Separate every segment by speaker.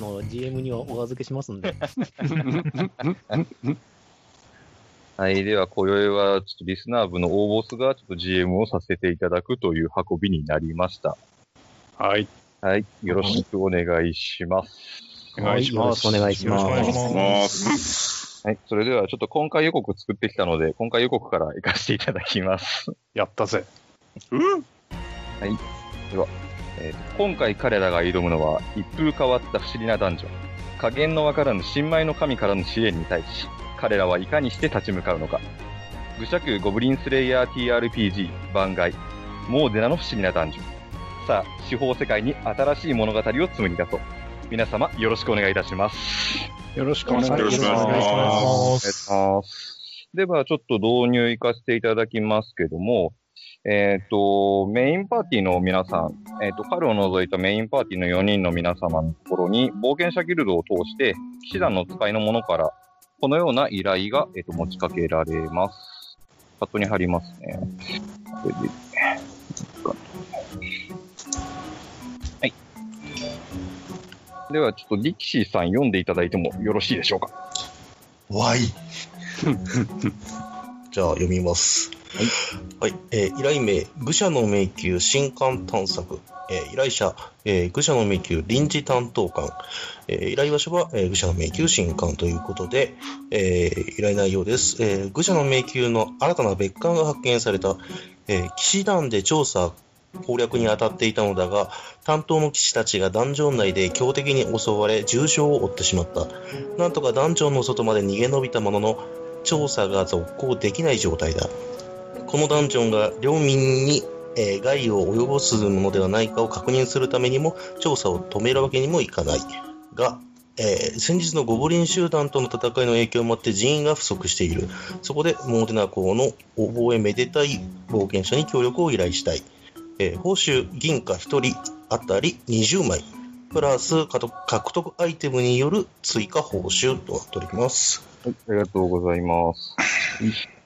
Speaker 1: の GM にはお預けしますんで。
Speaker 2: はい、では、今宵は、ちょっとリスナー部の大ボスが、ちょっと GM をさせていただくという運びになりました。
Speaker 3: はい。
Speaker 2: はい、よろしくお願いします。
Speaker 3: お願いします。
Speaker 1: お願いします
Speaker 3: よろくお願いし
Speaker 4: お願いします。
Speaker 2: はい、それでは、ちょっと今回予告作ってきたので、今回予告から行かせていただきます。
Speaker 3: やったぜ。
Speaker 2: えー今回彼らが挑むのは、一風変わった不思議なダンジョン。加減のわからぬ新米の神からの試練に対し、彼らはいかにして立ち向かうのか。愚者級ゴブリンスレイヤー TRPG 番外、モーデナの不思議なダンジョン。さあ、四方世界に新しい物語を紡ぎ出そう。皆様、よろしくお願いいたします。
Speaker 3: よろしくお願いし
Speaker 4: よ
Speaker 3: ま
Speaker 4: ろし
Speaker 3: す。
Speaker 4: くお願いし
Speaker 2: お願
Speaker 4: ま
Speaker 2: い
Speaker 4: す。
Speaker 2: します。では、ちょっと導入いかせていただきますけども、えっ、と、メインパーティーの皆さん、えっ、と、彼を除いたメインパーティーの4人の皆様のところに、冒険者ギルドを通して、騎士団の使いの者から、このような依頼が、えっと持ちかけられます。ハットに貼りますね。これではい。では、ちょっと力士さん読んでいただいてもよろしいでしょうか。
Speaker 4: わい。じゃあ読みます。はい。えー依頼名、愚者の迷宮新刊探索。えー依頼者、えー愚者の迷宮臨時担当官。えー依頼場所は、えー愚者の迷宮新刊ということで、えー依頼内容です。えー愚者の迷宮の新たな別館が発見された、えー騎士団で調査、攻略に当たっていたのだが、担当の騎士たちがダンジョン内で強敵に襲われ重傷を負ってしまった。なんとかダンジョンの外まで逃げ延びたものの、調査が続行できない状態だ。このダンジョンが領民に、えー害を及ぼすものではないかを確認するためにも、調査を止めるわけにもいかない。が、えー先日のゴブリン集団との戦いの影響もあって人員が不足している。そこで、モーデナ公の覚えめでたい冒険者に協力を依頼したい。えー報酬、銀貨1人あたり20枚。プラス獲得獲得アイテムによる追加報酬となっております。
Speaker 2: はい、ありがとうございます。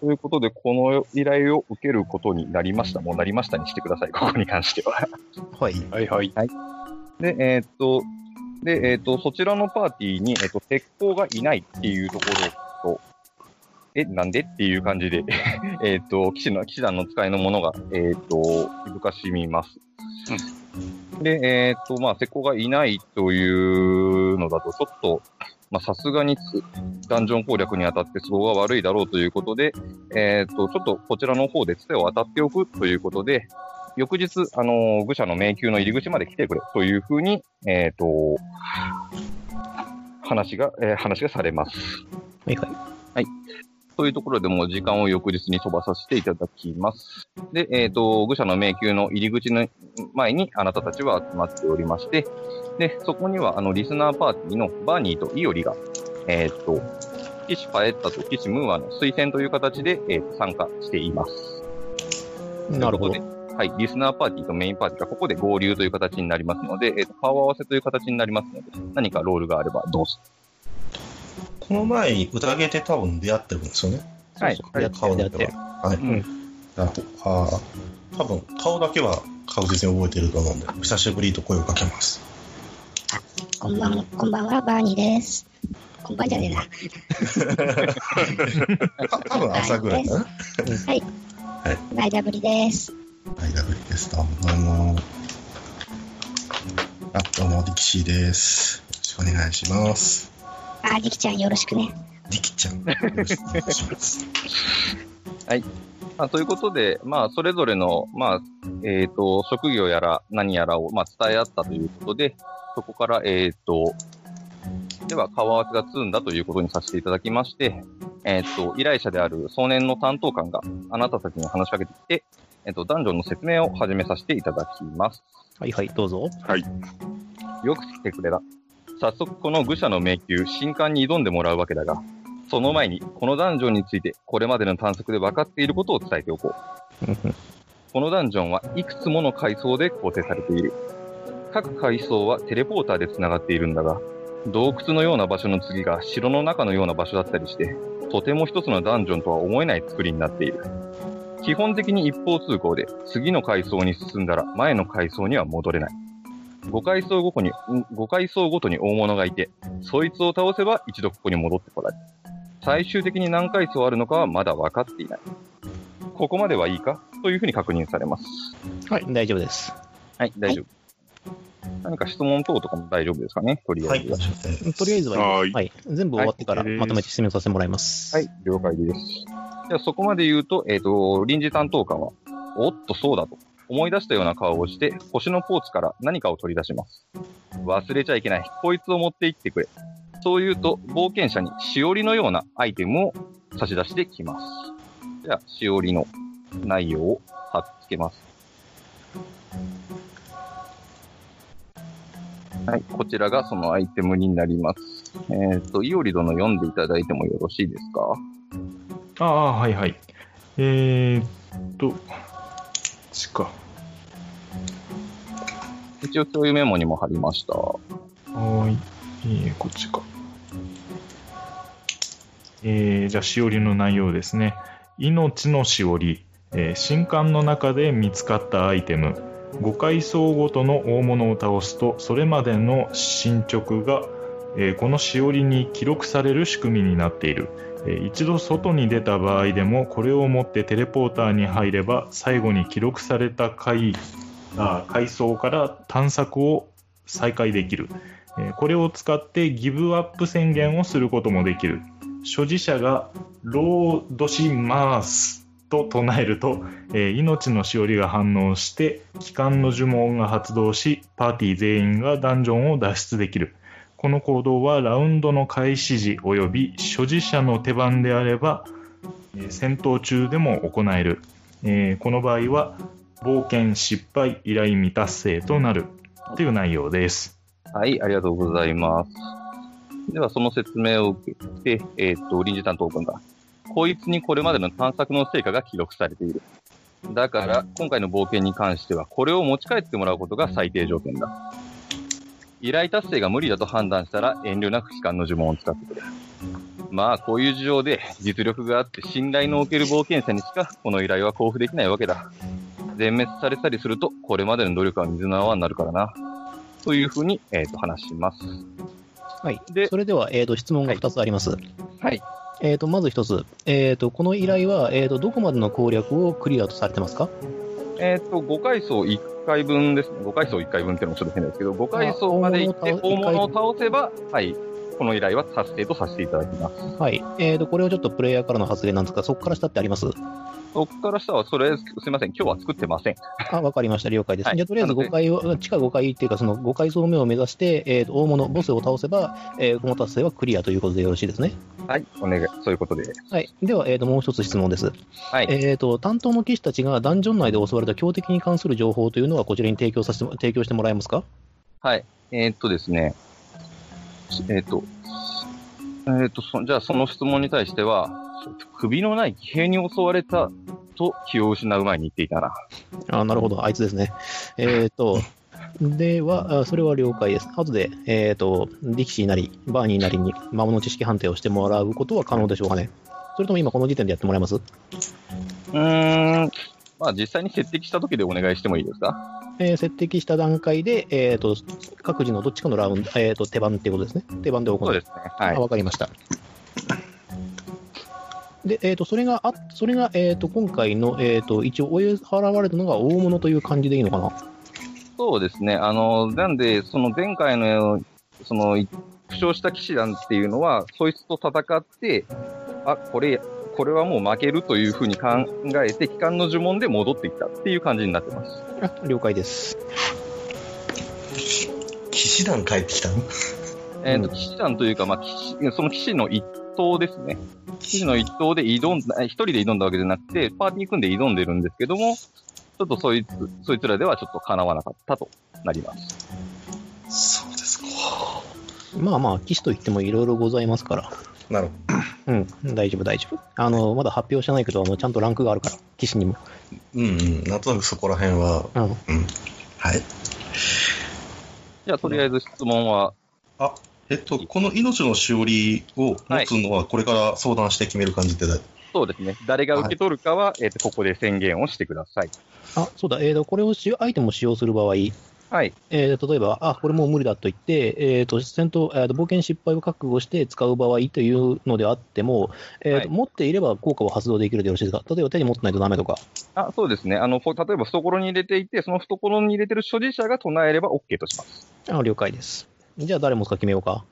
Speaker 2: ということで、この依頼を受けることになりました。もうなりましたにしてください、ここに関しては。
Speaker 4: はい。
Speaker 3: はいはい。
Speaker 2: で、えーっと、で、えーっと、そちらのパーティーに、えーっと、鉄鋼がいないっていうところと、え、なんでっていう感じで、 えーっと、騎士の、騎士団の使いの者が、えーっと、いぶかしみます。で、えーっと、まあ、鉄鋼がいないというのだと、ちょっと、まあ、さすがにつ、ダンジョン攻略にあたって都合が悪いだろうということで、えーっと、ちょっとこちらの方でつてを当たっておくということで、翌日、あのー愚者の迷宮の入り口まで来てくれというふうに、えっ、と、話が、えー話がされます。
Speaker 1: はいは
Speaker 2: というところでもう時間を翌日に飛ばさせていただきます。で、えっ、と、愚者の迷宮の入り口の前にあなたたちは集まっておりまして、で、そこにはあの、リスナーパーティーのバーニーとイオリが、えっ、と、騎士パエッタと騎士ムーアの推薦という形で、えー参加しています。
Speaker 1: い。 なるほ
Speaker 2: とい
Speaker 1: ど
Speaker 2: う。ことで。はい。リスナーパーティーとメインパーティーがここで合流という形になりますので、えっ、と、顔合わせという形になりますので、何かロールがあればどうぞ。
Speaker 4: この前に宴で多分出会ってるんですよね。
Speaker 2: はい
Speaker 4: そう
Speaker 1: 出会ってる
Speaker 4: 顔だ
Speaker 1: 出
Speaker 4: け
Speaker 1: 会って
Speaker 4: は。はい。
Speaker 3: うん
Speaker 4: なるほどああ。多分顔だけは確実に覚えてると思うんで、久しぶりと声をかけます。
Speaker 5: こんばんは、こんばんは、バーニーです。こんばんじゃねえな。
Speaker 4: た多分朝ぐらいかな。
Speaker 5: ライダブリです。
Speaker 4: はい、ダブリです。どうもどうも。あ、どうも、ディキシーです。よろしくお願いします。
Speaker 5: あ、リキちゃんよろしくね。
Speaker 4: ディキちゃん、よろしくお願いします。
Speaker 2: まあ、ということで、まあ、それぞれの、まあ、えっ、と、職業やら何やらを、まあ、伝え合ったということで、そこから、えっ、と、では、顔合わせが済んだということにさせていただきまして、えっ、と、依頼者である少年の担当官があなたたちに話しかけてきて、えっ、と、ダンジョンの説明を始めさせていただきます。
Speaker 1: はいはい、どうぞ。
Speaker 2: よく来てくれた。早速この愚者の迷宮、新刊に挑んでもらうわけだが、その前にこのダンジョンについてこれまでの探索で分かっていることを伝えておこう。このダンジョンはいくつもの階層で構成されている。各階層はテレポーターで繋がっているんだが、洞窟のような場所の次が城の中のような場所だったりして、とても一つのダンジョンとは思えない作りになっている。基本的に一方通行で、次の階層に進んだら前の階層には戻れない。 5階層ごとに、5階層ごとに大物がいて、そいつを倒せば一度ここに戻ってこられる。最終的に何階層あるのかはまだ分かっていない。ここまではいいかというふうに確認されます。
Speaker 1: はい、大丈夫です。
Speaker 2: はい、大丈夫。何か質問等とかも大丈夫ですかねとりあ
Speaker 4: は
Speaker 2: え
Speaker 4: い、
Speaker 2: ずは。
Speaker 4: 大丈夫です
Speaker 1: とりあえずは
Speaker 3: は
Speaker 1: い
Speaker 3: いい
Speaker 1: いです、はい、全部終わってから
Speaker 3: はい
Speaker 1: まとめて説明させてもらいます。
Speaker 2: はい、了解です。じゃあそこまで言うと、えっ、と、臨時担当官は、おっとそうだと思い出したような顔をして、腰のポーチから何かを取り出します。忘れちゃいけない。こいつを持って行ってくれ。そう言うと、冒険者にしおりのようなアイテムを差し出してきます。じゃあ、しおりの内容を貼っつけます。はい、こちらがそのアイテムになります。えっ、と、いおり殿読んでいただいてもよろしいですか
Speaker 6: ああ、はいはい。えー、っと、こっちか。
Speaker 2: 一応共有メモにも貼りました。
Speaker 6: はーい。えー、こっちか。えー、じゃあ、しおりの内容ですね。命のしおり。えー新刊の中で見つかったアイテム。5階層ごとの大物を倒すと、それまでの進捗が、えーこのしおりに記録される仕組みになっている。えー一度外に出た場合でも、これを持ってテレポーターに入れば、最後に記録された階、あー階層から探索を再開できる。えーこれを使ってギブアップ宣言をすることもできる所持者が「ロードします」と唱えると、えー命のしおりが反応して機関の呪文が発動しパーティー全員がダンジョンを脱出できるこの行動はラウンドの開始時および所持者の手番であれば、えー戦闘中でも行える、えーこの場合は冒険失敗依頼未達成となるという内容です
Speaker 2: はい、ありがとうございます。では、その説明を受けて、えっ、と、臨時担当官が、こいつにこれまでの探索の成果が記録されている。だから、今回の冒険に関しては、これを持ち帰ってもらうことが最低条件だ。依頼達成が無理だと判断したら、遠慮なく機関の呪文を使ってくれ。まあ、こういう事情で、実力があって信頼のおける冒険者にしか、この依頼は交付できないわけだ。全滅されたりすると、これまでの努力は水の泡になるからな。というふうに、えーと話します。
Speaker 1: はい。
Speaker 2: で
Speaker 1: それでは、えー、と質問が2つあります。
Speaker 2: はい。
Speaker 1: えー、とまず1つ、えーと、この依頼は、えー、とどこまでの攻略をクリアとされてますか
Speaker 2: えっ、と、5階層1回分ですね。5階層1回分っていうのもちょっと変ですけど、5階層まで行って
Speaker 1: あ
Speaker 2: 大
Speaker 1: 大物
Speaker 2: 物
Speaker 1: を
Speaker 2: を倒せば、はい、この依頼は達成とさせていただきます。
Speaker 1: はい。えー、とこれをちょっとプレイヤーからの発言なんですが、そこから下ってあります
Speaker 2: そこから下は、それ、すいません、今日は作ってません。
Speaker 1: あ、わかりました。了解です。
Speaker 2: はい
Speaker 1: じゃあ、とりあえず
Speaker 2: なので
Speaker 1: 5階を、地下5階っていうか、その5階層目を目指して、えー、と大物、ボスを倒せば、えーこの達成はクリアということでよろしいですね。
Speaker 2: はい、お願い、そういうことで。
Speaker 1: はい。では、えー、ともう一つ質問です。
Speaker 2: はい
Speaker 1: えー、と、担当の騎士たちがダンジョン内で襲われた強敵に関する情報というのは、こちらに提供させても、提供してもらえますか
Speaker 2: はい、えっ、とですね、えっ、と、えっ、とそ、じゃあその質問に対しては、首のない騎兵に襲われたと気を失う前に言っていたな。
Speaker 1: あ、なるほど。あいつですね。えー、 と、では、あそれは了解です。後で、えー、と、力士なり、バーニーなりに魔物知識判定をしてもらうことは可能でしょうかね。それとも今この時点でやってもらえます
Speaker 2: うーん、まあ実際に接敵した時でお願いしてもいいですか
Speaker 1: えー、接敵した段階で、えー、と各自のどっちかのラウンド、えー、と手番ってことですね。手番で行
Speaker 2: そううですね。は
Speaker 1: あ
Speaker 2: い。
Speaker 1: わかりました。で、えー、とそれがあ、それが、えー、と今回の、えー、と一応追い払われたのが大物という感じでいいのかな。
Speaker 2: そうですね。あの、なんで、その前回の、その、い負傷した騎士団っていうのは、そいつと戦って、あ、これ、これはもう負けるというふうに考えて、機関の呪文で戻ってきたっていう感じになってます。
Speaker 1: あ了解です。
Speaker 4: 騎士団帰ってきたの
Speaker 2: えっ、と、騎士団というか、まあ、騎士、その騎士の一党ですね。騎士の一党で挑んだ、え一人で挑んだわけじゃなくて、パーティー組んで挑んでるんですけども、ちょっとそいつ、そいつらではちょっと叶わなかったとなります。
Speaker 4: そうですか。
Speaker 1: まあまあ、騎士といってもいろいろございますから。
Speaker 4: なるほ
Speaker 1: うん、大丈夫、大丈夫。あの、まだ発表してないけど、あのちゃんとランクがあるから、騎士にも。
Speaker 4: ど。うんうん。なんとなくそこら辺は、
Speaker 1: うん、
Speaker 4: はい。
Speaker 2: じゃあ、とりあえず質問は、
Speaker 4: えっと、この命のしおりを持つのは、これから相談して決める感じで、
Speaker 2: そうですね。誰が受け取るかは、えっ、と、ここで宣言をしてください。
Speaker 1: あ、そうだ、えー、とこれをしアイテムを使用する場合、
Speaker 2: はい。
Speaker 1: えー例えば、あ、これもう無理だと言って、えーと、戦闘、えーと冒険失敗を覚悟して使う場合というのであっても、えーと
Speaker 2: はい
Speaker 1: 持っていれば効果を発動できるでよろしいですか例えば手に持ってないとダメとか。
Speaker 2: あ、そうですね。あの、ほ例えば懐に入れていて、その懐に入れてる所持者が唱えれば OK とします。
Speaker 1: あ了解です。じゃあ誰もつか決めようか。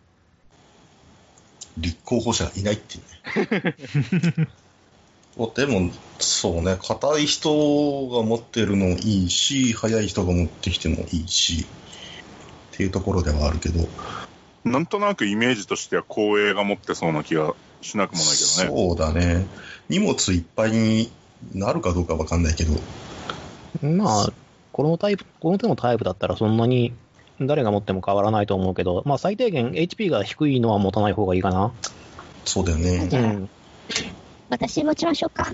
Speaker 4: 立候補者がいないっていうね。 おでも、そうね、硬い人が持ってるのもいいし、速い人が持ってきてもいいし、っていうところではあるけど、
Speaker 7: なんとなくイメージとしては光栄が持ってそうな気がしなくもないけどね。
Speaker 4: そうだね、荷物いっぱいになるかどうかわかんないけど、
Speaker 1: まあ、このタイプ、この手のタイプだったらそんなに誰が持っても変わらないと思うけど、まあ最低限 HP が低いのは持たない方がいいかな。
Speaker 4: そうだよね。
Speaker 5: う
Speaker 1: うん。
Speaker 5: 私持ちましょうか。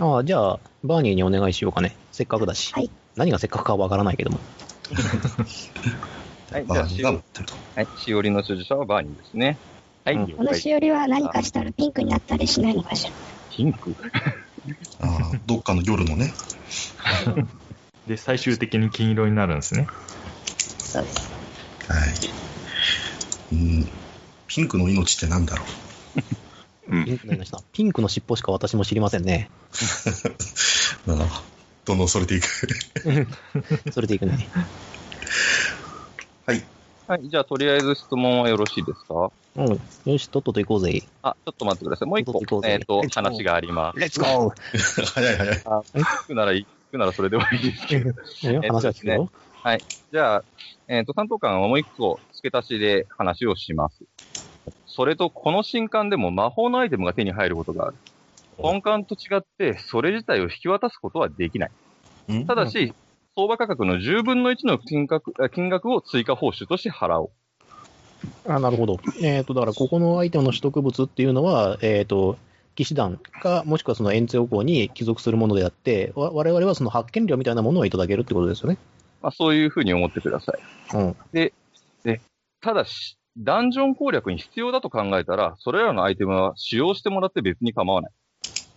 Speaker 1: ああ、じゃあ、バーニーにお願いしようかね。せっかくだし。
Speaker 5: はい
Speaker 1: 何がせっかくかわからないけども。
Speaker 2: はい。じゃ
Speaker 4: バ
Speaker 2: あ、
Speaker 4: ー
Speaker 2: し
Speaker 4: ニーが
Speaker 2: お,、
Speaker 4: 持ってると。
Speaker 2: はい、しおりの所持者はバーニーですね。はい。
Speaker 1: うん
Speaker 5: このしおりは何かしたらピンクになったりしないのかしら。
Speaker 2: ピンク。
Speaker 4: あ あ、どっかの夜のね、
Speaker 6: で、最終的に金色になるんですね。
Speaker 5: そうです。
Speaker 4: はい。うん、ピンクの命ってなんだろう。
Speaker 1: ピンクになりました。ピンクの尻尾しか私も知りませんね。
Speaker 4: ああどんどんそれて いく。
Speaker 1: それでいくね。
Speaker 2: はい。じゃあ、とりあえず質問はよろしいですか
Speaker 1: うん。よし、とっとと行こうぜ。
Speaker 2: あ、ちょっと待ってください。もう一個
Speaker 1: 行こう、ぜ
Speaker 2: えっ、と
Speaker 1: 行こう、ぜ
Speaker 2: 話があります。
Speaker 1: レッツゴ
Speaker 4: 早い早い。
Speaker 2: あ、ピンクならいい、ピンクならそれではいいですけど。
Speaker 1: ー話は聞くよ。
Speaker 2: じゃあ、えっ、と、担当官はもう一個付け足しで話をします。それと、この新刊でも魔法のアイテムが手に入ることがある。本館と違って、それ自体を引き渡すことはできない。
Speaker 4: うん
Speaker 2: ただし、相場価格の10分の1の金額あ金額を追加報酬として払おう。
Speaker 1: あなるほど。えっ、と、だから、ここのアイテムの取得物っていうのは、えっ、と、騎士団か、もしくはその遠征王校に帰属するものであって、わ我々はその発見料みたいなものをいただけるってことですよね。
Speaker 2: まあ、そういうふうに思ってください。
Speaker 1: うん。
Speaker 2: ただし、ダンジョン攻略に必要だと考えたら、それらのアイテムは使用してもらって別に構わない。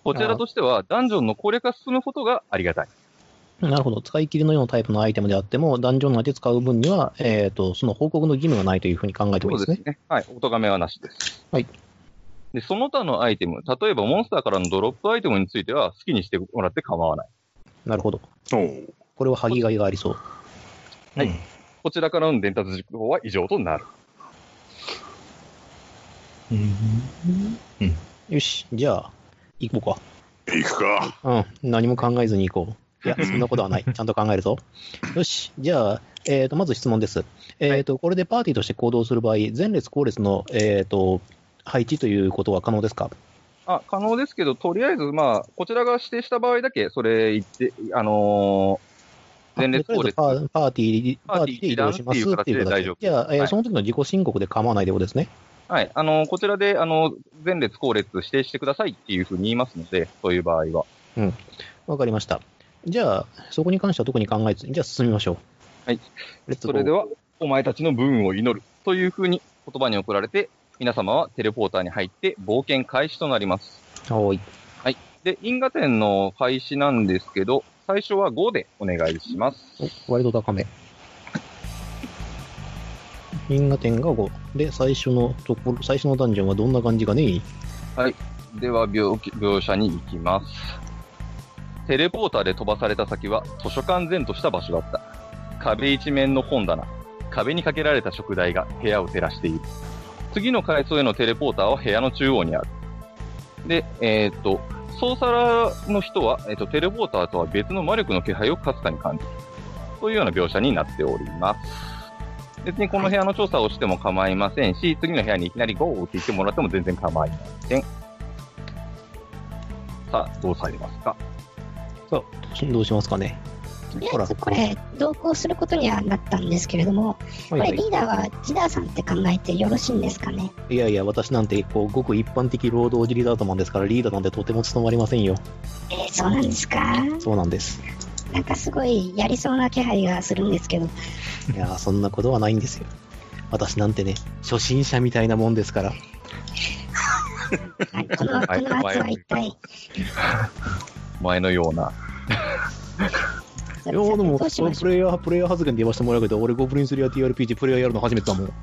Speaker 2: こちらとしては、ダンジョンの攻略が進むことがありがたい。
Speaker 1: なるほど。使い切りのようなタイプのアイテムであっても、ダンジョン内で使う分には、えっ、と、その報告の義務がないというふうに考えてもいいですね。
Speaker 2: ね。はい。お咎めはなしです。
Speaker 1: はい。
Speaker 2: で、その他のアイテム、例えばモンスターからのドロップアイテムについては好きにしてもらって構わない。
Speaker 1: なるほど。
Speaker 7: そう。
Speaker 1: これは剥ぎがいがありそう。
Speaker 2: はいこちらからの伝達事項は以上となる。
Speaker 4: うん
Speaker 1: よし、じゃあ、行こ
Speaker 7: 行くか。
Speaker 1: うか。うん。何も考えずに行こう。いや、そんなことは ない。ちゃんと考えるぞ。よし、じゃあ、えっ、と、まず質問です。えっ、と、これでパーティーとして行動する場合、前列後列の、えっ、と、配置ということは可能ですか
Speaker 2: あ、可能ですけど、とりあえず、まあ、こちらが指定した場合だけ、それ言って、あのー、前列後列。
Speaker 1: あとりあえずパーパーティー、パーティーで移動しますっていう
Speaker 2: パーティー一覧って
Speaker 1: 形
Speaker 2: いう形で大丈
Speaker 1: で
Speaker 2: 夫。
Speaker 1: じゃあ、えー
Speaker 2: はい
Speaker 1: その時の自己申告で構わないでことですね。
Speaker 2: はい。あのーこちらで、あのー前列後列指定してくださいっていうふうに言いますので、そういう場合は。
Speaker 1: わかりました。じゃあ、そこに関しては特に考えずに、じゃあ進みましょう。
Speaker 2: はい。
Speaker 1: レッツ
Speaker 2: そ
Speaker 1: ゴー
Speaker 2: れでは、お前たちの分を祈るというふうに言葉に送られて、皆様はテレポーターに入って冒険開始となります。
Speaker 1: はーい。
Speaker 2: で、因果点の開始なんですけど、最初は5でお願いします。
Speaker 1: 割と高め。因果点が5。で、最初のところ、最初のダンジョンはどんな感じかね
Speaker 2: では描き、描写に行きます。テレポーターで飛ばされた先は図書館前とした場所だった。壁一面の本棚、壁にかけられた食材が部屋を照らしている。次の階層へのテレポーターは部屋の中央にある。で、えーっと、ソーサラーの人は、えーっと、テレポーターとは別の魔力の気配をかすかに感じる。というような描写になっております。別にこの部屋の調査をしても構いませんし、次の部屋にいきなり GO って言ってもらっても全然構いません。さあ、どうされますか
Speaker 1: さあ、どうしますかね
Speaker 5: とりあえずこれ、同行することにはなったんですけれども、
Speaker 1: は
Speaker 5: こ
Speaker 1: いは
Speaker 5: れ
Speaker 1: い
Speaker 5: リ。ーダーはジダーさんって考えてよろしいんですかね。
Speaker 1: いやいや、私なんて、こう、ごく一般的労働リーダートマンですから、リーダーなんてとても務まりませんよ。
Speaker 5: えー、そうなんですか。
Speaker 1: そうなん です。
Speaker 5: なんかすごいやりそうな気配がするんですけど、
Speaker 1: いやー、そんなことはないんですよ。私なんてね、初心者みたいなもんですから。
Speaker 5: はいこの、こ
Speaker 2: はい
Speaker 5: の圧は一体、
Speaker 2: 前のような。
Speaker 5: そ
Speaker 1: いやでも、
Speaker 5: どうし
Speaker 1: そ
Speaker 5: ま
Speaker 1: れ
Speaker 5: し
Speaker 1: プ
Speaker 5: ょう
Speaker 1: レイヤー、プレイヤー発言で言わせてもらうけど、俺、ゴブリンスリア TRPG プレイヤーやるの初めてだもん。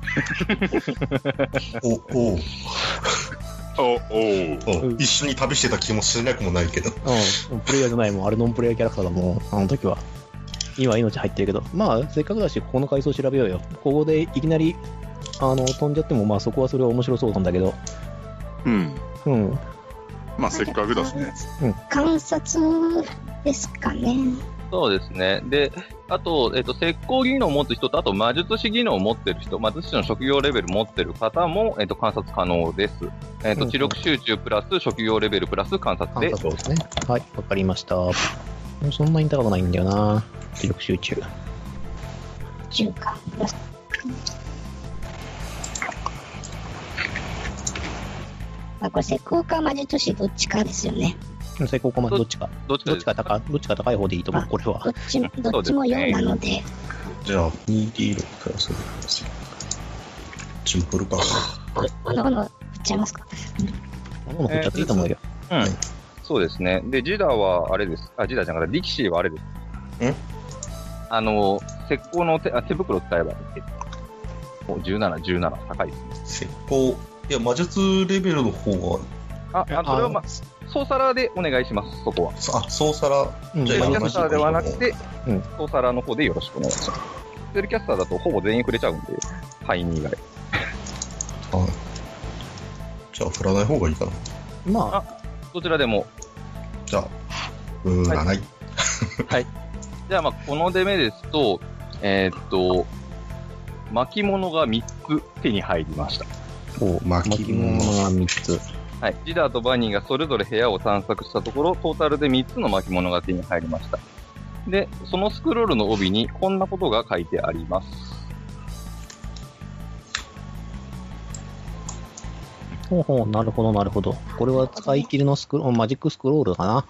Speaker 4: お、おう
Speaker 7: お、おう。
Speaker 4: うん一緒に旅してた気もしなくもないけど。
Speaker 1: うん、プレイヤーじゃないもん、あれノンプレイヤーキャラクターだもん、あの時は。今、命入ってるけど、まあ、せっかくだし、ここの階層調べようよ。ここでいきなり、あの、飛んじゃっても、まあ、そこはそれは面白そうなんだけど、
Speaker 7: うん。
Speaker 1: うん、
Speaker 7: まあ、せっかくだしね。
Speaker 5: 観察ですかね。
Speaker 2: そうですね。で、あと、えっと、石膏技能を持つ人と、あと魔術師技能を持ってる人、魔術師の職業レベル持ってる方も、えっと、観察可能です。えっ
Speaker 1: うんう
Speaker 2: と、
Speaker 1: ん
Speaker 2: 知力集中プラス職業レベルプラス観察
Speaker 1: 感
Speaker 2: で、
Speaker 1: 覚ですね。はい、わかりました。もうそんなに高くないんだよな、知力集中。
Speaker 5: 中華。まあ、これ、石膏か魔術師どっちかですよね。
Speaker 1: 成功コマンドどっちか、
Speaker 2: どっちか
Speaker 1: どっ
Speaker 2: で
Speaker 1: ち
Speaker 2: す
Speaker 1: か高い、どっちか高い方でいいと思う、これは
Speaker 5: ど。っちも、どっちも4なので、
Speaker 4: じゃあ、2D6 からそれですよ。ジンプルバー。
Speaker 5: ほのほの振っちゃいますか。
Speaker 1: あの振っちゃっていいと思うよ。
Speaker 2: うん。そうですね。で、ジダはあれです。あ、ジダじゃなくて、力士はあれです。
Speaker 4: ん
Speaker 2: あの、石膏の手あ手袋使えばいいって。お17、17、高いですね。
Speaker 4: 石膏。いや、魔術レベルの方が、
Speaker 2: あ、あそれはまあ、ソーサラでお願いします、そこは。
Speaker 4: あ、そうさら、
Speaker 1: うん
Speaker 4: じ
Speaker 2: セ
Speaker 4: ゃ
Speaker 2: ル
Speaker 4: あ
Speaker 2: キ
Speaker 1: ま
Speaker 2: ャスターではなくて、
Speaker 1: うん
Speaker 2: ソーサラの方でよろしくお願いします。セルキャスターだとほぼ全員触れちゃうんで、範囲以外。
Speaker 4: はい。じゃあ、振らない方がいいかな。
Speaker 1: あまあ、
Speaker 2: どちらでも。
Speaker 4: じゃあ、うーん、
Speaker 2: はい
Speaker 4: らない。
Speaker 2: じゃあ、まあ、この出目ですと、えーっと、巻物が3つ手に入りました。
Speaker 1: こう
Speaker 4: 巻
Speaker 1: 巻
Speaker 4: 物
Speaker 1: 物が3つ。
Speaker 2: はい。ジダーとバニーがそれぞれ部屋を探索したところ、トータルで3つの巻物が手に入りました。で、そのスクロールの帯にこんなことが書いてあります。
Speaker 1: ほうほう、なるほど、なるほど。これは使い切りのスクロール、マジックスクロールかな。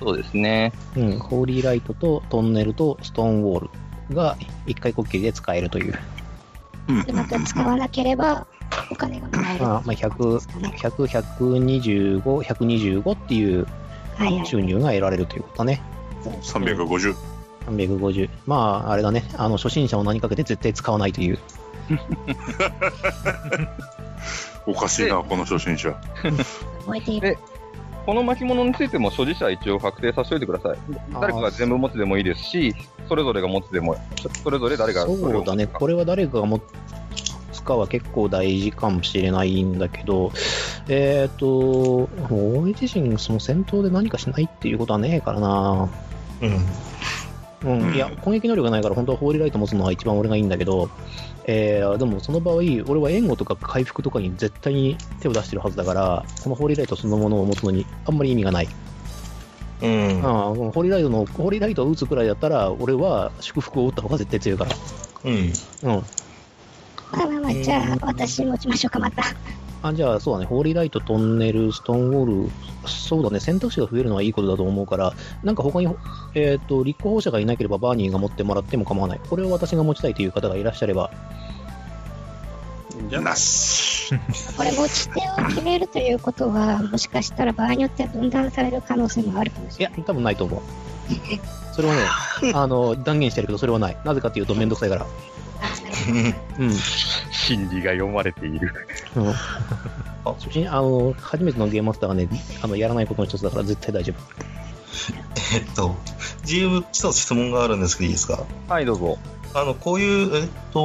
Speaker 2: そうですね。
Speaker 1: うん、ホーリーライトとトンネルとストーンウォールが一回呼吸で使えるという。
Speaker 7: うん。
Speaker 5: うまく使わなければ、お金がもらえる。
Speaker 1: まあ、まあ、100、
Speaker 5: ね。
Speaker 1: 100、125、125っていう
Speaker 5: はいはい。
Speaker 1: 収入が得られるということだね。
Speaker 7: 350。
Speaker 1: 350。まあ、あれだね。あの、初心者を何かけて絶対使わないという。
Speaker 7: おかしいな、この初心者。
Speaker 5: 燃えてい
Speaker 2: で
Speaker 5: る。
Speaker 2: この巻物についても所持者は一応確定させておいてください。誰かが全部持つでもいいですし、それぞれが持つでも、それぞれ誰がれ
Speaker 1: そ
Speaker 2: を
Speaker 1: うだね。これは誰かが持つかは結構大事かもしれないんだけど、えっ、と、俺自身、その戦闘で何かしないっていうことはねえからな。
Speaker 4: うん。
Speaker 1: うん、
Speaker 7: うん
Speaker 1: いや、攻撃能力がないから、本当はホーリーライト持つのは一番俺がいいんだけど、えー、でもその場合、俺は援護とか回復とかに絶対に手を出してるはずだから、このホーリーライトそのものを持つのにあんまり意味がない。
Speaker 4: うん。
Speaker 1: ああこのホーリーライトの、ホーリーライトを打つくらいだったら、俺は祝福を打った方が絶対強いから。
Speaker 4: うん。
Speaker 1: うん。
Speaker 5: まあまあまあ、じゃあ、私持ちましょうか、また。
Speaker 1: あじゃあ、そうだね、ホーリーライト、トンネル、ストーンウォール、そうだね、選択肢が増えるのはいいことだと思うから、なんか他に、えっ、と、立候補者がいなければバーニーが持ってもらっても構わない。これを私が持ちたいという方がいらっしゃれば、
Speaker 7: なし。
Speaker 5: これ、持ち手を決めるということは、もしかしたら場合によっては分断される可能性もあるかもし
Speaker 1: い
Speaker 5: れ
Speaker 1: や
Speaker 5: ない。、
Speaker 1: 多分ないと思う。そ れはね、あの、断言してるけど、それはない。なぜかっていうと、めんどくさいから。うん。
Speaker 2: 心理が読まれている。
Speaker 1: うん、初心あの、初めてのゲームマスターがね、あの、やらないことの一つだから、絶対大丈夫。
Speaker 4: えっと、GM ちょっと質問があるんですけどいいですか
Speaker 2: はい、どうぞ。
Speaker 4: あの、こういう、えっと、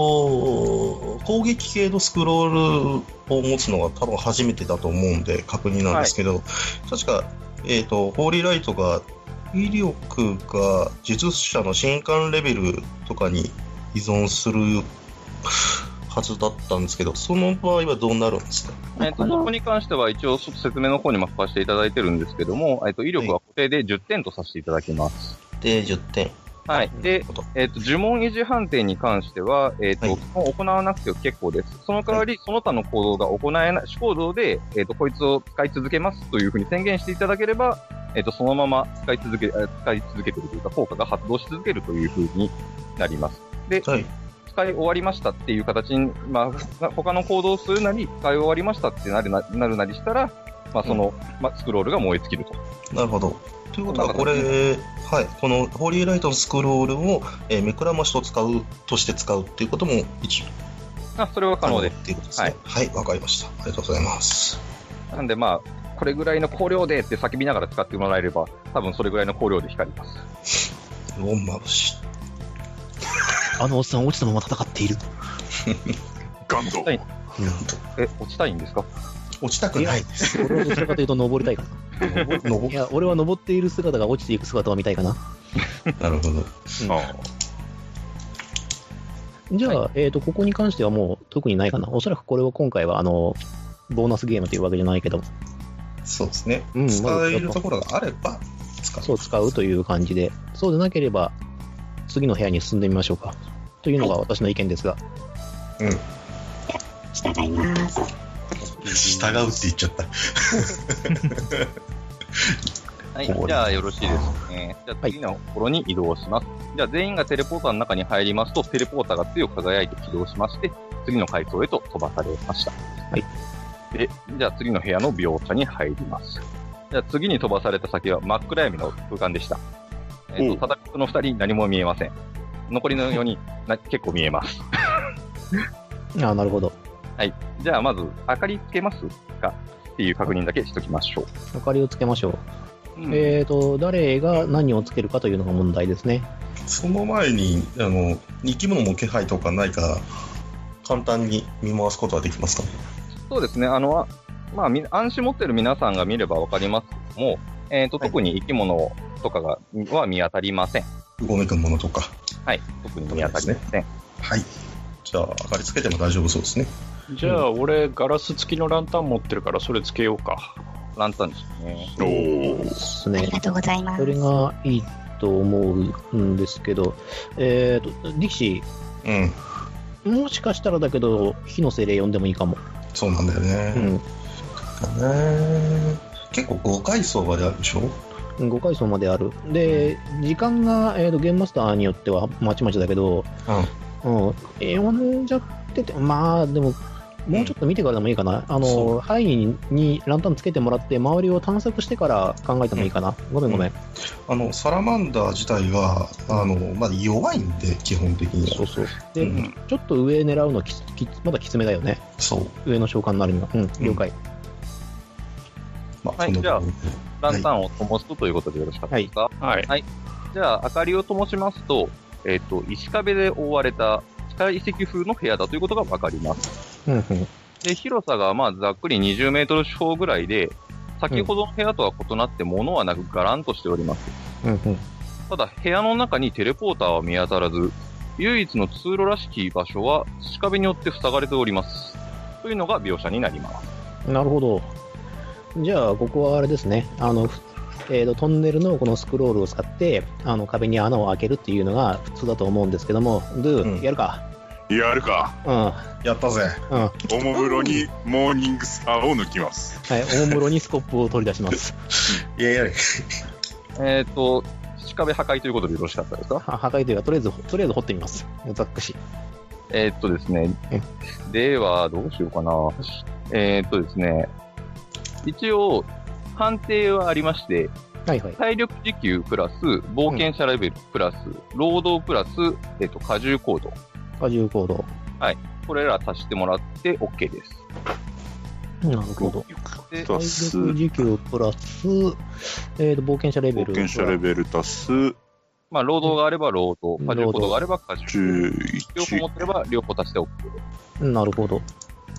Speaker 4: 攻撃系のスクロールを持つのが多分初めてだと思うんで、確認なんですけど、確か、えっと、ホーリーライトが、威力が術者の新刊レベルとかに依存するはずだったんですけど、その場合はどうなるんですか
Speaker 2: えっと、ここに関しては一応ちょっと説明の方にも書かせていただいてるんですけども、えっと、威力は固定で10点とさせていただきます。
Speaker 4: で、10点。
Speaker 2: はい。で、えっと、呪文維持判定に関しては、えっと、
Speaker 4: はい
Speaker 2: もう行わなくても結構です。その代わり、その他の行動が行えない、主行動で、えっと、こいつを使い続けますというふうに宣言していただければ、えっと、そのまま使い続け、え使い続けてるというか、効果が発動し続けるというふうになります。
Speaker 4: はい。
Speaker 2: 使い終わりましたっていう形に、まあ、他の行動をするなり、使い終わりましたってなるななるなりしたら、まあ、その、まあ、スクロールが燃え尽きると。
Speaker 4: なるほど。ということは、これ、はい、このホーリーライトのスクロールを、えー目くらましと使う、として使うっていうことも一応
Speaker 2: あ、それは可能です。
Speaker 4: っていうことですね。はい、わ、かりました。ありがとうございます。
Speaker 2: なんでまあ、これぐらいの光量でって叫びながら使ってもらえれば、多分それぐらいの光量で光ります。
Speaker 4: おまぶしい。
Speaker 1: あのおっさん落ちたまま戦っている。
Speaker 7: ガンと。
Speaker 2: え、落ちたいんですか
Speaker 4: 落ちたくないです。
Speaker 1: 俺はどちらかというと登りたいかな。い
Speaker 4: 登
Speaker 1: や、俺は登っている姿が落ちていく姿を見たいかな。
Speaker 4: なるほど。
Speaker 7: あ
Speaker 1: じゃあ、えっ、と、ここに関してはもう特にないかな。おそらくこれは今回は、あの、ボーナスゲームというわけじゃないけど、
Speaker 4: そうですね。
Speaker 1: うん
Speaker 4: 使えるところがあれば、使う。
Speaker 1: そう使うという感じで、そうでなければ、次の部屋に進んでみましょうか。というのが私の意見ですが、
Speaker 5: 従います。
Speaker 4: 従うって言っちゃった。
Speaker 2: はい、
Speaker 4: ここ
Speaker 2: じゃあよろしいですね。じゃあ次のところに移動します。じゃあ全員がテレポーターの中に入りますと、テレポーターが強く輝いて起動しまして、次の階層へと飛ばされました。
Speaker 1: い
Speaker 2: で、じゃあ次の部屋の描写に入ります。じゃあ次に飛ばされた先は真っ暗闇の空間でした。えっ、
Speaker 7: お
Speaker 2: と、ただこの二人何も見えません。残りの4人、な結構見えます。
Speaker 1: ああ、なるほど。
Speaker 2: じゃあまず、明かりつけますかっていう確認だけしときましょう。
Speaker 1: 明かりをつけましょう。
Speaker 2: うん
Speaker 1: えっ、と、誰が何をつけるかというのが問題ですね。
Speaker 4: その前に、あの、生き物の気配とかないか、簡単に見回すことはできますかね。
Speaker 2: そうですね、あの、あまあ、み暗視持ってる皆さんが見ればわかりますけども、えっ、と、
Speaker 4: はい
Speaker 2: 特に生き物とかが、は見当たりません。
Speaker 4: うごめくんものとか。
Speaker 2: はい、特に見当たりません。
Speaker 4: はい。じゃあ、明かりつけても大丈夫そうですね。
Speaker 3: じゃあ、俺、ガラス付きのランタン持ってるから、それつけようか。
Speaker 2: ランタンですね。
Speaker 7: おお
Speaker 1: で
Speaker 7: ー。
Speaker 1: す
Speaker 5: あ
Speaker 1: ね
Speaker 5: り。がとうございます。
Speaker 1: それがいいと思うんですけど、えっ、と、力士、
Speaker 4: うん。
Speaker 1: もしかしたらだけど、火の精霊呼んでもいいかも。
Speaker 4: そうなんだよ
Speaker 1: う
Speaker 4: ね。
Speaker 1: ん。
Speaker 4: ね結構5階層まであるでしょ
Speaker 1: 5階層まである。で、時間が、えー、とゲームマスターによってはまちまちだけど、うん。読んじゃってて、まあ、でも、もうちょっと見てからでもいいかな。あ
Speaker 4: そ
Speaker 1: の、範囲にランタンつけてもらって、周りを探索してから考えてもいいかな。ごめんごめん。
Speaker 4: あの、サラマンダー自体が、あの、まだ弱いんで、基本的に
Speaker 1: そう
Speaker 4: は。
Speaker 1: そう。で、
Speaker 4: うん
Speaker 1: ちょっと上狙うのきつきつまだきつめだよね。
Speaker 4: そう。
Speaker 1: 上の召喚になるには。うん、了解。
Speaker 4: ま
Speaker 2: はい
Speaker 4: この
Speaker 2: じゃあ
Speaker 4: 部分
Speaker 2: ランタンを灯すということでよろしかったですか、
Speaker 3: はい。
Speaker 2: じゃあ、明かりを灯しますと、えっ、と、石壁で覆われた、地下遺跡風の部屋だということがわかります。
Speaker 1: うん、うん。
Speaker 2: で、広さがまあざっくり20メートル四方ぐらいで、先ほどの部屋とは異なって物はなくガランとしております。
Speaker 1: うん、うん。
Speaker 2: ただ部屋の中にテレポーターは見当たらず、唯一の通路らしき場所は土壁によって塞がれております。というのが描写になります。
Speaker 1: なるほど。じゃあ、ここはあれですね。あの、ふえー、とトンネルのこのスクロールを使って、あの壁に穴を開けるっていうのが普通だと思うんですけども、ドゥ、
Speaker 4: うん
Speaker 1: やるか。
Speaker 7: やるか。
Speaker 1: うん。は
Speaker 4: やったぜ。
Speaker 7: おもむろにモーニングスターを抜きます。
Speaker 1: い、大室にスコップを取り出し ます。
Speaker 4: いやいや、
Speaker 2: えっ、と、土壁破壊ということでよろしかったですか
Speaker 1: は破壊というか、とりあえず、とりあえず掘ってみます。ざっくし。
Speaker 2: えっ、とですね
Speaker 1: え、
Speaker 2: ではどうしようかな。えっ、とですね、一応、判定はありまして、
Speaker 1: はいはい。
Speaker 2: 体力時給プラス、冒険者レベルプラス、労働プラス、えっ、と、荷重行動。
Speaker 1: 荷重行動。
Speaker 2: これら足してもらって OK です。
Speaker 1: なるほど。
Speaker 2: で
Speaker 7: プラ
Speaker 1: 体
Speaker 7: ス
Speaker 1: 力時給プラス、えー、と冒険者レベ
Speaker 7: 冒
Speaker 1: ル。
Speaker 7: 険者レベル足す
Speaker 2: まあ、労働があれば労働、
Speaker 1: うん
Speaker 2: 過重行動があれば過重。両方持っ
Speaker 7: 11。
Speaker 2: てれば両方足して OK。
Speaker 1: なるほど。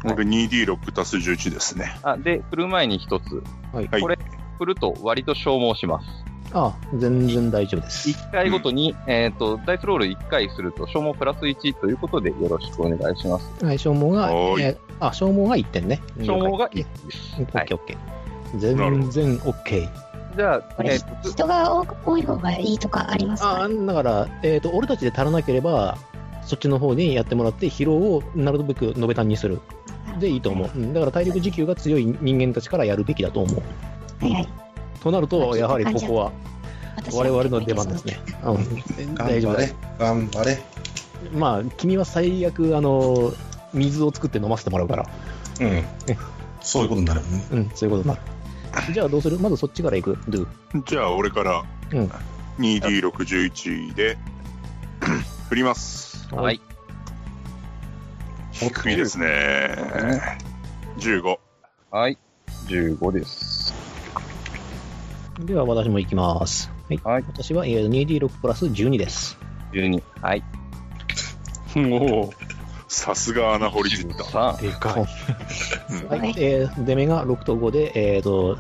Speaker 7: 俺 2D6 足す11ですね。
Speaker 2: あ、で、振る前に一つ。
Speaker 1: はい
Speaker 7: はい
Speaker 2: これ、振ると割と消耗します。
Speaker 1: あ、全然大丈夫です。
Speaker 2: 1回ごとに、えっ、と、ダイスロール1回すると消耗プラス1ということでよろしくお願いします。
Speaker 1: はい、消耗が、
Speaker 7: はーい
Speaker 1: えーあ、消耗が1点ね。
Speaker 2: 消耗が1
Speaker 1: 了解
Speaker 2: です。
Speaker 1: オッケ
Speaker 2: は
Speaker 1: ー
Speaker 2: い。
Speaker 1: オッケー。全然オッケー。
Speaker 2: じゃあ、
Speaker 5: こ
Speaker 2: え
Speaker 5: れ
Speaker 2: ー、と。
Speaker 5: 人が多多い方がいいとかあります
Speaker 1: あ
Speaker 5: か
Speaker 1: だから、えっ、と、俺たちで足らなければ、そっちの方にやってもらって、疲労をなるべく延べたんにする。で、いいと思う。うんだから体力時給が強い人間たちからやるべきだと思う。
Speaker 5: はいはい。
Speaker 1: となると、やはりここは
Speaker 5: 私
Speaker 1: 我々の出番ですね。うん、大丈夫だ。。
Speaker 4: 頑張れ。
Speaker 1: まあ、君は最悪、あの、水を作って飲ませてもらうから、
Speaker 4: うん。そういうことになるよね。
Speaker 1: うん、そういうことになる。じゃあどうするまずそっちから行く、ドゥ。
Speaker 7: じゃあ、俺から
Speaker 1: うん
Speaker 7: 2D61 で 振ります。
Speaker 1: はい
Speaker 7: 低いですね。15。
Speaker 2: はい。15です。
Speaker 1: では私も行きます。はい。
Speaker 2: はい
Speaker 1: 私はえー 2D6 プラス12です。
Speaker 2: 12。はい。
Speaker 3: おお、
Speaker 7: さすが穴掘りじった。
Speaker 2: さ
Speaker 6: でかい。
Speaker 1: は
Speaker 5: はい
Speaker 1: い。えー出目が6と5で、えっ、と、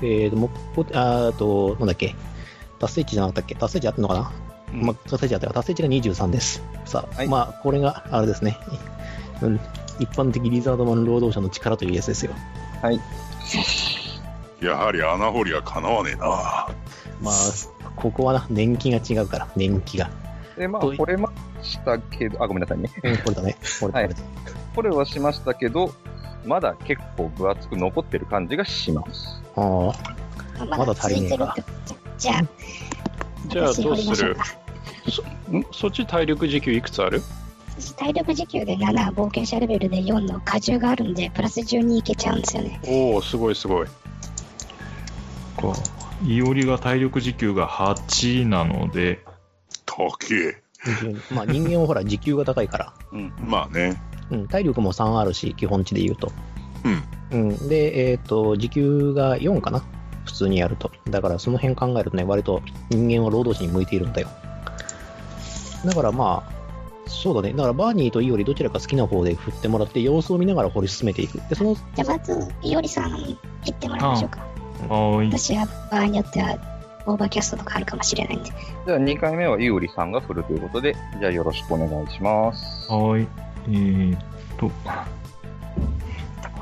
Speaker 1: えっ、と、もっこ、あーと、なんだっけ、達成値じゃなかったっけ達成値あったのかな、
Speaker 4: うん
Speaker 1: まあ、達成値あったら、達成値が23です。さあ、
Speaker 2: はい
Speaker 1: まあ、これが、あれですね。うん一般的リザードマン労働者の力というやつですよ。
Speaker 7: やはり穴掘りはかなわねえな。
Speaker 1: まあ、ここはな、年季が違うから、年季が。
Speaker 2: あ。で、まあ、
Speaker 1: とい
Speaker 2: これましたけど、あ、ごめんなさいね。
Speaker 1: うんこれだね。これ、こ
Speaker 2: はい
Speaker 1: れだ。
Speaker 2: これはしましたけど、まだ結構分厚く残ってる感じがします。
Speaker 1: ああ、
Speaker 5: あ
Speaker 1: まだ足りねえか
Speaker 5: ついてるってじゃあ、
Speaker 3: じゃあ
Speaker 5: 私
Speaker 3: どうす
Speaker 5: 掘り
Speaker 3: る
Speaker 5: ま
Speaker 3: そんそっち体力時給いくつある
Speaker 5: 私体力時給で7、冒険者レベルで4の荷重があるんで、プラス12いけちゃうんですよね。
Speaker 3: おお、すごいすごい。
Speaker 6: こういおりが体力時給が8なので、
Speaker 7: 高え。
Speaker 1: 22まあ、人間はほら、時給が高いから。
Speaker 7: まあね。
Speaker 1: うん、体力も3あるし、基本値で言うと。
Speaker 7: うん
Speaker 1: うん。で、えっ、と、時給が4かな普通にやると。だから、その辺考えるとね、割と人間は労働者に向いているんだよ。だからまあ、そうだね。だから、バーニーとイオリどちらか好きな方で振ってもらって、様子を見ながら掘り進めていく。で、その、
Speaker 5: じゃあ、まず、いおりさん、行ってもらいましょうか。
Speaker 6: はーい。
Speaker 5: 私は場合によっては、オーバーキャストとかあるかもしれないんで。
Speaker 2: じゃあ2回目はゆうりさんが振るということで、じゃあよろしくお願いします。
Speaker 6: はーい。えー、っと、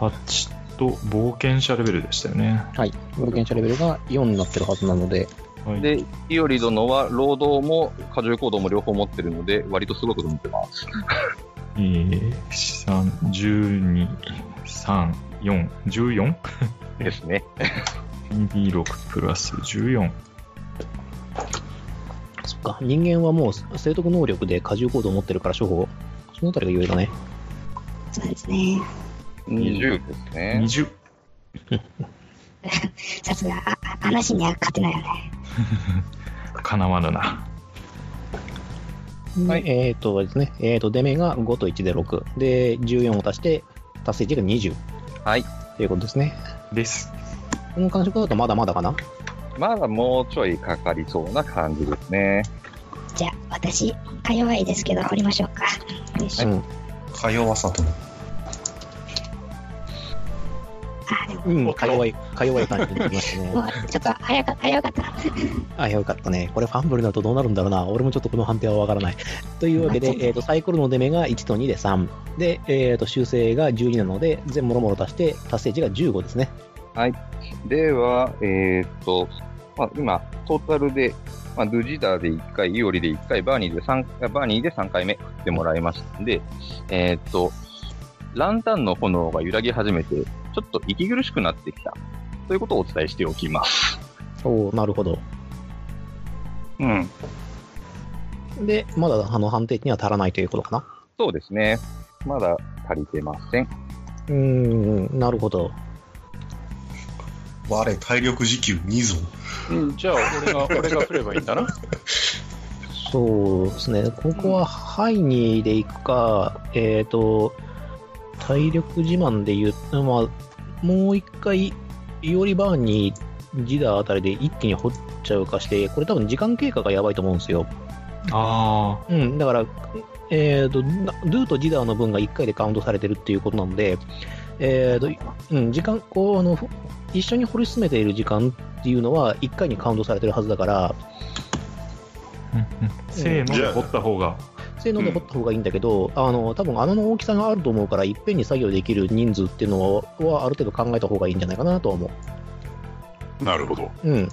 Speaker 6: 8と冒険者レベルでしたよね。
Speaker 1: はい。冒険者レベルが4になってるはずなので、
Speaker 6: はい。
Speaker 2: で、いおり殿は労働も過重行動も両方持ってるので、割とすごく持ってます。
Speaker 6: えー、3、12、3、4、14?
Speaker 2: ですね。
Speaker 6: 2D6 プラス14。
Speaker 1: そっか、人間はもう生徳能力で過重行動を持ってるから、処方。そのあたりが有利だね。
Speaker 5: そうですね。
Speaker 2: 20ですね。
Speaker 6: 20。
Speaker 5: さすが、ああ話には勝てないよね。
Speaker 6: かなわぬな。
Speaker 2: はい
Speaker 1: えっ、ー、とですね、えっ、と、出目が5と1で6。で、14を足して、達成値が20。
Speaker 2: はい。
Speaker 1: ということですね。
Speaker 6: です。
Speaker 1: この感触だとまだまだかな
Speaker 2: まだもうちょいかかりそうな感じですね。
Speaker 5: じゃあ、私、か弱いですけど、掘りましょうか。よいしょ
Speaker 1: うん。
Speaker 4: かよわさと。
Speaker 5: あ、でも、
Speaker 1: うん、か弱い、か弱い感じになりました
Speaker 5: も
Speaker 1: ね。
Speaker 5: う、ちょっと早か早かった。
Speaker 1: あ、よかったね。これファンブルだとどうなるんだろうな。俺もちょっとこの判定はわからない。というわけで、えっ、と、サイコロの出目が1と2で3。で、えっ、と、修正が12なので、全もろもろ足して、達成値が15ですね。
Speaker 2: では、えーっと、まあ、今、トータルで、まあ、ドゥジダーで1回、イオリで1回、バーニーで三あバーニーで3回目振ってもらいましたんで、えーっと、ランタンの炎が揺らぎ始めて、ちょっと息苦しくなってきた。ということをお伝えしておきます。
Speaker 1: おおなるほど。
Speaker 7: うん。
Speaker 1: で、まだ、あの、判定値には足らないということかな。
Speaker 2: そうですね。まだ足りてません。
Speaker 1: うーん、なるほど。
Speaker 4: 我、体力時給2ぞ。
Speaker 3: うん、じゃあ 俺が、俺が振ればいいんだな。
Speaker 1: そうですね、ここはハイニーで行くか、えっ、と、体力自慢で言う、まあ、もう一回、イオリバーンにジダーあたりで一気に掘っちゃうかして、これ多分時間経過がやばいと思うんですよ。
Speaker 6: あ
Speaker 1: うん、だから、えっ、と、なドゥとジダーの分が1回でカウントされてるっていうことなので、えっ、と、うん、時間、こう、あの、ふ一緒に掘り進めている時間っていうのは1回にカウントされてるはずだから、
Speaker 6: ー。うんうんせーので掘った方が。
Speaker 1: 性能で掘った方がいいんだけど、あの多分穴の大きさがあると思うからいっぺんに作業できる人数っていうのはある程度考えた方がいいんじゃないかなとは思
Speaker 7: なるほど。
Speaker 1: う、うん、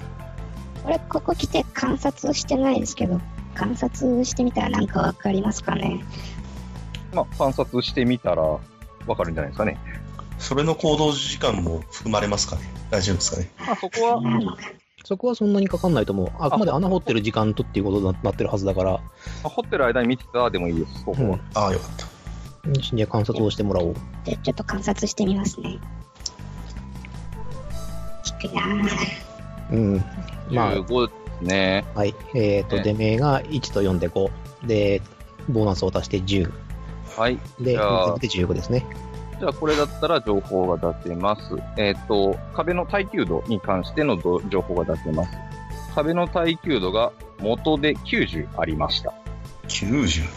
Speaker 5: 俺、ここ来て観察してないですけど、観察してみたらなんかわかりますかね。
Speaker 2: まあ、観察してみたら、わかるんじゃないですかね。
Speaker 4: それの行動時間も含まれますかね大丈夫ですかね
Speaker 2: まあ、そこは、
Speaker 5: なのか。
Speaker 1: そこはそんなにかかんないと思うあくまで穴掘ってる時間とっていうことになってるはずだから
Speaker 2: 掘ってる間に見てたでもいいです。ここは。
Speaker 4: ああ、よかった。
Speaker 1: じゃあ観察をしてもらおう
Speaker 5: で、ちょっと観察してみますね。いなぁ
Speaker 1: うん。まあ、
Speaker 2: 15ですね。
Speaker 1: はい。えっ、と、
Speaker 2: ね
Speaker 1: 出名が1と4で5。で、ボーナスを足して10。
Speaker 2: はい。
Speaker 1: で、
Speaker 2: じゃあ
Speaker 1: 運転で15ですね。
Speaker 2: じゃあ、これだったら情報が出せます。えっ、と、壁の耐久度に関してのど情報が出せます。壁の耐久度が元で90ありました。
Speaker 8: 90。
Speaker 9: はい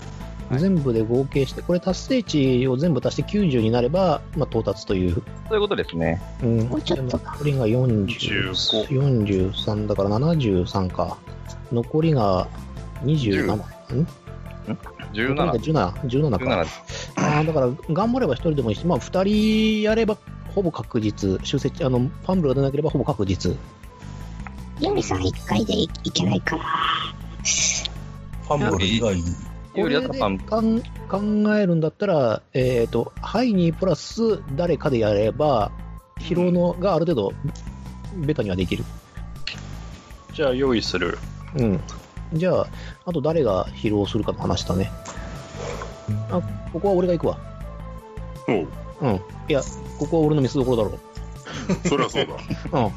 Speaker 1: 全部で合計して、これ達成値を全部足して90になれば、まあ、到達という。
Speaker 2: ということですね。
Speaker 1: うん。
Speaker 5: もうちょっと
Speaker 1: 残りが40 43だから73か。残りが27。ん残
Speaker 2: 17。
Speaker 1: りが17。17か。
Speaker 2: 17で
Speaker 1: あーだから、頑張れば1人でもいいし、まあ、2人やればほぼ確実、修正あのファンブルが出なければほぼ確実、
Speaker 5: よりさん1回でいいけないかな
Speaker 4: ファンブル以外に。
Speaker 2: す。よりあと半分
Speaker 1: かん考えるんだったら、えー、とハイにプラス誰かでやれば、疲労のがある程度、ベタにはできる。
Speaker 3: じゃあ用意する。
Speaker 1: うん、じゃあ、あと誰が疲労するかの話だね。あここは俺が行くわ。
Speaker 7: おう
Speaker 1: うん、いや、ここは俺の見せ所だろ
Speaker 7: そりゃそうだ。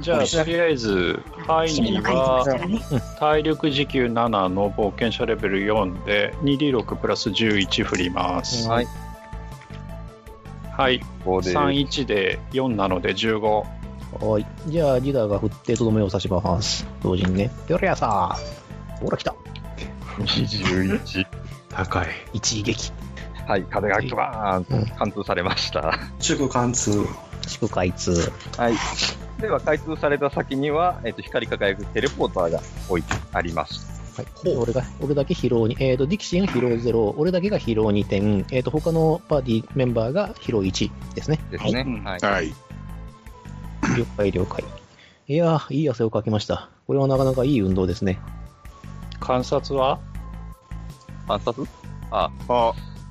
Speaker 3: じゃあ、とりあえず、ハイ
Speaker 5: 趣味
Speaker 3: に
Speaker 5: の会です
Speaker 3: は
Speaker 5: からね
Speaker 3: 体力時給7の冒険者レベル4で 2D6 プラス11振ります。
Speaker 2: はい。
Speaker 3: はい。
Speaker 2: ここで
Speaker 3: 31で4なので15。
Speaker 1: う。はい。じゃあ、リーダーが振ってとどめを刺します。同時にね。よりゃさほら来た。
Speaker 2: 21。
Speaker 6: 高い。
Speaker 1: 一撃。
Speaker 2: はい。壁がドバーンと貫通されました。
Speaker 8: 祝貫通。
Speaker 1: 祝開通。
Speaker 2: はい。では、開通された先には、えっ、と、光り輝くテレポーターが置いてあります。
Speaker 1: はい、で俺が俺だけ疲労に、えー、とディキシーが疲労0、俺だけが疲労2点、えー、と他のパーティーメンバーが疲労1ですね。
Speaker 2: ですね。はい。
Speaker 7: はい。
Speaker 1: 了解、了解。いやー、いい汗をかきました。これはなかなかいい運動ですね。
Speaker 3: 観察は
Speaker 2: 観察
Speaker 7: あ、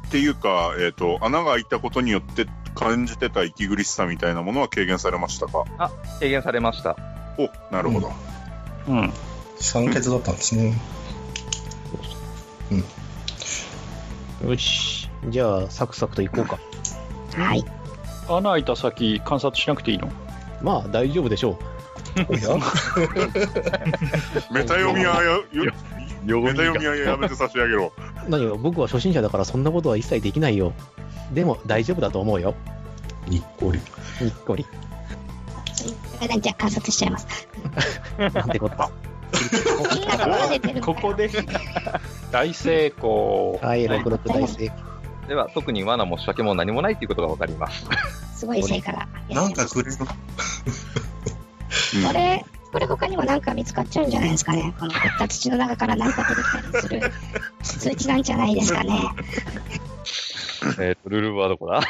Speaker 7: っていうか、えっ、と、穴が開いたことによって感じてた息苦しさみたいなものは軽減されましたか
Speaker 2: 軽減されました。
Speaker 7: お、なるほど。
Speaker 3: うん。
Speaker 8: 酸欠だったんですね。
Speaker 1: よし。じゃあ、サクサクといこうか。
Speaker 5: はい
Speaker 3: 穴開いた先、観察しなくていいの
Speaker 1: まあ、大丈夫でしょ う。
Speaker 7: メタ読みはや、よメタ読みはやめて差し上げろ。
Speaker 1: 何よ、僕は初心者だからそんなことは一切できないよ。でも、大丈夫だと思うよ。
Speaker 8: にっこり。
Speaker 1: にっこり。
Speaker 5: じゃあ観察しちゃいます
Speaker 1: なんて こと。
Speaker 5: みんなが混ぜてるから
Speaker 3: こで大成功。
Speaker 1: はい、66大成功。
Speaker 2: では、特に罠も仕掛けも何もないということが分かります。
Speaker 5: すごいせいから
Speaker 8: なんかくれる。
Speaker 5: これこれ他にもなんか見つかっちゃうんじゃないですかねこの掘った土の中からなんか出てきたりする数値なんじゃないですかね
Speaker 2: えっと、ルールはどこだ
Speaker 1: あ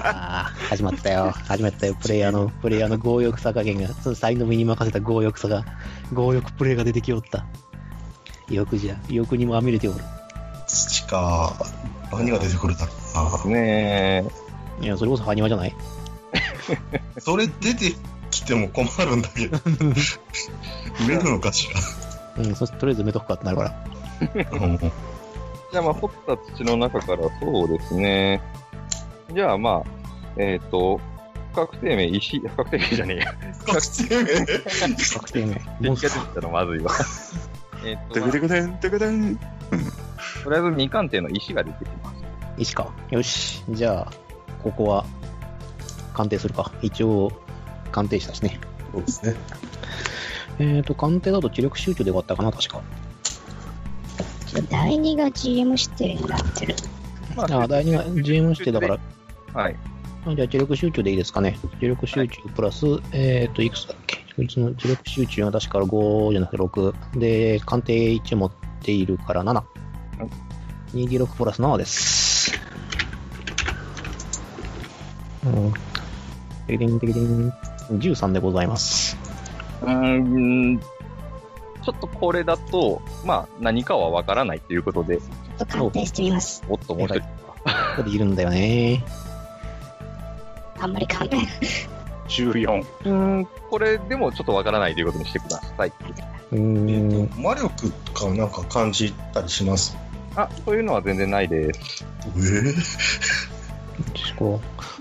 Speaker 1: あ、始まったよ。始まったよ。プレイヤーの、プレイヤーの強欲さ加減が、その才能身に任せた強欲さが、強欲プレイが出てきおった。欲じゃ、欲にもあみれておる。
Speaker 8: 土か。何が出てくるだろう
Speaker 2: ね
Speaker 1: いや、それこそ埴輪じゃない
Speaker 8: な。それ出てきても困るんだけ ど。出るのかし
Speaker 1: うん、そしてとりあえず埋めとくかってなるから。
Speaker 8: ら。うん
Speaker 2: え。じゃあ、まあ、掘った土の中から、そうですね。じゃあ、まあ、えっ、と、不確定名、石、不確定名じゃねえや。
Speaker 1: 確定ね。モ
Speaker 2: 石が
Speaker 1: ンス
Speaker 2: 出
Speaker 1: タ
Speaker 2: てきたのまず いわ。えっと、
Speaker 7: テ
Speaker 2: まあ
Speaker 7: クテクテン、テクテン。
Speaker 2: とりあえず二冠定の石が出てきます。
Speaker 1: ー石か。よし。じゃあ、ここは、鑑定するか。一応、鑑定したしね。
Speaker 8: そうですね。
Speaker 1: えーと、鑑定だと知力集中で終わったかな、確か。
Speaker 5: 第2が GM 指定になってる
Speaker 2: ま
Speaker 1: ああ、第2が GM 指定だから、
Speaker 2: はい。
Speaker 1: あじゃあ、知力集中でいいですかね。知力集中プラス、えっ、と、いくつだっけうちの知力集中が確から5じゃなくて6。で、鑑定1持っているから7。2D6 プラス7です。うん。てきてんてきてん13でございます。
Speaker 2: うーん、ちょっとこれだと、まあ、何かはわからないということで、
Speaker 5: ちょっと鑑定してみます
Speaker 2: おっと、もう一人。
Speaker 1: ここでいるんだよね。
Speaker 5: あんまり鑑定
Speaker 3: 14。
Speaker 2: うーん、これでもちょっとわからないということにしてくださ い。
Speaker 1: う
Speaker 8: え
Speaker 1: ー
Speaker 8: ー
Speaker 1: ん。
Speaker 8: と魔力とかなんか感じたりします。
Speaker 2: あ、そういうのは全然ないです。
Speaker 8: え
Speaker 1: こ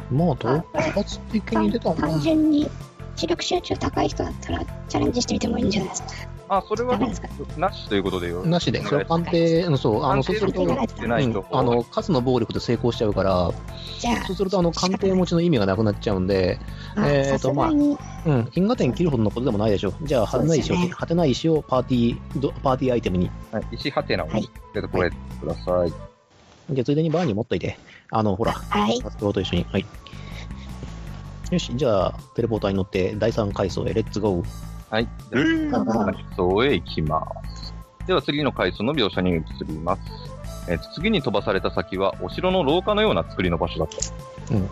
Speaker 1: うまあ、突発的に出たも
Speaker 5: 単
Speaker 1: ん。
Speaker 5: 純に視力集中高い人だったらチャレンジしてみてもいいんじゃないですか。
Speaker 2: あ、それは
Speaker 5: ダメですか
Speaker 2: なしということでよ。
Speaker 1: なしで、それは判定、うんそう、あの、そうすると、う
Speaker 5: 判
Speaker 1: ん
Speaker 5: 定
Speaker 2: してないと。
Speaker 1: あの、数の暴力で成功しちゃうから、
Speaker 5: じゃあ
Speaker 1: そうすると、あの、鑑定持ちの意味がなくなっちゃうんで、
Speaker 5: あ
Speaker 1: えー
Speaker 5: さ
Speaker 1: と
Speaker 5: すがに、
Speaker 1: うん、因果点切るほどのことでもないでしょう。じゃあ、果
Speaker 5: そう
Speaker 1: て
Speaker 5: で
Speaker 1: ない石
Speaker 5: すよ
Speaker 1: を、
Speaker 5: ね
Speaker 1: 果てない石をパーティーど、パーティーアイテムに。
Speaker 2: はい、石ハテナを
Speaker 5: はい
Speaker 2: えっとこれください。
Speaker 1: じゃあ、ついでにバーに持っといて、あの、ほら、
Speaker 5: はい、
Speaker 1: 活動と一緒に。はい。よし、じゃあ、テレポーターに乗って、第3階層へ、レッツゴー。
Speaker 2: はい。
Speaker 7: えー
Speaker 5: ここ
Speaker 2: 階層へ行きます。では次の階層の描写に移ります。えーと次に飛ばされた先はお城の廊下のような作りの場所だった。
Speaker 1: うん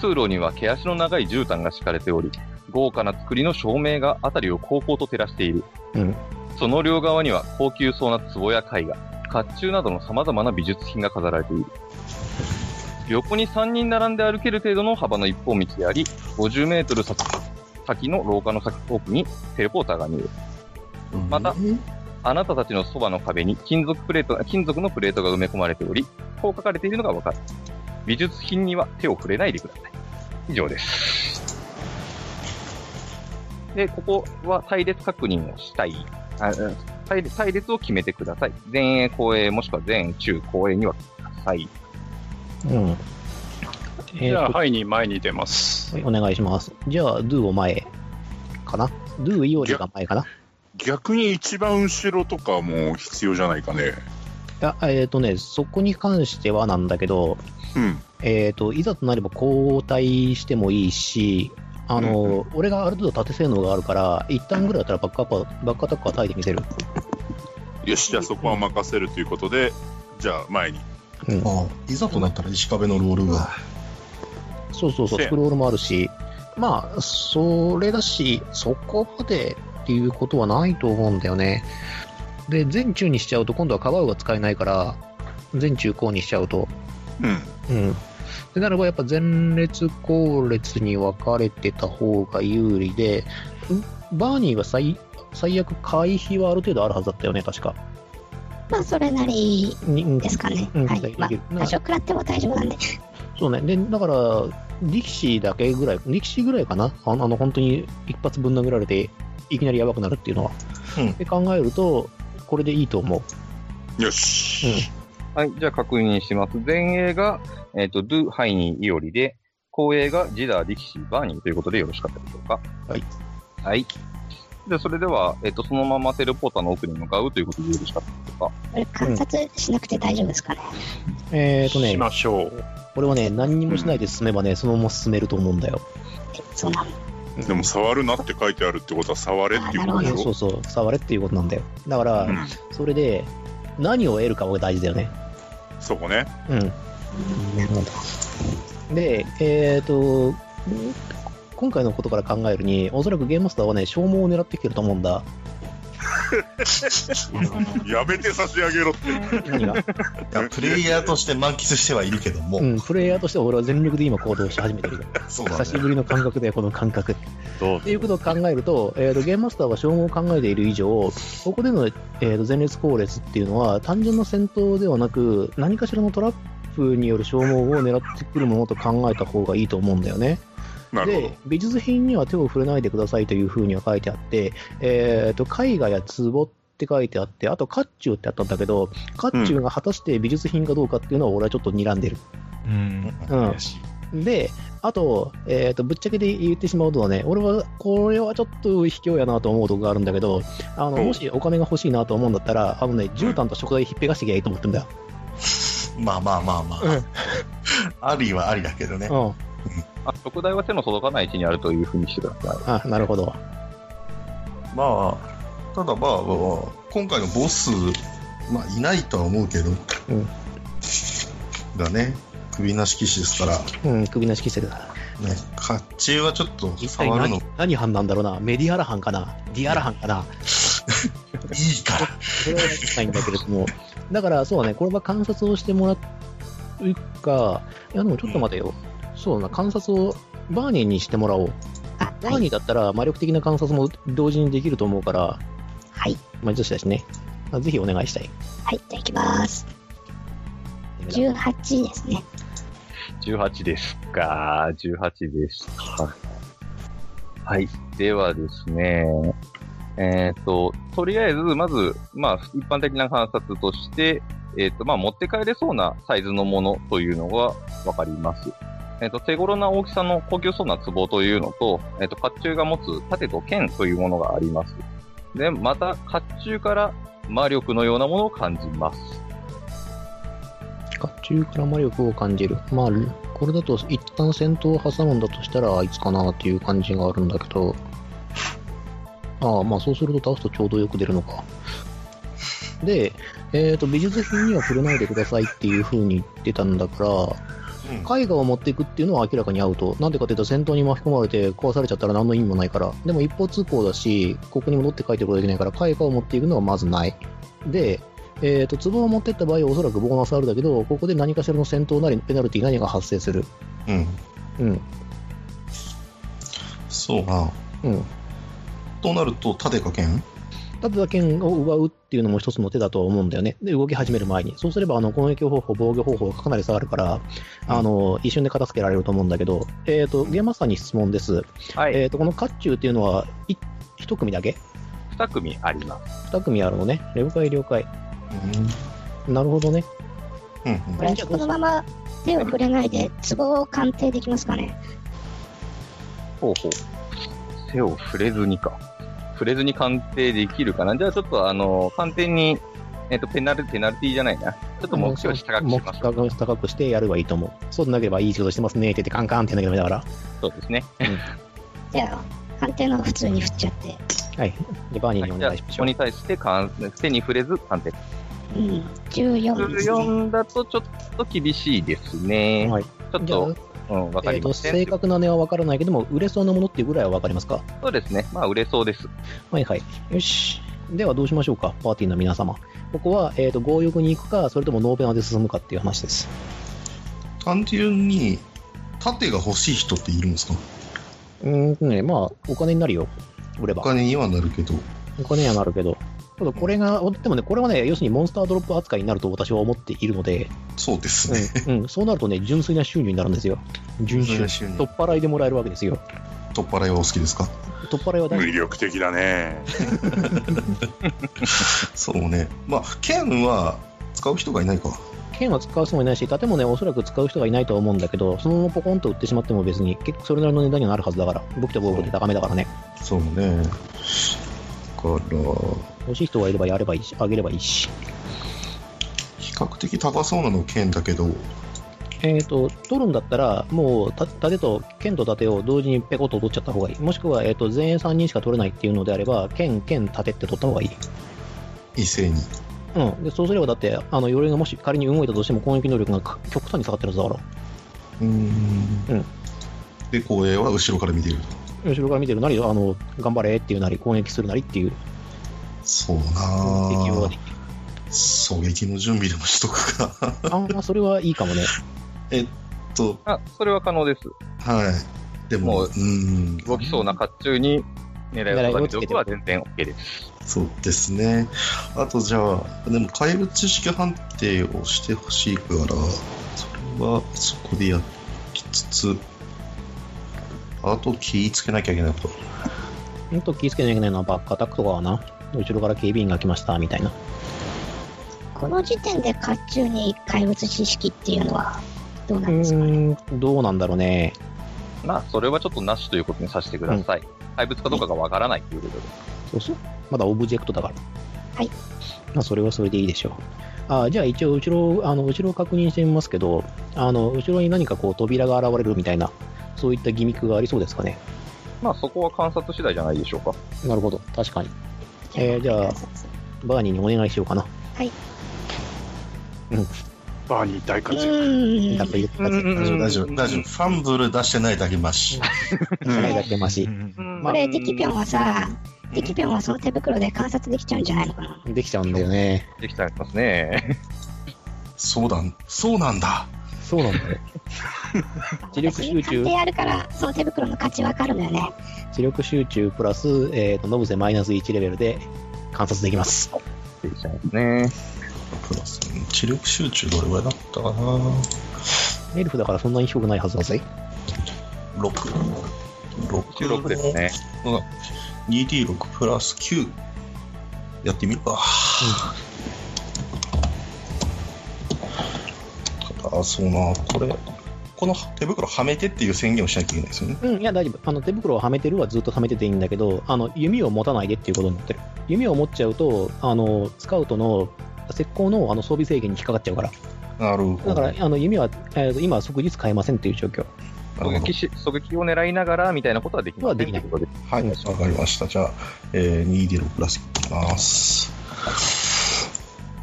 Speaker 2: 通路には毛足の長い絨毯が敷かれており、豪華な作りの照明が辺りを高々と照らしている。
Speaker 1: うん
Speaker 2: その両側には高級そうな壺や絵画、甲冑などの様々な美術品が飾られている。横に3人並んで歩ける程度の幅の一本道であり、50メートル先先の廊下の先奥にテレポーターが見える。また、あなたたちのそばの壁に金属プレート、金属のプレートが埋め込まれており、こう書かれているのがわかる。美術品には手を触れないでください。以上です。で、ここは隊列確認をしたい。あうん隊列隊列を決めてください。前衛後衛もしくは前衛中後衛にはください。
Speaker 1: うん。え
Speaker 3: じゃ
Speaker 1: ー
Speaker 3: あ、
Speaker 1: と、
Speaker 3: はいに前に出ます。
Speaker 1: はいお願いします。じゃあ、ドゥを前かな。ドゥよりが前かな。い
Speaker 7: 逆に一番後ろとかも必要じゃないかね。
Speaker 1: や、えっ、とね、そこに関してはなんだけど、
Speaker 7: うん。
Speaker 1: えっ、と、いざとなれば交代してもいいし、あの、俺がある程度縦性能があるから、一旦ぐらいだったらバックアップは、バックアタックは耐えてみせる。
Speaker 7: よし、じゃあそこは任せるということで、じゃあ前に。
Speaker 1: うん。
Speaker 8: ああいざとなったら石壁のロールが。
Speaker 1: そうそうそう、
Speaker 7: せ
Speaker 1: ス
Speaker 7: や
Speaker 1: クロールもあるし、まあ、それだし、そこまでっていうことはないと思うんだよね。で、全中にしちゃうと、今度はカバウが使えないから、全中高にしちゃうと。
Speaker 7: うん。
Speaker 1: うん。で、ならばやっぱ前列後列に分かれてた方が有利で、んバーニーは最最悪回避はある程度あるはずだったよね、確か。
Speaker 5: まあそれなり
Speaker 1: にうん
Speaker 5: ですかね。
Speaker 1: うん
Speaker 5: は
Speaker 1: でき
Speaker 5: い、まあ
Speaker 1: るな
Speaker 5: 多少食らっても大丈夫なんで。
Speaker 1: そうね。で、だから、力士だけぐらい、力士ぐらいかな。あの、あの本当に一発ぶん殴られて、いきなりやばくなるっていうのは。
Speaker 4: うん
Speaker 1: で考えると、これでいいと思う。
Speaker 7: よし。
Speaker 2: はい、じゃあ確認します。前衛が、えっ、と、ドゥ、ハイニー、イオリで、後衛がジダー、ディキシー、バーニーということでよろしかったでしょうか。
Speaker 1: はい。
Speaker 2: はい。じゃあそれでは、えっ、と、そのままテレポーターの奥に向かうということでよろしかったでしょうか。
Speaker 5: これ観察しなくて大丈夫ですかね。
Speaker 1: えーと
Speaker 3: し
Speaker 1: ね、
Speaker 3: ましょう。
Speaker 1: これはね、何にもしないで進めばね、そのまま進めると思うんだよ。
Speaker 5: そうなの。
Speaker 7: でも、触るなって書いてあるってことは、触れっていうこと
Speaker 5: な
Speaker 7: で
Speaker 5: る
Speaker 7: し
Speaker 1: そ
Speaker 7: ょ
Speaker 1: う。そう、触れっていうことなんだよ。だから、
Speaker 7: うん
Speaker 1: それで、何を得るかが大事だよね。
Speaker 7: そこね。
Speaker 1: うん。
Speaker 5: なるほど。
Speaker 1: で、えーと、今回のことから考えるに、おそらくゲームマスターはね、消耗を狙ってきてると思うんだ。
Speaker 7: やめて差し上げ ろって。
Speaker 1: 何 が
Speaker 8: いやプレイヤーとして満喫してはいるけども、
Speaker 1: うん、プレイヤーとしては俺は全力で今行動し始めてるよ。
Speaker 8: そうだ
Speaker 1: 久し
Speaker 8: ね。
Speaker 1: ぶりの感覚だよ、この感覚。
Speaker 2: どう
Speaker 1: っていうことを考えると、えー、とゲームマスターは称号を考えている以上、ここでの、えー、と前列後列っていうのは、単純な戦闘ではなく、何かしらのトラップによる消耗を狙ってくるものと考えた方がいいと思うんだよね。
Speaker 7: なるほど
Speaker 1: で。、美術品には手を触れないでくださいというふうには書いてあって、えー、と絵画や壺って書いてあって、あと甲冑ってあったんだけど、甲冑が果たして美術品かどうかっていうのは、俺はちょっと睨んでる。
Speaker 6: うん。
Speaker 1: うん
Speaker 6: 怪しい
Speaker 1: で、あと、えっ、と、ぶっちゃけで言ってしまうとね、俺は、これはちょっと卑怯やなと思うとこがあるんだけど、あの、
Speaker 7: うん
Speaker 1: もしお金が欲しいなと思うんだったら、あのね、絨毯と食材ひっぺがしてきゃいいと思ってんだよ。
Speaker 8: まあまあまあまあ、
Speaker 1: うん
Speaker 8: ありはありだけどね。
Speaker 1: うん。
Speaker 2: あ、食材は手の届かない位置にあるというふうにしてくださ
Speaker 1: あ、
Speaker 2: い。
Speaker 1: なるほど。
Speaker 8: まあ、ただまあ、今回のボス、まあ、いないとは思うけど、
Speaker 1: うん
Speaker 8: だね、首なし騎士ですから、ね、
Speaker 1: うん、首なし規制だ。
Speaker 8: 甲冑はちょっと
Speaker 1: 一
Speaker 8: 触
Speaker 1: 体
Speaker 8: るの
Speaker 1: 何、何班なんだろうな。メディアラ班かなディアラ班かない
Speaker 8: いから、
Speaker 1: それはできないんだけれども、だからそうだね、これは観察をしてもらうか、いやでもちょっと待てよ、そうだな、観察をバーニーにしてもらおう。
Speaker 5: あ、
Speaker 1: バ
Speaker 5: は
Speaker 1: ー
Speaker 5: い、
Speaker 1: ニーだったら魔力的な観察も同時にできると思うから、
Speaker 5: はい、
Speaker 1: まあ、女子だしね、あぜひお願いしたい。
Speaker 5: はい、じゃあ行きます。18ですね。
Speaker 2: 18ですか。18ですか。はい。ではですね、えっ、と、とりあえず、まず、まあ、一般的な観察として、えっ、と、まあ、持って帰れそうなサイズのものというのがわかります。えっ、と、手頃な大きさの高級そうな壺というのと、えっ、と、甲冑が持つ盾と剣というものがあります。で、また、甲冑から魔力のようなものを感じます。
Speaker 1: 甲冑から魔力を感じる。まあ、これだと一旦戦闘を挟むんだとしたらあいつかなっていう感じがあるんだけど、ああ、まあそうすると倒すとちょうどよく出るのか。で、えっ、と、美術品には触れないでくださいっていう風に言ってたんだから、絵画を持っていくっていうのは明らかにアウト。なんでかっていうと戦闘に巻き込まれて壊されちゃったら何の意味もないから。でも一方通行だし、ここに戻って帰ってこれできないから、絵画を持っていくのはまずない。で、えー、と壺を持ってった場合はおそらくボーナスあるだけど、ここで何かしらの戦闘なりペナルティなりが発生する。
Speaker 4: うん。
Speaker 1: うん。
Speaker 4: そうな。
Speaker 1: うん。
Speaker 4: となると、盾か剣
Speaker 1: ただ剣を奪うっていうのも一つの手だとは思うんだよね。で、動き始める前に。そうすれば、あの、攻撃方法、防御方法がかなり下がるから、あの、一瞬で片付けられると思うんだけど、えっ、と、ゲームマスターに質問です。
Speaker 2: はい。
Speaker 1: えっ、と、この甲冑っていうのは、い一組だけ
Speaker 2: 二組あります。
Speaker 1: 二組あるのね。了解了解。
Speaker 4: う
Speaker 1: なるほどね。
Speaker 4: ん。うん。
Speaker 5: これ、このまま手を触れないで、ツボを鑑定できますかね。
Speaker 2: ほうほう。手を触れずにか。触れずに鑑定できるかな。じゃあちょっとあの、鑑定に、えっ、と、ペナル、ペナルティじゃないな。ちょっと目標値高くしましょう。
Speaker 1: 目標値高くしてやればいいと思う。そうでなければいい仕事してますねって言ってカンカンってやんなきゃダメだから。
Speaker 2: そうですね。
Speaker 5: じゃあ、鑑定の普通に振っちゃって。
Speaker 1: はい。で、バーニーにお
Speaker 2: じゃ
Speaker 1: 願
Speaker 2: あ、
Speaker 1: い
Speaker 2: そ
Speaker 1: しましょ
Speaker 2: こ
Speaker 1: う。
Speaker 2: に対して鑑、手に触れず鑑定。
Speaker 5: うん、14ですね。
Speaker 2: 14だとちょっと厳しいですね。
Speaker 1: はい。
Speaker 2: ちょっ
Speaker 1: じゃあ
Speaker 2: と、、うん、わか
Speaker 1: え
Speaker 2: り
Speaker 1: ーと
Speaker 2: ません。
Speaker 1: 正確な値は分からないけども、売れそうなものっていうぐらいは分かりますか
Speaker 2: そうですね。まあ、売れそうです。
Speaker 1: はいはい。よし。ではどうしましょうか、パーティーの皆様。ここは、えー、と強欲に行くか、それともノーペナで進むかっていう話です。
Speaker 4: 単純に、盾が欲しい人っているんですか
Speaker 1: うーんとね、まあ、お金になるよ、売れば
Speaker 4: お。金にはなるけど。
Speaker 1: お金にはなるけど。ただこれが、でもね、これはね、要するにモンスタードロップ扱いになると私は思っているので、
Speaker 4: そうですね。
Speaker 1: うん、うんそうなるとね、純粋な収入になるんですよ。純粋。
Speaker 4: 収入
Speaker 1: 取っ払いでもらえるわけですよ。
Speaker 4: 取っ払いはお好きですか
Speaker 1: 取っ払いは大事
Speaker 7: 魅力的だね。
Speaker 4: そうね。まあ、剣は使う人がいないか。
Speaker 1: 剣は使う人もいないし、盾もね、おそらく使う人がいないとは思うんだけど、そのままポコンと売ってしまっても別に、結構それなりの値段にはなるはずだから、武器と防具って高めだからね、
Speaker 4: そうね。だから、
Speaker 1: 欲しい人がいればやればいいし、あげればいいし。
Speaker 4: 比較的高そうなの剣だけど、
Speaker 1: えっ、と、取るんだったら、もう、た盾と、剣と盾を同時にペコッと取っちゃった方がいい。もしくは、えっ、と、全員3人しか取れないっていうのであれば、剣、剣、盾って取った方がいい。
Speaker 4: 異性に。
Speaker 1: うん。で、そうすればだって、あの、鎧がもし仮に動いたとしても攻撃能力がか極端に下がってるはずだから。
Speaker 4: うー
Speaker 1: うん
Speaker 4: ん。で、光栄は後ろから見てる。
Speaker 1: 後ろから見てるなり、あの、頑張れっていうなり、攻撃するなりっていう
Speaker 4: そうな
Speaker 1: 適応がで。
Speaker 4: ぁ
Speaker 1: きる。
Speaker 4: 狙撃の準備でもしとくか。
Speaker 1: ああ、それはいいかもね。
Speaker 4: と、
Speaker 2: あ、それは可能です。
Speaker 4: はい。でも、
Speaker 2: もう
Speaker 4: うーん。
Speaker 2: 動きそうな甲冑に狙いを定めておくは
Speaker 1: 狙いを
Speaker 2: 全然 OK です。
Speaker 4: そうですね。あとじゃあ、でも怪物知識判定をしてほしいから、それはそこでやりつつ、あと気ぃつけなきゃいけないこと。
Speaker 1: うんと気ぃつけなきゃいけないのはバックアタックとかはな、後ろから警備員が来ましたみたいな。
Speaker 5: この時点で甲冑に怪物知識っていうのはどうな
Speaker 1: うん
Speaker 5: ですかね。
Speaker 1: ーん、どうなんだろうね。
Speaker 2: まあ、それはちょっとなしということにさせてください。怪物かどうかがわからないということで。
Speaker 1: そうそう。まだオブジェクトだから。
Speaker 5: はい。
Speaker 1: まあ、それはそれでいいでしょう。あじゃあ一応後ろ、あの後ろを確認してみますけど、あの後ろに何かこう扉が現れるみたいな、そういったギミックがありそうですかね。
Speaker 2: まあ、そこは観察次第じゃないでしょうか。
Speaker 1: なるほど、確かに。えーじゃあバーニーにお願いしようかな。
Speaker 10: バーニー大活躍。
Speaker 5: う
Speaker 1: だっ
Speaker 5: ん。
Speaker 1: て言ったぜ。
Speaker 4: 大丈夫、大丈夫、大丈夫。ファンブル出してないだけマシ。
Speaker 1: それだけマシ。
Speaker 5: これ、テキピョンはさ、テキピョンはその手袋で観察できちゃうんじゃないのかな。
Speaker 1: できちゃうんだよね。
Speaker 2: できちゃいますね。
Speaker 4: そうだ、そうなんだ。
Speaker 1: そうなんだよ。知力集中
Speaker 5: 鑑定あるから、その手袋の価値わかるのよね。
Speaker 1: 知力集中プラス、えっ、と、ノブゼマイナス1レベルで観察できます。
Speaker 2: できちゃいますね。
Speaker 4: プラス、知力集中どれぐらいだったかな。
Speaker 1: エルフだからそんなに低くないはずだぜ。
Speaker 4: 6。
Speaker 2: 16
Speaker 4: 6
Speaker 2: ですね。
Speaker 4: 2D6 プラス9。やってみるか。ただ、そうな、これ、この手袋はめてっていう宣言をしなきゃいけないですよね。
Speaker 1: うん、いや、大丈夫。あの、手袋をはめてるはずっとはめてていいんだけど、あの、弓を持たないでっていうことになってる。弓を持っちゃうと、あの、スカウトの、石膏のあの装備制限に引っかかっちゃうから。
Speaker 4: なる
Speaker 1: だか
Speaker 4: ほど。な
Speaker 1: ら、あの、弓は、えーと今は即日使えませんっていう状況。
Speaker 4: る
Speaker 2: 狙
Speaker 4: ほど
Speaker 2: 撃し狙撃を狙いながらみたいなことはできません
Speaker 1: はできない
Speaker 2: ってことです
Speaker 4: はい、わかりました。じゃあ、えー、2D6 プラス9いきます。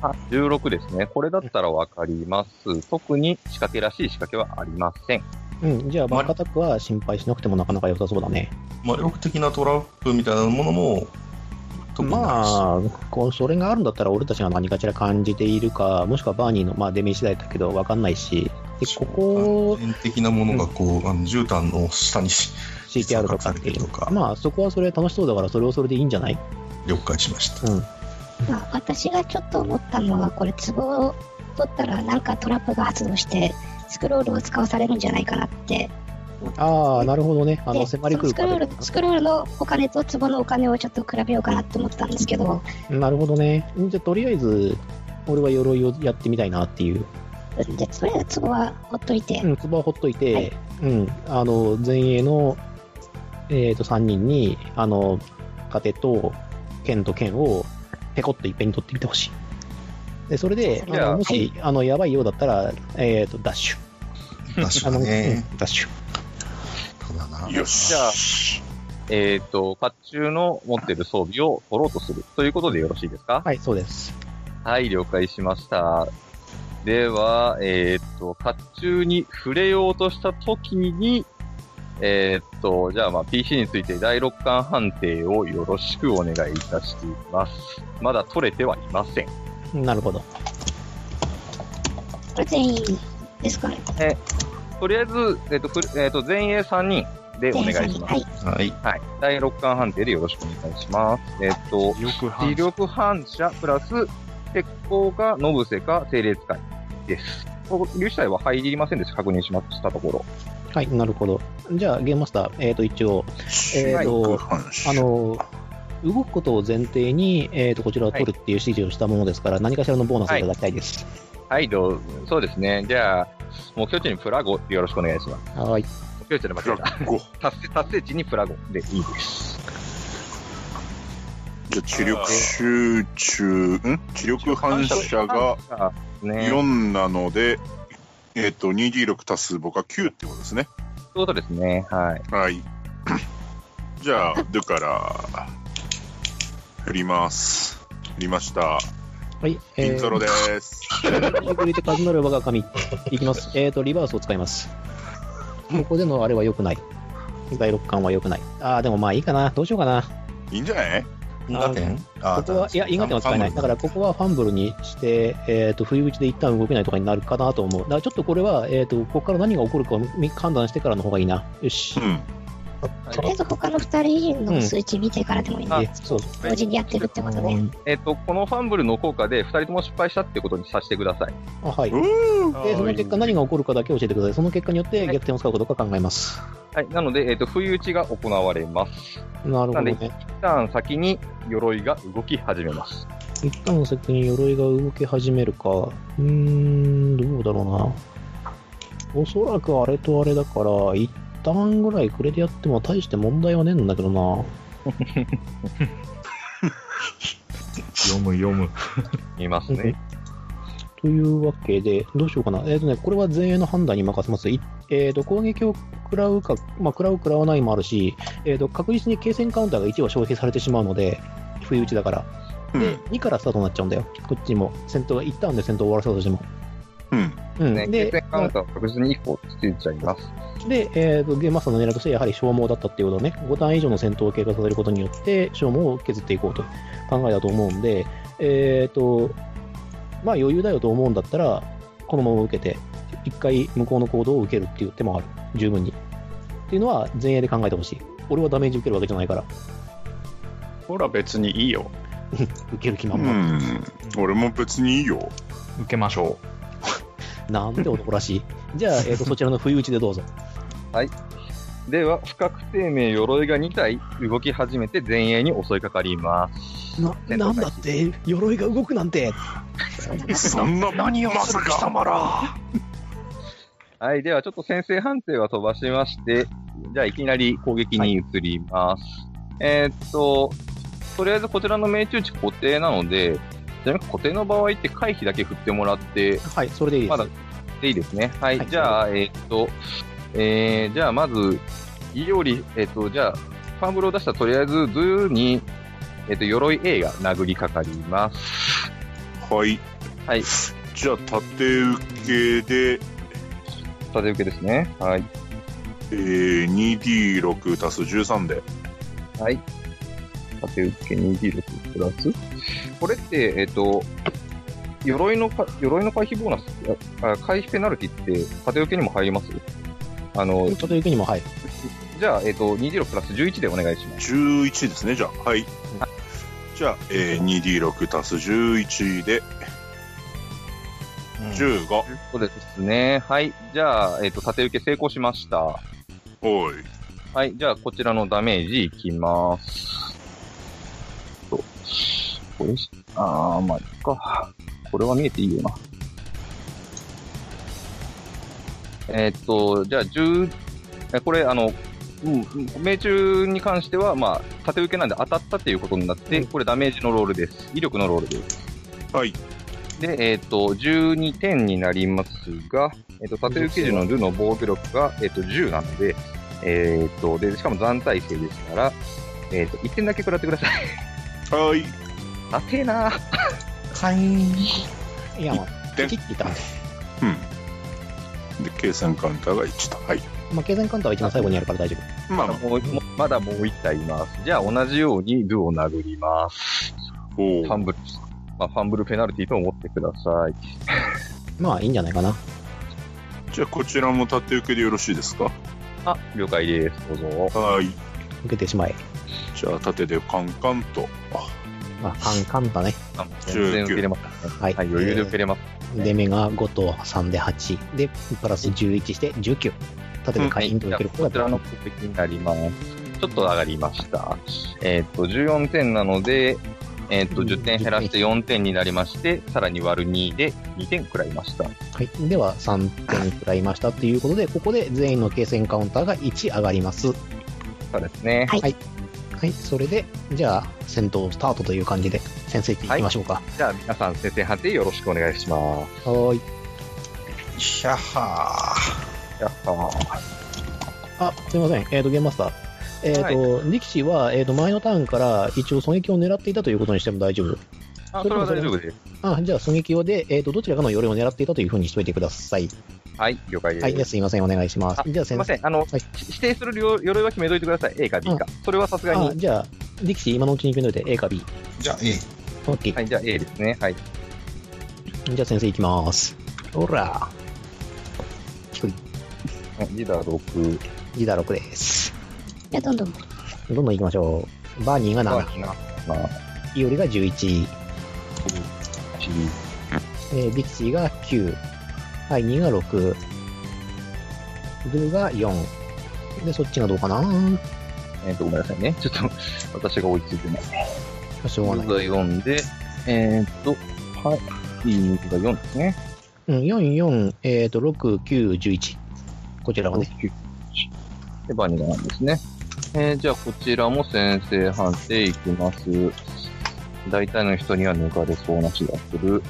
Speaker 2: あ16ですね。これだったらわかります。特に仕掛けらしい仕掛けはありません。
Speaker 1: うん、じゃあ、バックアタックは心配しなくてもなかなか良さそうだね。
Speaker 4: 魔力的なトラップみたいなものも、特にないし
Speaker 1: まあ、こうそれがあるんだったら、俺たちが何かしら感じているか、もしくはバーニーの、まあ、出目次第だけど、わかんないし、でここを
Speaker 4: 断片的なものがこう、あの絨毯の下にし
Speaker 1: 敷いてあるとかってい
Speaker 4: 隠されて
Speaker 1: う
Speaker 4: るとか
Speaker 1: まあ、そこはそれ楽しそうだから、それはそれでいいんじゃない
Speaker 4: 了解し ました。
Speaker 1: うん。
Speaker 5: まあ、私がちょっと思ったのは、これ、壺を取ったら、なんかトラップが発動して、スクロールを使わされるんじゃないかなって。
Speaker 1: ああ、なるほどね。あの、
Speaker 5: で
Speaker 1: 迫り来る
Speaker 5: そのスクロ
Speaker 1: 壁
Speaker 5: ール、スクロールのお金と壺のお金をちょっと比べようかなって思ったんですけど、
Speaker 1: なるほどね。じゃあ、とりあえず、俺は鎧をやってみたいなっていう。
Speaker 5: でとりあえず壺はほっといて、
Speaker 1: うん、ツボはほっといて、
Speaker 5: はい
Speaker 1: うん、あの、前衛の、えっ、と、3人に、あの、盾と、剣と剣を、ペコッといっぺんに取ってみてほしい。で、それで、あ
Speaker 2: じゃあ
Speaker 1: のもし、あの、やばいようだったら、えっ、と、ダッシュ。
Speaker 4: 確
Speaker 1: あ
Speaker 4: か
Speaker 1: の、
Speaker 4: ね。
Speaker 1: うんダッシュ。
Speaker 4: ただな。
Speaker 7: よし。
Speaker 2: じゃあ、えっ、と、甲冑の持ってる装備を取ろうとするということでよろしいですか
Speaker 1: はい、そうです。
Speaker 2: はい、了解しました。では、えっ、と、甲冑に触れようとしたときに、えっ、と、じゃあ、まあ、PC について第6巻判定をよろしくお願いいたします。まだ取れてはいません。
Speaker 1: なるほど。
Speaker 5: これ全員ですかね。
Speaker 2: とりあえず、えっ、と、ふえっ、と、前衛3人でお願い
Speaker 5: 全員
Speaker 2: します。
Speaker 5: はい。
Speaker 4: はい。
Speaker 2: はい。第6巻判定でよろしくお願いします。えっ、と、
Speaker 6: よく
Speaker 2: 磁力反射プラス、鉄鋼か、ノブセか、整列界です。こ粒子体は入りませんでした。確認しましたところ。
Speaker 1: はい、なるほど。じゃあ、ゲームマスター、えっ、と、一応、えっ、と、あの、動くことを前提に、えっ、と、こちらを取るっていう指示をしたものですから、何かしらのボーナスをいただきたいです。
Speaker 2: はい、どうそうですね。じゃあ、目標値にプラ5よろしくお願いします。
Speaker 1: はい。
Speaker 2: 目標値の間違え
Speaker 7: 5。
Speaker 2: た。達成、達成値にプラ5でいいです。
Speaker 7: じゃあ、知力集中、ん知力反射が
Speaker 2: あ、ね、という
Speaker 7: 4なので、えっ、と、2D6 足す僕は9ってことですね。
Speaker 2: ことですね。はい。
Speaker 7: はい。じゃあ、ドゥから、振ります。振りました。
Speaker 1: はい。
Speaker 7: イン
Speaker 1: ー
Speaker 7: トロです。
Speaker 1: 遅れて数なる我が神。いきます。えっ、と、リバースを使います。ここでのあれは良くない。第6巻は良くない。ああ、でもまあいいかな。どうしようかな。
Speaker 7: いいんじゃない
Speaker 4: 因果点あ
Speaker 1: ここは、いや、因果点は使えない。だから、ここはファンブルにして、えっ、と、不意打ちで一旦動けないとかになるかなと思う。だから、ちょっとこれは、えっ、と、ここから何が起こるかを見判断してからの方がいいな。よし
Speaker 7: う。ん。
Speaker 5: とりあえず他の2人の数値見てからでもいいんで、
Speaker 1: えそう
Speaker 5: 同時にやってるってことで、
Speaker 2: えっ、と、このファンブルの効果で2人とも失敗したってことにさせてください。
Speaker 1: あはい。
Speaker 7: う
Speaker 1: で、その結果何が起こるかだけ教えてください。その結果によって逆転を使うことか考えます。
Speaker 2: はい。なので、えっ、と、不意打ちが行われます。
Speaker 1: なるほど
Speaker 2: なんで、
Speaker 1: ね
Speaker 2: 一。旦先に鎧が動き始めます。
Speaker 1: 一旦の先に鎧が動き始めるか。うーん、どうだろうな。おそらくあれとあれだから、一旦ぐらいくれてやっても大して問題はねえんだけどな。
Speaker 6: 読む読む。
Speaker 2: 見ますね。
Speaker 1: というわけで、どうしようかな。えっ、とね、これは前衛の判断に任せます。いえっ、と、攻撃を食らうか、まあ、食らう食らわないもあるし、えっ、と、確実に継戦カウンターが1は消費されてしまうので、不意打ちだから。
Speaker 7: うん。
Speaker 1: 2からスタートになっちゃうんだよ。こっちも。戦闘が、一旦で戦闘を終わらせようとしても。
Speaker 7: うん。
Speaker 1: うん。
Speaker 2: ね、
Speaker 1: で
Speaker 2: 決戦カウンターは確実に1個つけちゃいます。
Speaker 1: で、えーとゲームマスターの狙いとしてやはり消耗だったっていうことをね、5段以上の戦闘を経過させることによって消耗を削っていこうと考えだと思うんで、えーとまあ、余裕だよと思うんだったら、このまま受けて、一回向こうの行動を受けるっていう手もある、十分に。っていうのは前衛で考えてほしい。俺はダメージ受けるわけじゃないから、
Speaker 3: ほら別にいいよ。
Speaker 1: 受ける気
Speaker 7: う
Speaker 1: 満々。
Speaker 7: ん。俺も別にいいよ。
Speaker 6: 受けましょう。
Speaker 1: なんて男らしい。じゃあ、えーと、そちらの不意打ちでどうぞ。
Speaker 2: では、不確定名鎧が2体動き始めて前衛に襲いかかります。
Speaker 1: な、なんだって、鎧が動くなんて。
Speaker 7: そんな、
Speaker 3: 何をする貴様ら
Speaker 2: はい、ではちょっと先制判定は飛ばしまして、じゃあいきなり攻撃に移ります。えーっと、とりあえずこちらの命中値固定なので、ちなみに固定の場合って回避だけ振ってもらって、
Speaker 1: はい、それでいいです。
Speaker 2: まだでいいですね。はい、
Speaker 1: はい
Speaker 2: じゃあ、えーっと、えー、じゃあまず、いより、えーっと、じゃあ、ファンブルを出したらとりあえず、ズーに、えーっと、鎧 A が殴りかかります。
Speaker 7: はい。
Speaker 2: はい。
Speaker 7: じゃあ、縦受けで、
Speaker 2: 縦受けですね。はい。
Speaker 7: えー、2D6 足す13で。
Speaker 2: はい。縦受け 2D6 プラス。これって、えっ、と、鎧のか、鎧の回避ボーナス、ああ回避ペナルティって縦受けにも入りますあの、
Speaker 1: ちょっと雪にも、はい。
Speaker 2: じゃあ、えっ、と、2D6 プラス11でお願いします。
Speaker 7: 11ですね、じゃあ。はい。じゃあ、えー、2D6 足す11で、15。
Speaker 2: そうですね。はい。じゃあ、えっ、と、縦受け成功しました。
Speaker 7: おい。
Speaker 2: はい。じゃあ、こちらのダメージいきます。と、これし、あー、まあ、いっか。これは見えていいよな。えーっと、じゃあ、10、えこれ、あの、うん、うん命中に関しては、まあ、縦受けなんで当たったっていうことになって、これダメージのロールです。威力のロールです。
Speaker 7: はい。
Speaker 2: で、えーっと、12点になりますが、えーっと、縦受け時のルの防御力が、えーっと、10なので、えーっと、で、しかも残耐性ですから、えーっと、1点だけ食らってください。
Speaker 7: はい。
Speaker 2: 当てーなー
Speaker 1: いや、まあ、
Speaker 7: で
Speaker 1: 切っていたんで。
Speaker 7: で、計算カウンターが1と。はい。
Speaker 1: まあ、経済カウンターは一番最後にやるから大丈夫。
Speaker 7: まあ、
Speaker 2: もうもうまだもう一体います。じゃあ同じようにルーを殴ります。
Speaker 7: お
Speaker 2: ファンブル、まあ、ファンブルペナルティと思ってください。
Speaker 1: まあ、いいんじゃないかな。
Speaker 7: じゃあ、こちらも縦受けでよろしいですか
Speaker 2: あ、了解です。どうぞ。
Speaker 7: はい。
Speaker 1: 受けてしまえ。
Speaker 7: じゃあ、縦でカンカンと。あ
Speaker 1: まあ、 カンカンだね。
Speaker 2: あ全然受けれます、
Speaker 1: はい。
Speaker 2: はい、余裕で受けれます。
Speaker 1: で、目が5と3で8。で、プラス11して19。縦で
Speaker 2: はい、
Speaker 1: 会員と受
Speaker 2: じゃあ
Speaker 1: けること
Speaker 2: こ
Speaker 1: が
Speaker 2: ちらの攻撃になります。ちょっと上がりました。えーっと、14点なので、えーっと、10点減らして4点になりまして、さらに割る2で2点食らいました。
Speaker 1: はい、では3点食らいましたということで、ここで全員の計戦カウンターが1上がります。は
Speaker 2: そうですね。
Speaker 1: い、それで、じゃあ、戦闘スタートという感じで、先生っていきましょうか。
Speaker 2: じゃあ皆さん先生判定よろしくお願いします。
Speaker 1: はーい。
Speaker 4: ひゃはー。
Speaker 2: やったー。
Speaker 1: あ、すいません。えっ、と、ゲームマスター。えっ、と、力士は、えっ、と、前のターンから一応狙撃を狙っていたということにしても大丈夫。
Speaker 2: あ、それは大丈夫です。
Speaker 1: あ、じゃあ狙撃をで、えっ、と、どちらかの鎧を狙っていたというふうにしといてください。
Speaker 2: はい、了解です。
Speaker 1: はい、じゃあすいません。お願いします
Speaker 2: あ。
Speaker 1: じゃあ
Speaker 2: す
Speaker 1: 先
Speaker 2: いま
Speaker 1: 生。
Speaker 2: せん、あの、
Speaker 1: はい
Speaker 2: し指定する領鎧は決めといてください。A か B か。それはさすが
Speaker 1: あ、
Speaker 2: に。
Speaker 1: じゃあ、力士今のうちに決めといて A か B。
Speaker 8: じゃあ、ええ。
Speaker 1: OK。
Speaker 2: はい、じゃあ A ですね。はい。
Speaker 1: じゃあ先生いきます。ほら。低い。
Speaker 2: リーダー6。
Speaker 1: ギター6です。
Speaker 5: じゃあどんど
Speaker 1: ど
Speaker 5: ん。
Speaker 1: んどん行きましょう。バーニーが
Speaker 2: ま
Speaker 1: 7、イオリが11、えー、ビキシーが9、ハイニーが6、ブルーが4。で、そっちがどうかな
Speaker 2: えっと、ごめんなさいね。ちょっと、私が追いついてない。
Speaker 1: しょうがない。
Speaker 2: 読んで、えっと、はい。B が4ですね。
Speaker 1: うん、4、4、えっ、と、6、9、11。こちらはね。
Speaker 2: で、バニラなんですね。えーじゃあ、こちらも先生判定いきます。大体の人には抜かれそうな気がする。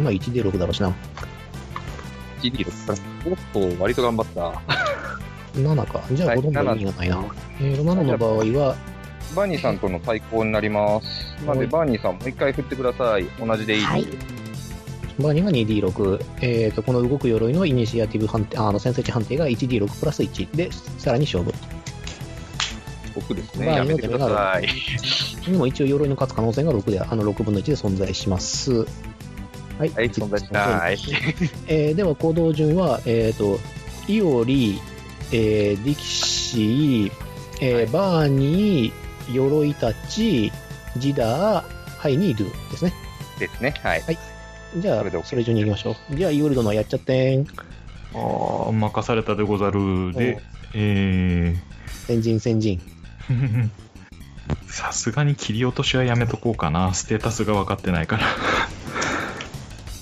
Speaker 1: まあ、1で6だろうしな。
Speaker 2: 1D6 から。おっと、割と頑張った。
Speaker 1: 7か。じゃ
Speaker 2: は
Speaker 1: あ、
Speaker 2: い
Speaker 1: ほとんど意味がないな。えーと、7の場合は、
Speaker 2: バニーさんとの対抗になります。なん
Speaker 1: は
Speaker 2: で、
Speaker 1: い
Speaker 2: バニーさんもう一回振ってください。同じでいい。
Speaker 5: はい
Speaker 1: バーニーが 2D6。えっ、と、この動く鎧のイニシアティブ判定、ああの、先制値判定が 1D6 プラス1。で、さらに勝負。
Speaker 2: 僕ですね。
Speaker 1: バ
Speaker 2: や
Speaker 1: ニーの
Speaker 2: めて
Speaker 1: 手
Speaker 2: く
Speaker 1: が
Speaker 2: ださい。
Speaker 1: にも一応鎧の勝つ可能性が6で、あの6分の1で存在します。はい、
Speaker 2: はい存在しない
Speaker 1: えーでは行動順は、えっ、と、イオリ、えー、ディキシー、えーバーニー、鎧たち、ジダー、ハイニードゥですね。
Speaker 2: ですね。はい。
Speaker 1: じゃ
Speaker 2: それで
Speaker 1: あ、
Speaker 2: OK
Speaker 1: それ以上に行きましょう。じゃあ、イオルドのやっちゃってん。
Speaker 6: ああ、任されたでござるで、え
Speaker 1: 先人先人。
Speaker 6: ー、 さすがに切り落としはやめとこうかな。ステータスが分かってないから。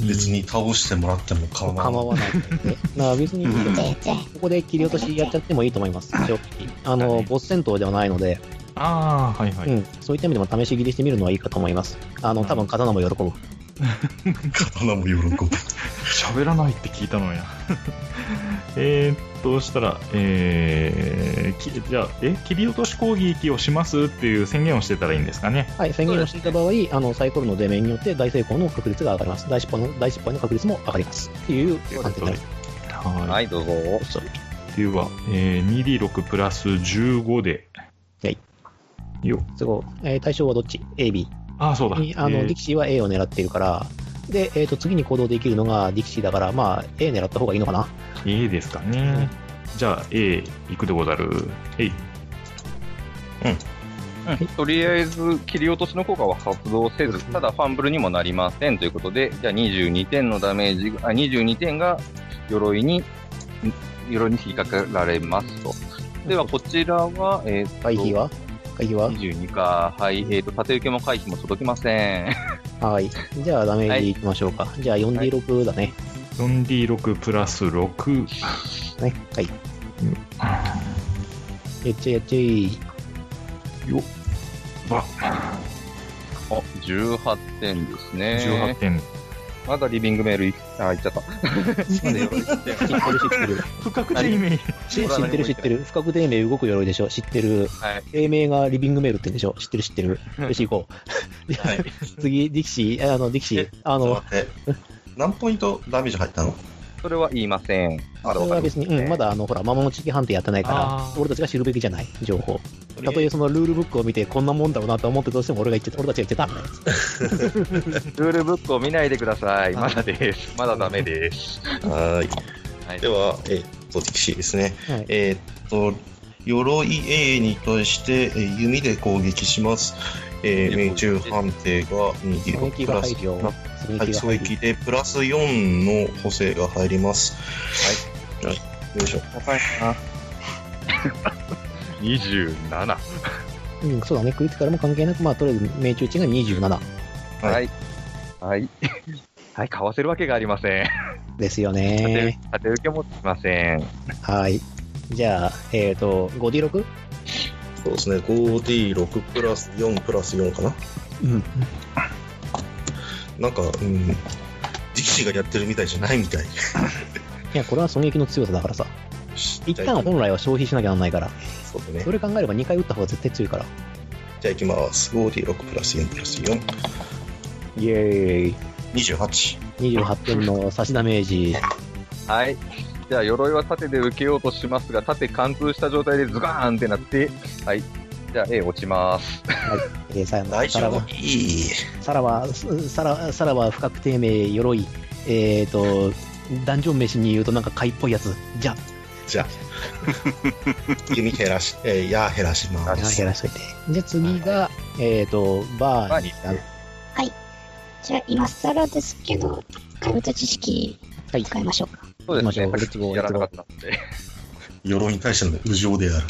Speaker 4: 別に倒してもらっても構わ
Speaker 1: 構
Speaker 4: ない。
Speaker 1: わないので。なあ、別にいいけど、
Speaker 5: 全然。
Speaker 1: ここで切り落としやっちゃってもいいと思います。正直。あの、ボス戦闘ではないので、
Speaker 6: ああ、はいは
Speaker 1: う
Speaker 6: い。
Speaker 1: ん、そういった意味でも試し切りしてみるのはいいかと思います。あの、多分刀も喜ぶ。
Speaker 4: 刀も喜ぶ。
Speaker 6: 喋らないって聞いたのにな。 えーっと、そしたら、えー、きじゃあ、え、切り落とし攻撃をしますっていう宣言をしてたらいいんですかね。
Speaker 1: はい、宣言をしていた場合、あの、サイコロの出面によって大成功の確率が上がります。大失敗の、大失敗の確率も上がります。っていう観点になり
Speaker 6: はい。
Speaker 2: はい、どうぞ。
Speaker 1: ます。
Speaker 6: では、えー、2D6 プラス15で。
Speaker 1: はい。
Speaker 6: よ
Speaker 1: すごい。えー対象はどっち ?A、B。
Speaker 6: ああ、そうだ。
Speaker 1: にあの、
Speaker 6: えー
Speaker 1: ディキシーは A を狙っているから、で、えー、と次に行動できるのがディキシーだから、まあ、A 狙った方がいいのかな。
Speaker 6: A ですかね。じゃあ A 行くでござる。えい。
Speaker 2: うんとりあえず、切り落としの効果は発動せず、ただファンブルにもなりませんということで、じゃあ22点のダメージが、あ22点が鎧に、ん鎧に引っ掛けられますと。では、こちらは、えー、
Speaker 1: 回避は回避は、
Speaker 2: 22か。はい。えっ、と、縦受けも回避も届きません。
Speaker 1: はい。じゃあ、ダメージいきましょうか。じゃあ、4D6 だね。
Speaker 6: 4D6 プラス6。
Speaker 1: はい。はい。やっちゃいやっちゃい。
Speaker 6: わ、
Speaker 2: あ、18点です
Speaker 6: 18
Speaker 2: ね。
Speaker 6: 点。
Speaker 2: まだリビングメールい、あ、いっちゃった。まだ鎧1点。
Speaker 1: 知ってる、知ってる。
Speaker 6: 不確定名。
Speaker 1: 知ってる、知ってる。不確定名動く鎧でしょ。知ってる。
Speaker 2: はい。
Speaker 1: 英名がリビングメールって言うんでしょ。知ってる、知ってる。よし、行こ う。じゃ
Speaker 4: はい。
Speaker 1: あ次、ディキシー、あの、ディキシー、あの、
Speaker 4: 待って。何ポイントダメージ入ったの
Speaker 2: それは言いません。ま
Speaker 1: それ
Speaker 2: だわか
Speaker 1: は
Speaker 2: りま
Speaker 1: 別
Speaker 2: せ
Speaker 1: に、
Speaker 2: ん
Speaker 1: うん、まだあの、ほら、魔物知識判定やってないか
Speaker 6: あ
Speaker 1: ら、
Speaker 6: ー
Speaker 1: 俺たちが知るべきじゃない、情報。たとえそのルールブックを見て、こんなもんだろうなと思ってどうしても俺が言ってた、俺たちが言ってたみたいなやつ。
Speaker 2: ルールブックを見ないでください。まだです。まだダメです。
Speaker 4: はーい。
Speaker 2: はい
Speaker 4: では、えっと、敵士ですね。
Speaker 1: はい
Speaker 4: えっと、鎧 A に対してえー弓で攻撃します。えー、命中判定が
Speaker 1: 狙
Speaker 4: 2
Speaker 1: 撃
Speaker 4: キロプ
Speaker 1: が
Speaker 4: ラ
Speaker 1: 入
Speaker 4: ス
Speaker 1: るよ。狙
Speaker 4: はい、狙
Speaker 1: 撃
Speaker 4: 撃でプラス4の補正が入ります。はい。よいしょ。
Speaker 2: 27。
Speaker 1: うん、そうだね、クリティカルも関係なく、まあ、とりあえず命中値が27
Speaker 2: はい。はい。 はい、買わせるわけがありません。
Speaker 1: ですよ
Speaker 2: 縦
Speaker 1: ね。
Speaker 2: 縦受けもつきません。
Speaker 1: はい。じゃあ、えっ、ー、と、5D6?
Speaker 4: そうですね。5D6 プラス4プラス4かな。
Speaker 1: うん。
Speaker 4: なんか、うん。力士がやってるみたいじゃないみたい。
Speaker 1: いや、これは狙撃の強さだからさ。一旦本来は消費しなきゃなんないから、
Speaker 4: そうだね
Speaker 1: そ。れ考えれば2回打った方が絶対強いから。
Speaker 4: じゃあ行きます。5D6 プラス4プラス4。
Speaker 1: イェーイ。
Speaker 4: 28。
Speaker 1: 28点の差しダメージ。
Speaker 2: はい。じゃあ、鎧は縦で受けようとしますが、縦貫通した状態でズガーンってなって、はい。じゃあ、A 落ちます。
Speaker 1: えー、さ
Speaker 4: 大
Speaker 1: さら
Speaker 4: 丈
Speaker 1: ば
Speaker 4: 夫。いい。
Speaker 1: さらば、すさらさらば不確定名、鎧、えっ、と、ダンジョン飯に言うとなんか貝っぽいやつ。じゃあ、
Speaker 4: じゃあ。弓減らし、えー、矢減らしま
Speaker 1: じゃあ
Speaker 4: す。
Speaker 1: 減らしといて。じゃあ次が、えっ、と、バーに
Speaker 2: バーに
Speaker 5: じゃあ、今更ですけど、怪物知識
Speaker 1: はい
Speaker 5: 使いましょうか。
Speaker 2: そ
Speaker 1: 行
Speaker 2: うですね。
Speaker 1: きましょうレッツゴー
Speaker 2: やらなかったので。
Speaker 4: 鎧に対しての無情である。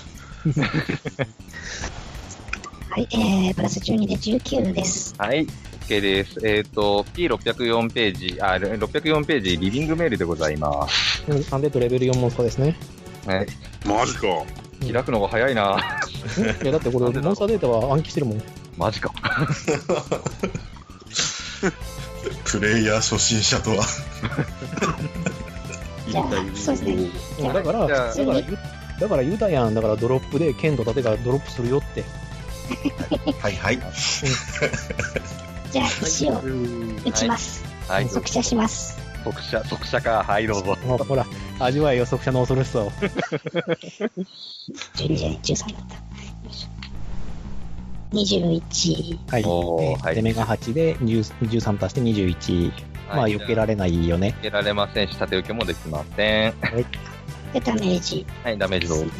Speaker 5: はい、えー、プラス12で19です。
Speaker 2: はい。OK です。えっ、と、P604 ページ、あ、604ページ、リビングメールでございます。
Speaker 1: うんアンデッドレベル4モンスターですね。
Speaker 2: はい。
Speaker 7: マジか。
Speaker 2: 開くのが早いな。
Speaker 1: いや、だってこれ、モン
Speaker 2: なんでだろう
Speaker 1: スターデータは暗記してるもん。
Speaker 2: マジか。
Speaker 4: プレイヤー初心者とは。
Speaker 5: じゃあ、そうですね。
Speaker 1: うんだから、
Speaker 2: じゃ
Speaker 1: だ
Speaker 2: あ
Speaker 1: から言う、だから言うたやん。だからドロップで剣と盾がドロップするよって。
Speaker 4: はいはい。
Speaker 5: じゃあ、石を打ちます。
Speaker 2: はい。
Speaker 5: 速射します。
Speaker 2: 速射、速射か。はい、どうぞ。
Speaker 1: ほら、味わえよ、速射の恐ろしさを。
Speaker 5: 12じゃない、13だった。よいしょ21。
Speaker 1: はい。
Speaker 2: おー
Speaker 1: で
Speaker 2: はい
Speaker 1: 出目が8で10 13足して21。まあ、
Speaker 2: はい
Speaker 1: 避けられないよね。
Speaker 2: 受けられませんし、縦受けもできません。
Speaker 5: で、ダメージ
Speaker 2: はい、ダメー
Speaker 5: で
Speaker 2: ジど
Speaker 5: す
Speaker 2: う
Speaker 5: ね。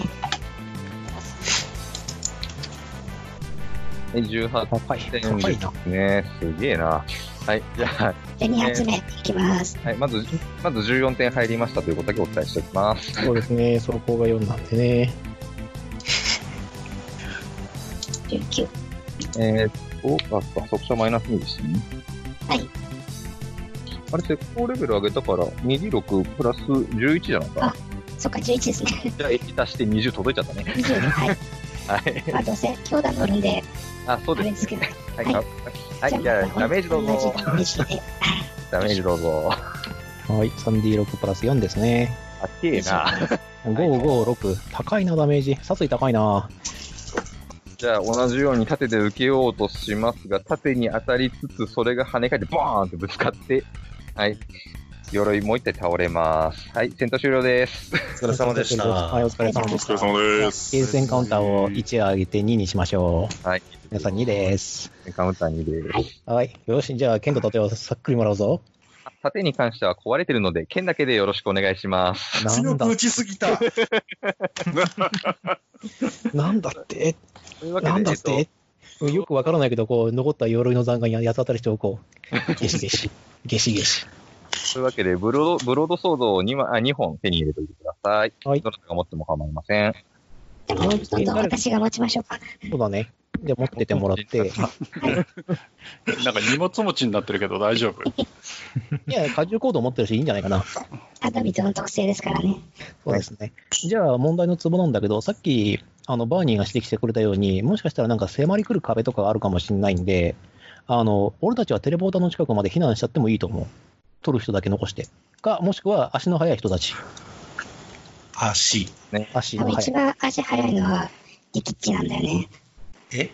Speaker 2: え18
Speaker 1: 高い。
Speaker 2: 点
Speaker 1: 高
Speaker 2: で
Speaker 1: いな。
Speaker 2: すね。すげえな。はい、じゃあ、
Speaker 5: じゃあ2発目いきます。
Speaker 2: はい、まず、まず14点入りましたということだけお伝えしておきます。
Speaker 1: そうですね。走行が4なんでね。
Speaker 5: 19。
Speaker 2: えー、っと、あ、速射マイナス2でしたね。
Speaker 5: はい。
Speaker 2: あれ、鉄鋼レベル上げたから、2D6 プラス11じゃないか。
Speaker 5: そっか、11ですね。
Speaker 2: じゃあ、1足して20届いちゃったね。
Speaker 5: 20。はい。
Speaker 2: はい。
Speaker 5: まあ、どうせ兄弟乗るんで、
Speaker 2: あ、そう
Speaker 5: あれ
Speaker 2: で。
Speaker 5: ですすけど。
Speaker 2: はい。
Speaker 5: はい
Speaker 2: はい、じゃあ、
Speaker 5: ま
Speaker 2: ダメージどうぞ。
Speaker 5: 同じダメージで。
Speaker 2: ダメージどうぞ。あ
Speaker 1: はい。3D6 プラス4ですね。
Speaker 2: っけえな。
Speaker 1: 556。高いな、ダメージ。殺意高いな。
Speaker 2: じゃあ、同じように縦で受けようとしますが、縦に当たりつつ、それが跳ね返って、ボーンってぶつかって、はい。鎧もう一体倒れます。はい、戦闘終了です。
Speaker 4: お疲れ様でした。
Speaker 1: はい、お疲れ様
Speaker 7: お
Speaker 1: でし
Speaker 7: 疲
Speaker 1: た
Speaker 7: れ。様です。
Speaker 1: ゲーセンカウンターを1上げて2にしましょう。
Speaker 2: はい。
Speaker 1: 皆さん2です。
Speaker 2: カウンター2です。
Speaker 1: はい。よし、じゃあ、剣と盾をさっくりもらうぞ。
Speaker 2: 縦に関しては壊れてるので、剣だけでよろしくお願いします。
Speaker 1: なんだ、
Speaker 4: ちすぎた。
Speaker 1: なんだって、
Speaker 2: というわけで、
Speaker 1: なんだっ
Speaker 2: え
Speaker 1: て。うんよくわからないけど、こう、残った鎧の残骸に八つ当たりしておこう。ゲシゲシ。ゲシゲシ。
Speaker 2: とというわけでブロード、ブロードソードを 2, あ2本手に入れておいてください。
Speaker 1: はい
Speaker 2: どなたが持っても構いません。
Speaker 5: でも、どんどん私が持ちましょうか。
Speaker 1: そうだね。じゃあ持っててもらって。
Speaker 3: なんか荷物持ちになってるけど大丈夫
Speaker 1: いや、荷重コード持ってるし、いいんじゃないかな。
Speaker 5: アダビゾの特性ですからね。
Speaker 1: そうですね。じゃあ、問題のツボなんだけど、さっき、あの、バーニーが指摘してくれたように、もしかしたらなんか迫り来る壁とかがあるかもしれないんで、あの、俺たちはテレポーターの近くまで避難しちゃってもいいと思う。取る人だけ残して。か、もしくは足の速い人たち。
Speaker 4: 足。
Speaker 1: 足
Speaker 5: 多
Speaker 1: の
Speaker 5: 分
Speaker 1: 速
Speaker 5: 一
Speaker 1: い。
Speaker 5: 番足早いのは、リキッチなんだよね。
Speaker 4: え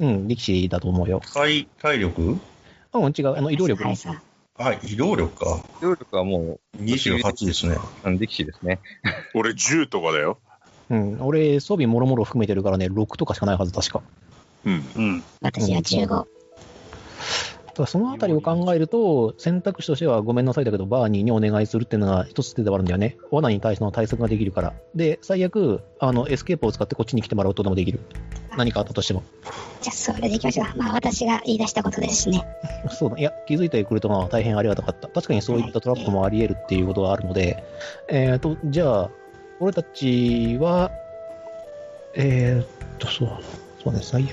Speaker 1: うん、力士だと思うよ。
Speaker 4: 体、体力
Speaker 1: うん、違う。あの、移動力
Speaker 5: は
Speaker 1: ね
Speaker 5: い。さ。
Speaker 4: あ、移動力か。
Speaker 2: 重力はも
Speaker 4: 28ですね。
Speaker 2: う、うん、力士ですね。
Speaker 7: 俺10とかだよ。
Speaker 1: うん、俺、装備もろもろ含めてるからね、6とかしかないはず、確か。
Speaker 7: うん。
Speaker 3: うん
Speaker 5: 私は15。
Speaker 1: だからそのあたりを考えると、選択肢としてはごめんなさいだけど、バーニーにお願いするっていうのが一つ手ではあるんだよね。罠に対しての対策ができるから。で、最悪、あの、エスケープを使ってこっちに来てもらうことでもできる。何かあったとしても。
Speaker 5: じゃあ、それでいきましょう。まあ、私が言い出したことですしね。
Speaker 1: そうだ、いや、気づいてくれたのは大変ありがたかった。確かにそういったトラップもあり得るっていうことはあるので、えっ、と、じゃあ、俺たちは、えーっと、そう、そうね、最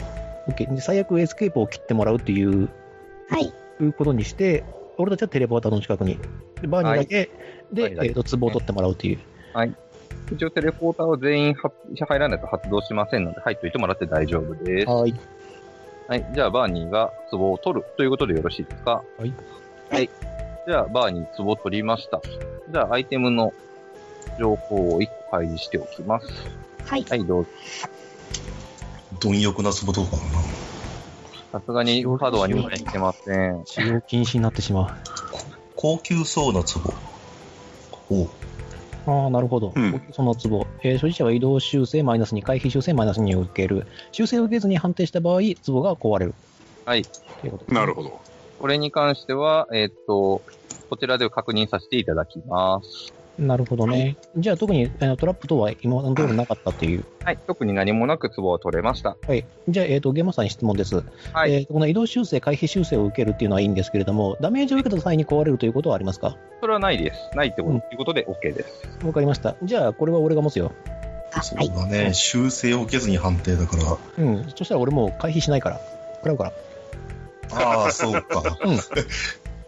Speaker 1: 悪。OK。で最悪エスケープを切ってもらうっていう
Speaker 5: はい。
Speaker 1: いうことにして、俺たちはテレポーターの近くに、でバーニーだけ、で、
Speaker 2: バーニーだけ
Speaker 1: えーと、壺を取ってもらうという。
Speaker 2: 一応テレポーターは全員は入らないと発動しませんので、入っておいてもらって大丈夫です。は
Speaker 1: はい。
Speaker 2: い。じゃあ、バーニーが壺を取るということでよろしいですか
Speaker 1: はい。
Speaker 2: はい。じゃあ、バーニー壺を取りました。じゃあ、アイテムの情報を1個開示しておきます。
Speaker 5: はい。
Speaker 2: はい、どうぞ。
Speaker 4: 貪欲なツボどうかな。
Speaker 2: さすがにカードは2枚いけません。
Speaker 1: 使用禁止になってしま
Speaker 4: 高級そうなツボ。おう
Speaker 1: う。ああ、なるほど。
Speaker 7: うん
Speaker 1: その壺、えー所持者は移動修正マイナスに、回避修正マイナスに受ける。修正を受けずに判定した場合、壺が壊れる。
Speaker 2: はい
Speaker 1: ということですね
Speaker 7: なるほど。
Speaker 2: これに関しては、えっと、こちらで確認させていただきます。
Speaker 1: なるほどね。じゃあ、特にあのトラップ等は今のところなかったという。
Speaker 2: はい、特に何もなく壺は取れました。
Speaker 1: はい。じゃあ、えっ、と、ゲーマーさんに質問です。
Speaker 2: はい
Speaker 1: えーとこの移動修正、回避修正を受けるっていうのはいいんですけれども、ダメージを受けた際に壊れるということはありますか
Speaker 2: それはないです。ないってこと,、
Speaker 1: うん
Speaker 2: いうことで OK です。
Speaker 1: わかりました。じゃあ、これは俺が持つよ。
Speaker 5: あ
Speaker 4: そう
Speaker 5: はい。
Speaker 4: だね。修正を受けずに判定だから。
Speaker 1: うん。そしたら俺もう回避しないから。食らうから。
Speaker 4: ああ、そう か。
Speaker 1: うん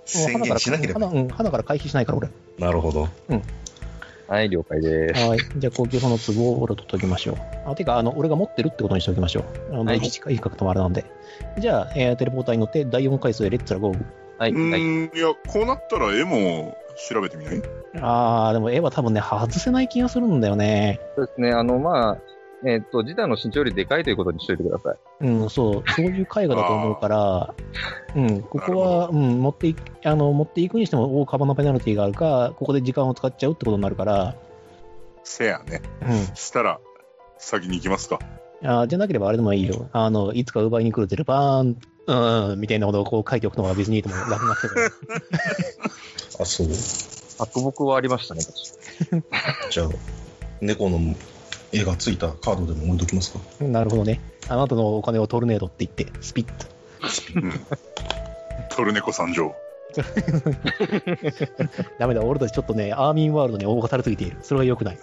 Speaker 4: 宣言しなければ。
Speaker 1: 鼻うん。肌から回避しないから俺。
Speaker 4: なるほど。
Speaker 2: はい、了解です。
Speaker 1: はい。じゃあ、高級その壺を俺と解きましょう。あ、てか、あの、俺が持ってるってことにしておきましょう。あの、
Speaker 2: はい
Speaker 1: 一回比較ともあれなんで。じゃあ、えーテレポーターに乗って第4回数でレッツラゴー。
Speaker 2: は
Speaker 7: う
Speaker 2: い、はい。
Speaker 7: ーん、いや、こうなったら絵も調べてみない
Speaker 1: あー、でも絵は多分ね、外せない気がするんだよね。
Speaker 2: そうですね、あの、まあ、えっと、自体の身長よりでかいということにしといてください。
Speaker 1: うん、そう、そういう絵画だと思うから、うん、ここは、うん、持っていあの持っていくにしても大幅なペナルティがあるか、ここで時間を使っちゃうってことになるから、
Speaker 7: せやね。
Speaker 1: うん、
Speaker 7: したら、先に行きますか。
Speaker 1: あじゃなければあれでもいいよ。あの、いつか奪いに来るゼルパーン、うん、みたいなことをこう書いておくのが別にいいと思う。楽になってるか
Speaker 4: あ、そう。
Speaker 2: 白木はありましたね、確か
Speaker 4: じゃあ、猫の
Speaker 8: 絵がついたカードでも置いときますか。
Speaker 1: なるほどね。あなたのお金をトルネードって言って、スピッと。
Speaker 7: トルネコ参上。
Speaker 1: ダメだ、俺たちちょっとね、アーミンワールドに応募されすぎている。それは良くない。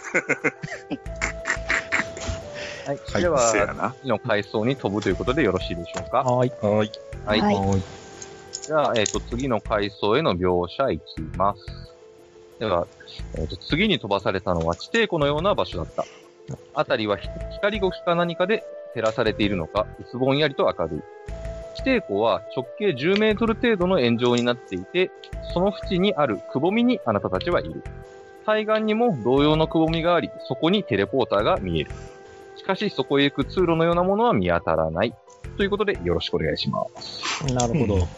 Speaker 2: はい。
Speaker 8: い
Speaker 2: で
Speaker 7: せや
Speaker 2: は、
Speaker 7: な。
Speaker 2: 次の階層に飛ぶということでよろしいでしょうか。
Speaker 1: はーい。
Speaker 8: はい。
Speaker 2: はい。
Speaker 5: はい
Speaker 8: はい。
Speaker 2: じゃあ、えっ、と、次の階層への描写いきます。では、えっ、と、次に飛ばされたのは地底湖のような場所だった。あたりはひ光ごきか何かで照らされているのか、薄ぼんやりと明るい。地底湖は直径10メートル程度の円状になっていて、その縁にあるくぼみにあなたたちはいる。対岸にも同様のくぼみがあり、そこにテレポーターが見える。しかし、そこへ行く通路のようなものは見当たらない。ということで、よろしくお願いします。
Speaker 1: なるほど。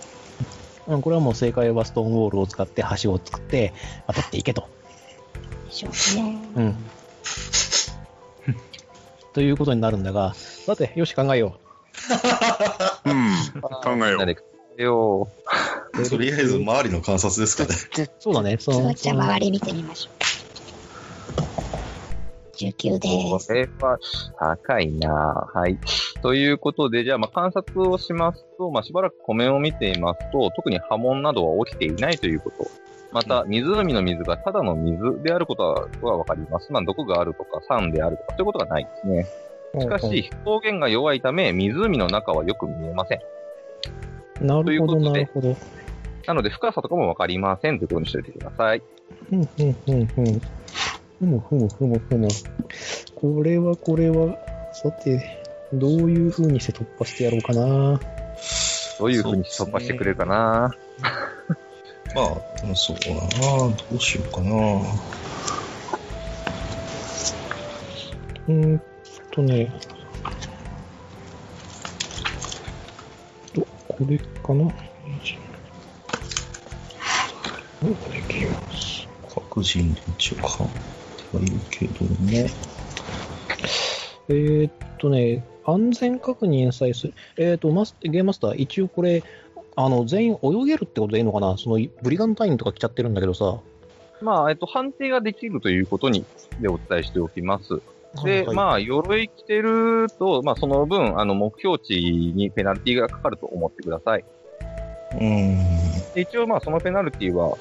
Speaker 1: うん、これはもう正解はストーンウォールを使って橋を作って渡っていけと。
Speaker 5: でしょうかね。
Speaker 1: うん。ということになるんだが、さて、よし、考えよ
Speaker 7: うん。考え
Speaker 2: み
Speaker 7: よ
Speaker 2: んな
Speaker 7: う。
Speaker 2: で考えよう。
Speaker 8: とりあえず周りの観察ですかね。
Speaker 1: う。そうだね、そ
Speaker 5: そ
Speaker 1: の
Speaker 5: う、じゃあ周り見てみましょう。19で
Speaker 2: こ
Speaker 5: す。
Speaker 2: れは高いなぁはい。ということで、じゃあ、まあ、観察をしますと、まあ、しばらく湖面を見ていますと、特に波紋などは起きていないということ。また、湖の水がただの水であることははわかります。まあ、毒があるとか、酸であるとか、ということがないですね。しか
Speaker 1: うん
Speaker 2: し、光源が弱いため、湖の中はよく見えません。
Speaker 1: うんなるほど、
Speaker 2: ということ
Speaker 1: な
Speaker 2: で
Speaker 1: るほど。
Speaker 2: なので、深さとかもわかりませんということにしておいてください。
Speaker 1: うんうんうんうん。ふむふむふむふむ。これはこれは、さて、どういう風にして突破してやろうかな。
Speaker 2: どういうふうに突破してくれるかな
Speaker 8: まあ、うんそうだな。どうしようかな。
Speaker 1: うーんとね。と、これかな。うんこれ消えます
Speaker 8: 各人で一応買うとは言うけどね。
Speaker 1: えーっとね、安全確認さえする。えーっと、マスゲームマスター、一応これ、あの、全員泳げるってことでいいのかなその、ブリガンタインとか来ちゃってるんだけどさ。
Speaker 2: まあ、えっと、判定ができるということに、でお伝えしておきます。で、
Speaker 1: はい
Speaker 2: まあ、鎧着てると、まあ、その分、あの、目標値にペナルティがかかると思ってください。
Speaker 8: う
Speaker 2: で一応、まあ、そのペナルティは、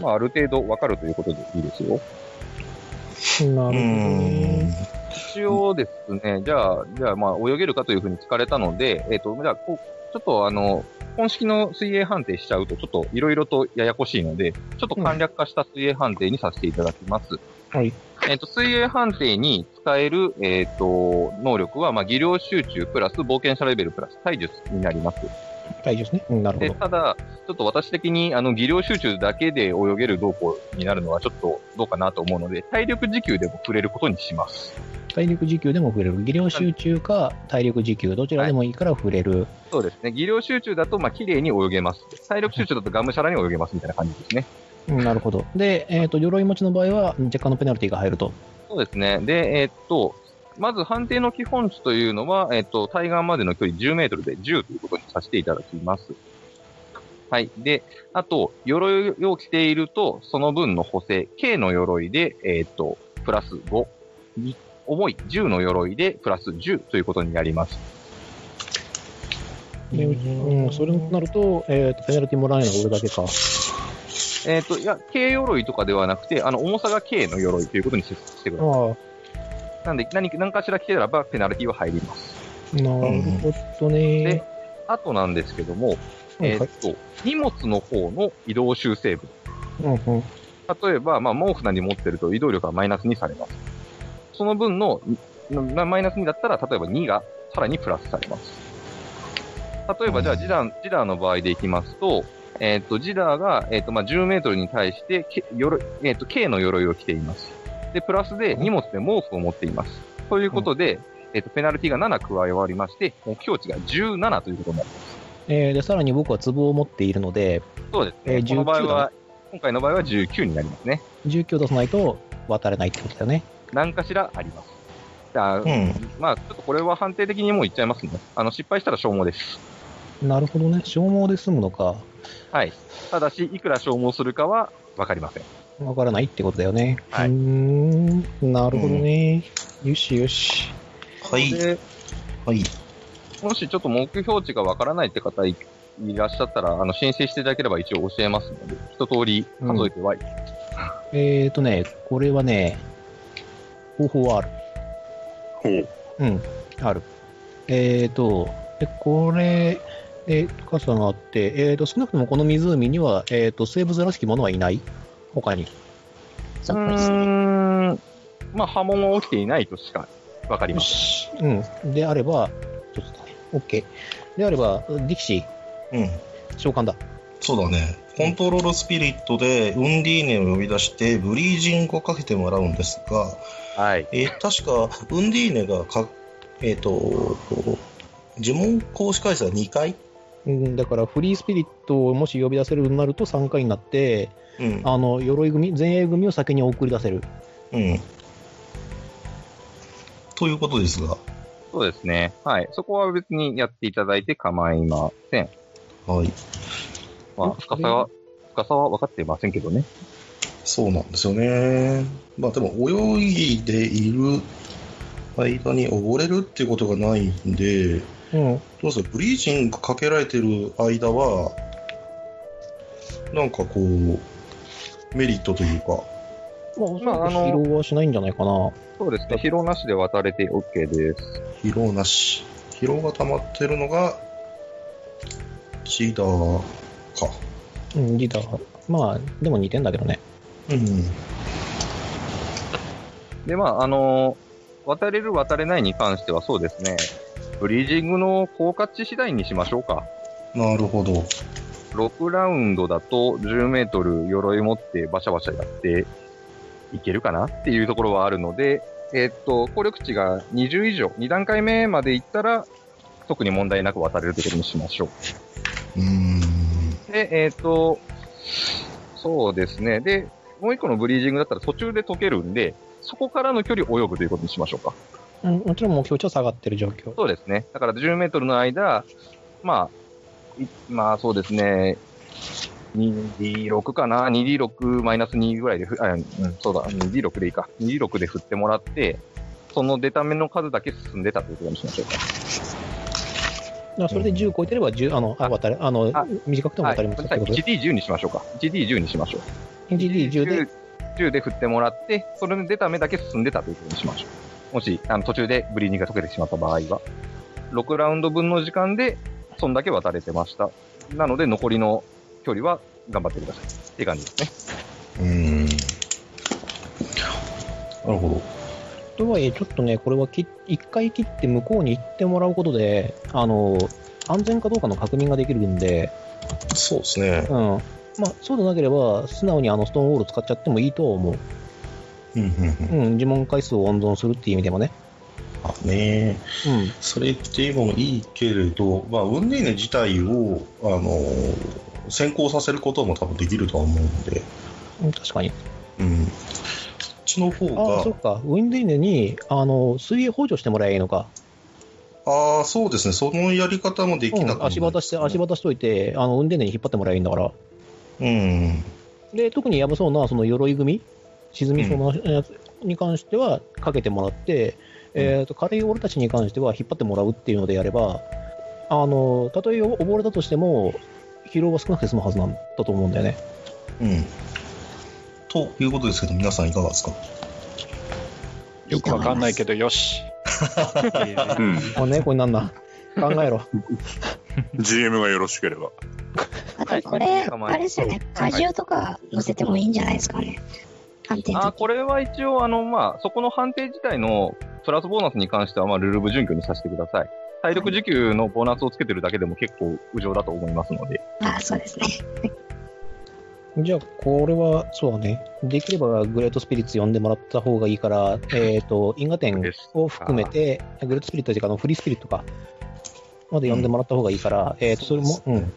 Speaker 2: まあ、ある程度わかるということでいいですよ。
Speaker 1: なるほど
Speaker 8: ーん。うー
Speaker 1: ね。
Speaker 8: ん。
Speaker 2: 一応ですね、じゃあ、じゃあ、まあ、泳げるかというふうに聞かれたので、えっ、と、じゃあ、こう、ちょっとあの、本式の水泳判定しちゃうと、ちょっといろいろとややこしいので、ちょっと簡略化した水泳判定にさせていただきます。
Speaker 1: はい。
Speaker 2: えっ、と、水泳判定に使える、えっ、と、能力は、まあ、技量集中プラス冒険者レベルプラス体術になります。
Speaker 1: 大丈夫ですね。うんなるほ
Speaker 2: で、
Speaker 1: ど。
Speaker 2: ただ、ちょっと私的に、あの、技量集中だけで泳げるどうこうになるのはちょっとどうかなと思うので、体力時給でも触れることにします。
Speaker 1: 体力時給でも触れる。技量集中か体力時給、どちらでもいいから触れる。
Speaker 2: そうですね。技量集中だと、まあ、綺麗に泳げます。体力集中だとがむしゃらに泳げますみたいな感じですね。
Speaker 1: うんなるほど。で、えーっ、と、鎧持ちの場合は、若干のペナルティが入ると。
Speaker 2: そうですね。で、えーっと、まず判定の基本値というのは、えーっと、対岸までの距離10メートルで10ということにさせていただきます。はい。で、あと、鎧を着ていると、その分の補正、K の鎧で、えーっと、プラス5。に重い10の鎧で、プラス10ということになります。
Speaker 1: で、うん、それになると、えーっ、と、ペナルティもらえるのは俺だけか。
Speaker 2: えーっと、いや、K 鎧とかではなくて、あの、重さが K の鎧ということにししてくださ
Speaker 1: ああ、
Speaker 2: い。なんで、何何かしら着てれば、ペナルティは入ります。
Speaker 1: なるほどね
Speaker 2: で。あとなんですけども、
Speaker 1: うん
Speaker 2: えーっと、荷物の方の移動修正部。
Speaker 1: はいうんうん
Speaker 2: 例えば、まあ、毛布何持ってると移動力がマイナスにされます。その分の、なマイナス2だったら、例えば2がさらにプラスされます。例えば、じゃあ、ジダー、ジダーの場合でいきますと、えーっと、ジダーが、えーっと、まあ、10メートルに対して、け鎧えーっと、K の鎧を着ています。で、プラスで荷物で毛布を持っています。ということで、えーっと、ペナルティが7加え終わりまして、目標値が17ということになります
Speaker 1: えーで、さらに僕は壺を持っているので、
Speaker 2: そうですね。
Speaker 1: えー
Speaker 2: この場合
Speaker 1: 19だ
Speaker 2: は、今回の場合は19になりますね。
Speaker 1: 19出さないと渡れないってことだよね。
Speaker 2: 何かしらあります。じゃあ、
Speaker 8: うん。
Speaker 2: まあ、ちょっとこれは判定的にもう言っちゃいますね。あの、失敗したら消耗です。
Speaker 1: なるほどね。消耗で済むのか、
Speaker 2: はい。ただし、いくら消耗するかはわかりません。
Speaker 1: わからないってことだよね。
Speaker 2: はいう
Speaker 1: ーん、なるほどね。よしよし。
Speaker 4: はい。
Speaker 2: で、
Speaker 4: はい。
Speaker 2: もしちょっと目標値がわからないって方いいらっしゃったら、あの、申請していただければ一応教えますので、一通り数えてはい。
Speaker 1: えっ、ー、とね、これはね、方法はある。
Speaker 7: ほう。
Speaker 1: うん、ある。えっ、ー、と、でこれ、で、深さがあって、えっ、ー、と、少なくともこの湖には、えっ、と、生物らしきものはいない他に。
Speaker 5: そう
Speaker 2: う
Speaker 5: ですね。
Speaker 2: ーん。まあ、波紋が起きていないとしかわかりません。
Speaker 1: うん。であれば、ちょっと待ってね、OK。であれば、力士、
Speaker 4: うん。
Speaker 1: 召喚だ。
Speaker 4: そうだね。コントロールスピリットでウンディーネを呼び出してブリージングをかけてもらうんですが、
Speaker 2: はい。
Speaker 4: えー確かウンディーネがか、えっ、と、呪文行使回数は2回
Speaker 1: うん、だから、フリースピリットをもし呼び出せるようになると3回になって、
Speaker 4: うん。
Speaker 1: あの、鎧組、前衛組を先に送り出せる。
Speaker 4: うん。ということですが、
Speaker 2: そうですね。はい。そこは別にやっていただいて構いません。
Speaker 4: はい。
Speaker 2: まあ、
Speaker 1: うん
Speaker 2: 深さは、深さは分かってませんけどね。
Speaker 4: そうなんですよね。
Speaker 8: ねまあでも泳いでいる間に溺れるっていうことがないんで、
Speaker 1: うん。
Speaker 8: どうするブリージングかけられてる間は、なんかこう、メリットというか、
Speaker 1: ま
Speaker 2: ま
Speaker 1: あ、
Speaker 2: あ
Speaker 1: あ
Speaker 2: あ
Speaker 1: の、
Speaker 2: の
Speaker 1: 疲労はしないんじゃないかな。
Speaker 2: そうですね。疲労なしで渡れて OK です。
Speaker 8: 疲労なし。疲労が溜まってるのが、シーダーか。
Speaker 1: うん、リーダー。まあ、でも似てんだけどね。
Speaker 8: うん。
Speaker 2: で、まあ、あの渡れる、渡れないに関してはそうですね。ブリージングの効果値次第にしましょうか。
Speaker 8: なるほど。
Speaker 2: 6ラウンドだと10メートル鎧持ってバシャバシャやっていけるかなっていうところはあるので、えっと、効力値が20以上、2段階目までいったら、特に問題なく渡れるということにしましょう。
Speaker 8: うーん。
Speaker 2: で、えっ、と、そうですね。で、もう一個のブリージングだったら途中で解けるんで、そこからの距離を泳ぐということにしましょうか。
Speaker 1: うん、もちろん目標値は下がってる状況。
Speaker 2: そうですね。だから10メートルの間、まあ、いまあそうですね、2D6 かな ?2D6 マイナス2ぐらいでふあ、うん、そうだ、2D6 でいいか。2D6 で振ってもらって、その出た目の数だけ進んでたということにしましょうか。
Speaker 1: だからそれで10超えてれば、10、あの、あ
Speaker 2: あ
Speaker 1: 渡れ、あの
Speaker 2: あ、
Speaker 1: 短くても
Speaker 2: はい、
Speaker 1: 渡れますってことで。
Speaker 2: 1D10 にしましょうか。1D10 にしましょう。
Speaker 1: 1D10 で、
Speaker 2: 10で振ってもらって、それで出た目だけ進んでたということにしましょう。もし、あの途中でブリーニングが解けてしまった場合は、6ラウンド分の時間で、そんだけ渡れてました。なので、残りの距離は頑張ってください。っていう感じですね。
Speaker 8: うーん。なるほど。
Speaker 1: とはいえ、ちょっとね、これはき1回切って向こうに行ってもらうことで、あの、安全かどうかの確認ができるんで、
Speaker 8: そうですね
Speaker 1: うん。。まあ、そうでなければ、素直にあのストーンウォール使っちゃってもいいとは思う。
Speaker 8: うんうんうん
Speaker 1: うん、呪文回数を温存するっていう意味でもね。
Speaker 8: あね
Speaker 1: うん。
Speaker 8: それってもいいけれど、まあ、ウンディーネ自体を、あの先行させることも多分できるとは思うんで、
Speaker 1: うん確かに。
Speaker 8: うん、そっちの方
Speaker 1: ああ、そ
Speaker 8: が
Speaker 1: っか。ウィンディーネに、あの、水泳補助してもらえばいいのか。
Speaker 8: ああーそうですねそのやり方もできなく
Speaker 1: うん、足渡して、足渡しといて、あの、ウィンディーネに引っ張ってもらえばいいんだから。
Speaker 8: うん
Speaker 1: で、特にやばそうな、その鎧組、沈みそうなやつに関しては、かけてもらって、
Speaker 8: うん
Speaker 1: えっと、軽い俺たちに関しては、引っ張ってもらうっていうのでやれば、あの、たとえ溺れたとしても、疲労は少なくて済むはずなんだと思うんだよね。
Speaker 8: うんということですけど皆さんいかがですか
Speaker 3: よくわかんないけど、よし。
Speaker 7: うん。
Speaker 1: あ、ね、これな んな。考えろ。
Speaker 7: GM がよろしければ。
Speaker 5: あとこれ、
Speaker 2: はい
Speaker 5: あれですよね、果汁とか乗せてもいいんじゃないですかね。判定の時
Speaker 2: あ、これは一応、あの、まあ、そこの判定自体のプラスボーナスに関しては、まあ、ルルブ準拠にさせてください。体力時給のボーナスをつけてるだけでも結構、無常だと思いますので。
Speaker 5: あ、そうですね。
Speaker 1: じゃあ、これは、そうだね。できれば、グレートスピリッツ呼んでもらった方がいいから、えっ、と、因果点を含めて、グレートスピリットというか、あのフリースピリットか、まで呼んでもらった方がいいから、えっ、と、それも、うん。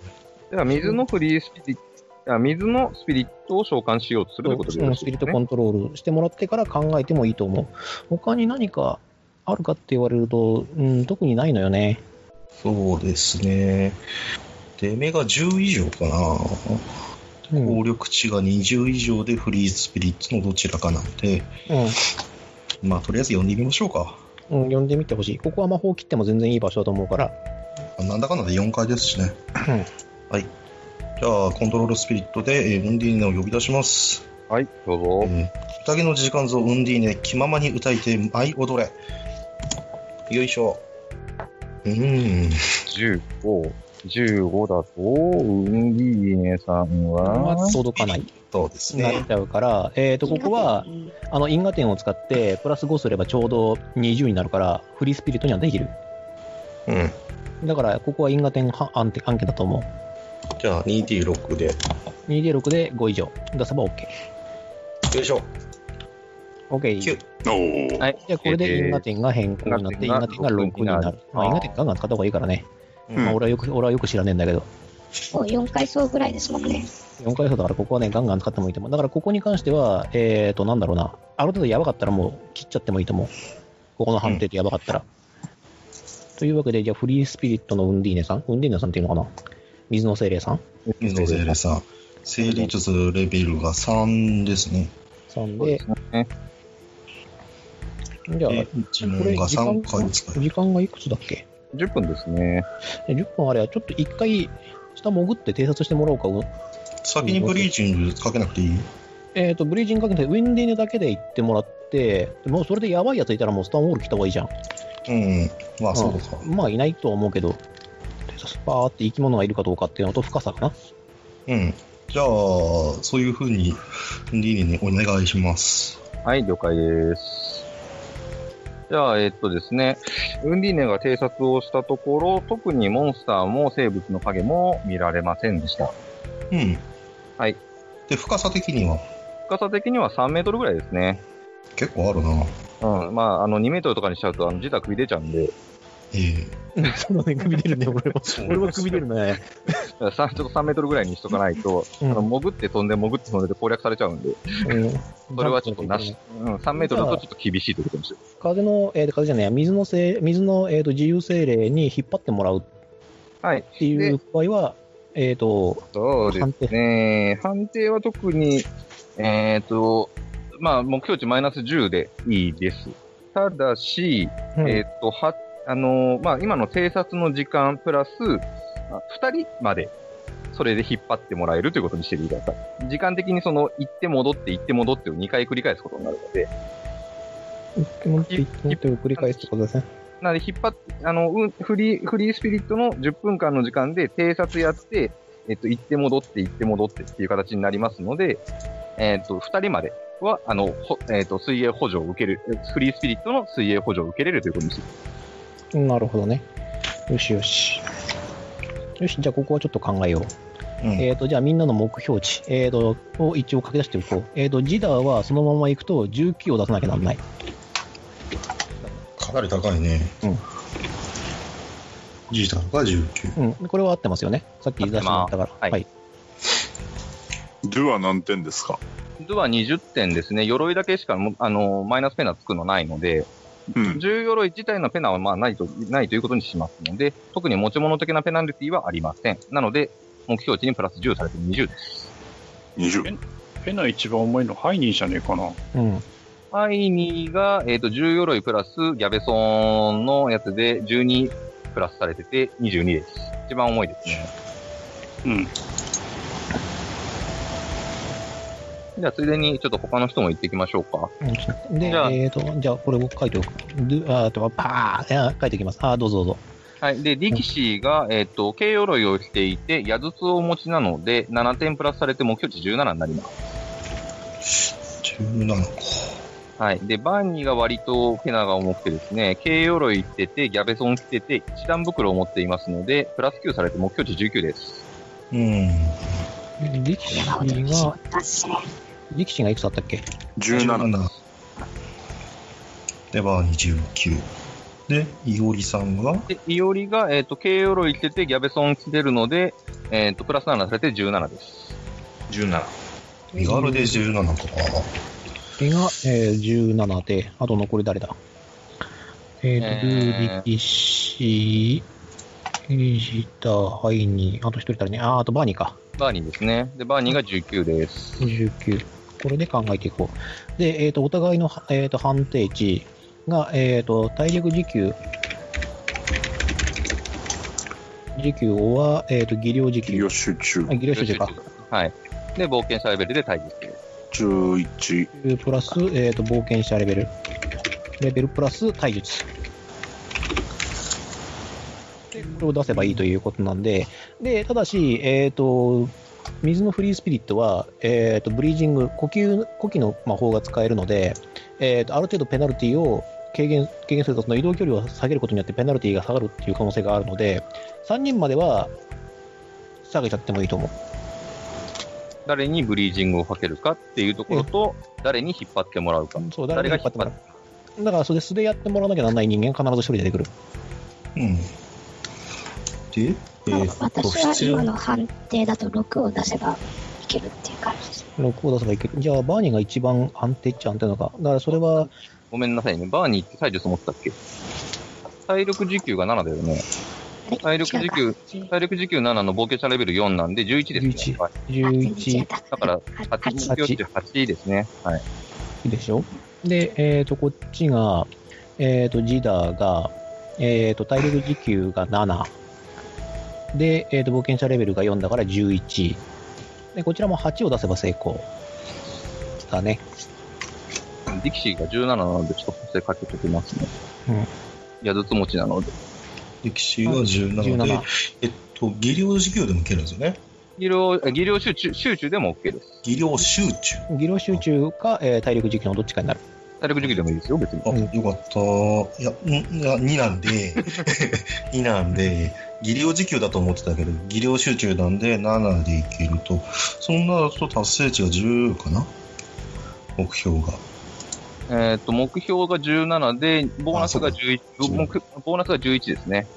Speaker 2: では、水のフリースピリット、あ水のスピリットを召喚しようとするということでよ
Speaker 1: う
Speaker 2: ろ
Speaker 1: ん
Speaker 2: し
Speaker 1: ス
Speaker 2: い
Speaker 1: ピリ
Speaker 2: で
Speaker 1: ッ
Speaker 2: す
Speaker 1: ト
Speaker 2: ね
Speaker 1: コ。ントロールしてもらってから考えてもいいと思う。他に何かあるかって言われると、うん、特にないのよね。
Speaker 4: そうですね。出目が10以上かな。
Speaker 1: うん。う
Speaker 4: 効
Speaker 1: ん、
Speaker 4: 力値が20以上でフリースピリッツのどちらかなので、
Speaker 8: まあ、とりあえず読んでみましょうか。
Speaker 1: うん、読んでみてほしい。ここは魔法を切っても全然いい場所だと思うから。
Speaker 8: なんだかんだで4回ですしね。はい。じゃあ、コントロールスピリットで、えーウンディーネを呼び出します。
Speaker 2: はい、どうぞ。
Speaker 8: えー宴の時間像ウンディーネ、気ままに歌いて舞い踊れ。よいしょ。うーん。
Speaker 2: 15。15だと、うんぎーねさんは、
Speaker 1: 届かない。
Speaker 8: そうです
Speaker 1: な
Speaker 8: ね
Speaker 1: っ。ちゃうから、えっと、ここ は、あの、因果点を使って、プラス5すればちょうど20になるから、フリースピリットにはできる。
Speaker 8: うん。
Speaker 1: だから、ここは因果点は案件案件だと思う。
Speaker 8: じゃあ、2D6 で。
Speaker 1: 2D6 で5以上出せば OK。
Speaker 8: よいしょ。
Speaker 1: OK。
Speaker 8: 九
Speaker 1: じ
Speaker 7: おー
Speaker 2: はい
Speaker 1: ゃあ、これで因果点が変更になって、因
Speaker 2: 因
Speaker 1: 果
Speaker 2: 果
Speaker 1: 点
Speaker 2: 点
Speaker 1: が
Speaker 2: が
Speaker 1: 6になる。まあ、因果点ガンガン使った方がいいからね。
Speaker 8: うん
Speaker 1: まあ、俺はよく、俺はよく知らねえんだけど。
Speaker 5: もう4回そうぐらいですもんね。
Speaker 1: 4回だから、ここはね、ガンガン使ってもいいと思う。だから、ここに関しては、えっ、と、なんだろうな。ある程度やばかったらもう切っちゃってもいいと思う。ここの判定でやばかったら。というわけで、じゃあ、フリースピリットのウンディーネさんウンディーネさんっていうのかな水の精霊さん
Speaker 8: 水野聖霊さん。聖霊術レベルが3ですね。
Speaker 1: さんで、じゃあ、
Speaker 8: で、一問が3回使える。
Speaker 1: 時間がいくつだっけ
Speaker 2: 10分ですね。
Speaker 1: え ?10 分あれば、ちょっと一回、下潜って偵察してもらおうか。う
Speaker 8: 先にブリーチングかけなくていい
Speaker 1: えっ、と、ブリージングかけて、ウィンディーネだけで行ってもらって、もうそれでやばいやついたら、もうスタンウォール来た方がいいじゃん。
Speaker 8: うん。まあ、そうか。
Speaker 1: まあ、いないとは思うけど、スパーって生き物がいるかどうかっていうのと深さかな。
Speaker 8: うん。じゃあ、そういうふうに、リーネにお願いします。
Speaker 2: はい、了解です。じゃあ、えっとですね、ウンディーネが偵察をしたところ、特にモンスターも生物の影も見られませんでした。
Speaker 8: うん。
Speaker 2: はい。
Speaker 8: で、深さ的には、
Speaker 2: 深さ的には3メートルぐらいですね。
Speaker 8: 結構あるな。
Speaker 2: うん、まあ、あの、2メートルとかにしちゃうと、あの、自体首出ちゃうんで、
Speaker 8: ええ
Speaker 1: そうだね、首出るね、俺は。
Speaker 8: そう
Speaker 1: 俺は首出るね。
Speaker 2: さちょっと3メートルぐらいにしとかないと、
Speaker 1: うん
Speaker 2: あの潜って飛んで、潜って飛んでで攻略されちゃうんで、それはちょっとなし、うん、3メートルだとちょっと厳しいということにして
Speaker 1: 風の、えーと風じゃないや、水のせい水の、えーと自由精霊に引っ張ってもらう
Speaker 2: はい。
Speaker 1: っていう場合は、えっ、と、
Speaker 2: そうですね。判定は特に、えっ、と、まあ、目標値マイナス10でいいです。ただし、
Speaker 1: うん
Speaker 2: えっ、と、は、あのーまあ、今の偵察の時間プラス、まあ二人まで、それで引っ張ってもらえるということにしてください。時間的にその、行って戻って行って戻ってを2回繰り返すことになるので、
Speaker 1: 持って持って繰り返すってことですね。
Speaker 2: なので、引っ張って、あの、うん、フリー、フリースピリットの10分間の時間で偵察やって、えっと、行って戻って行って戻ってっていう形になりますので、えっと、2人までは、あの、ほえっと、水泳補助を受ける、フリースピリットの水泳補助を受けれるということにして
Speaker 1: なるほどね。よしよし。よし、じゃあここはちょっと考えよう。
Speaker 8: うん
Speaker 1: えっ、と、じゃあみんなの目標値、えっ、と、を一応書き出しておこう。えっ、と、ジダーはそのまま行くと19を出さなきゃなんない。
Speaker 8: かなり高いね。
Speaker 1: うん。
Speaker 8: ジータが19。
Speaker 1: うん、これは合ってますよね。さっき出してもらったから。
Speaker 2: 合ってますはい
Speaker 1: い。
Speaker 7: ドゥは何点ですか
Speaker 2: ドゥは20点ですね。鎧だけしかも、あの、マイナスペナつくのないので、
Speaker 7: うん。
Speaker 2: 重鎧自体のペナはまあないと、ないということにしますので、特に持ち物的なペナルティはありません。なので、目標値にプラス10されて20です。
Speaker 7: 20。
Speaker 3: ペナ一番重いのハイニーじゃねえかな。
Speaker 1: うん。
Speaker 2: アイニーが、えっ、と、10鎧プラスギャベソンのやつで12プラスされてて22です。一番重いですね。
Speaker 3: うん。
Speaker 2: じゃあ、ついでにちょっと他の人も行ってきましょうか。
Speaker 1: うんちょっとで、
Speaker 2: じゃあ
Speaker 1: えっ、と、じゃあこれを書いておく。であーと、パーあ書いておきます。あー、どうぞどうぞ。
Speaker 2: はい。で、力士が、えっ、と、軽鎧を着ていて、矢筒をお持ちなので、7点プラスされて目標値17になります。
Speaker 8: 17か。
Speaker 2: はい。で、バーニーが割とペナが重くてですね、軽鎧着てて、ギャベソン着てて、一段袋を持っていますので、プラス9されて目標値19です。
Speaker 8: うん。
Speaker 1: 力士
Speaker 5: 山本にしま
Speaker 1: が
Speaker 5: っ、たっすね。
Speaker 1: 力士がいくつあったっけ
Speaker 7: 17。
Speaker 8: で、バー29。で、いおりさんが、
Speaker 2: で、いおりが、えっ、と、軽鎧着てて、ギャベソン着てるので、えっ、と、プラス7されて17です。
Speaker 6: 17。
Speaker 8: 身軽で17か。
Speaker 1: 手が、えー、17で、あと残り誰だえっ、
Speaker 2: え
Speaker 1: と、ル
Speaker 2: ー
Speaker 1: ー、力士、ジタ、ハイニー、あと一人誰ね。あー、あとバーニーか。
Speaker 2: バーニーですね。で、バーニーが19です。
Speaker 1: 19。これで考えていこう。で、えっ、と、お互いの、えっ、と、判定値が、えっ、と、体力時給、時給は、えっ、と、技量時
Speaker 7: 企
Speaker 1: 給
Speaker 7: 業。集中
Speaker 1: あ、技量集中か。
Speaker 2: はい。で、冒険者レベルで対決。
Speaker 7: 11。
Speaker 1: プラス、えっ、と、冒険者レベル。レベルプラス体術。で、これを出せばいいということなんで、で、ただし、えっ、と、水のフリースピリットは、えっ、と、ブリージング、呼吸、呼気の魔法が使えるので、えっ、と、ある程度ペナルティを軽減、軽減すると、その移動距離を下げることによってペナルティが下がるっていう可能性があるので、3人までは下げちゃってもいいと思う。
Speaker 2: 誰にブリージングをかけるかっていうところと、誰に引っ張ってもらうか。
Speaker 1: そう、
Speaker 2: 誰
Speaker 1: 誰
Speaker 2: が
Speaker 1: が
Speaker 2: 引
Speaker 1: 引
Speaker 2: っ
Speaker 1: っ張
Speaker 2: 張っ
Speaker 1: っててもらう。
Speaker 2: もら
Speaker 1: だから、それ素でやってもらわなきゃならない人間、必ず一人出てくる。
Speaker 8: うん。で、え
Speaker 5: まあ
Speaker 8: ーっと、
Speaker 5: 私は
Speaker 8: 必要
Speaker 5: 今の判定だと6を出せばいけるっていう感じです。
Speaker 1: 6を出せばいける。じゃあ、バーニーが一番安定っちゃ安定なのか。だから、それは、
Speaker 2: ごめんなさいね。バーニーって体術持ってたっけ体力時給が7だよね。
Speaker 5: あれ
Speaker 2: 体力時給
Speaker 5: 違うか
Speaker 2: 体力時給7の冒険者レベル4なんで11ですね。
Speaker 1: 11
Speaker 2: はい
Speaker 5: あ全然違っ
Speaker 1: 11
Speaker 5: た
Speaker 2: だから
Speaker 5: 八
Speaker 2: 8によって8ですね。はい。
Speaker 1: でしょで、えっ、と、こっちが、えっ、と、ジダーが、えっ、と、体力時給が7。で、えっ、と、冒険者レベルが4だから11。で、こちらも8を出せば成功。だね。
Speaker 2: ディキシーが17なので、ちょっと補正かけときますね。
Speaker 1: うん
Speaker 2: 矢筒持ちなので。
Speaker 8: 歴史は17で、えっと、技量事業でもいけるんですよね。
Speaker 2: 技量、技量集中、集中でも OK です。
Speaker 8: 技量集中。
Speaker 1: 技量集中か、えー体力時給のどっちかになる。
Speaker 2: 体力時給でもいいですよ、別に。
Speaker 8: あ、
Speaker 1: うん
Speaker 8: よかった。いや、んいや2なん で、2なんで、技量時給だと思ってたけど、技量集中なんで7でいけると、そんなだと達成値が10かな目標が。
Speaker 2: えっと、目標が17で、ボーナスが
Speaker 8: あそう
Speaker 2: 11、目ボーナスが11ですね。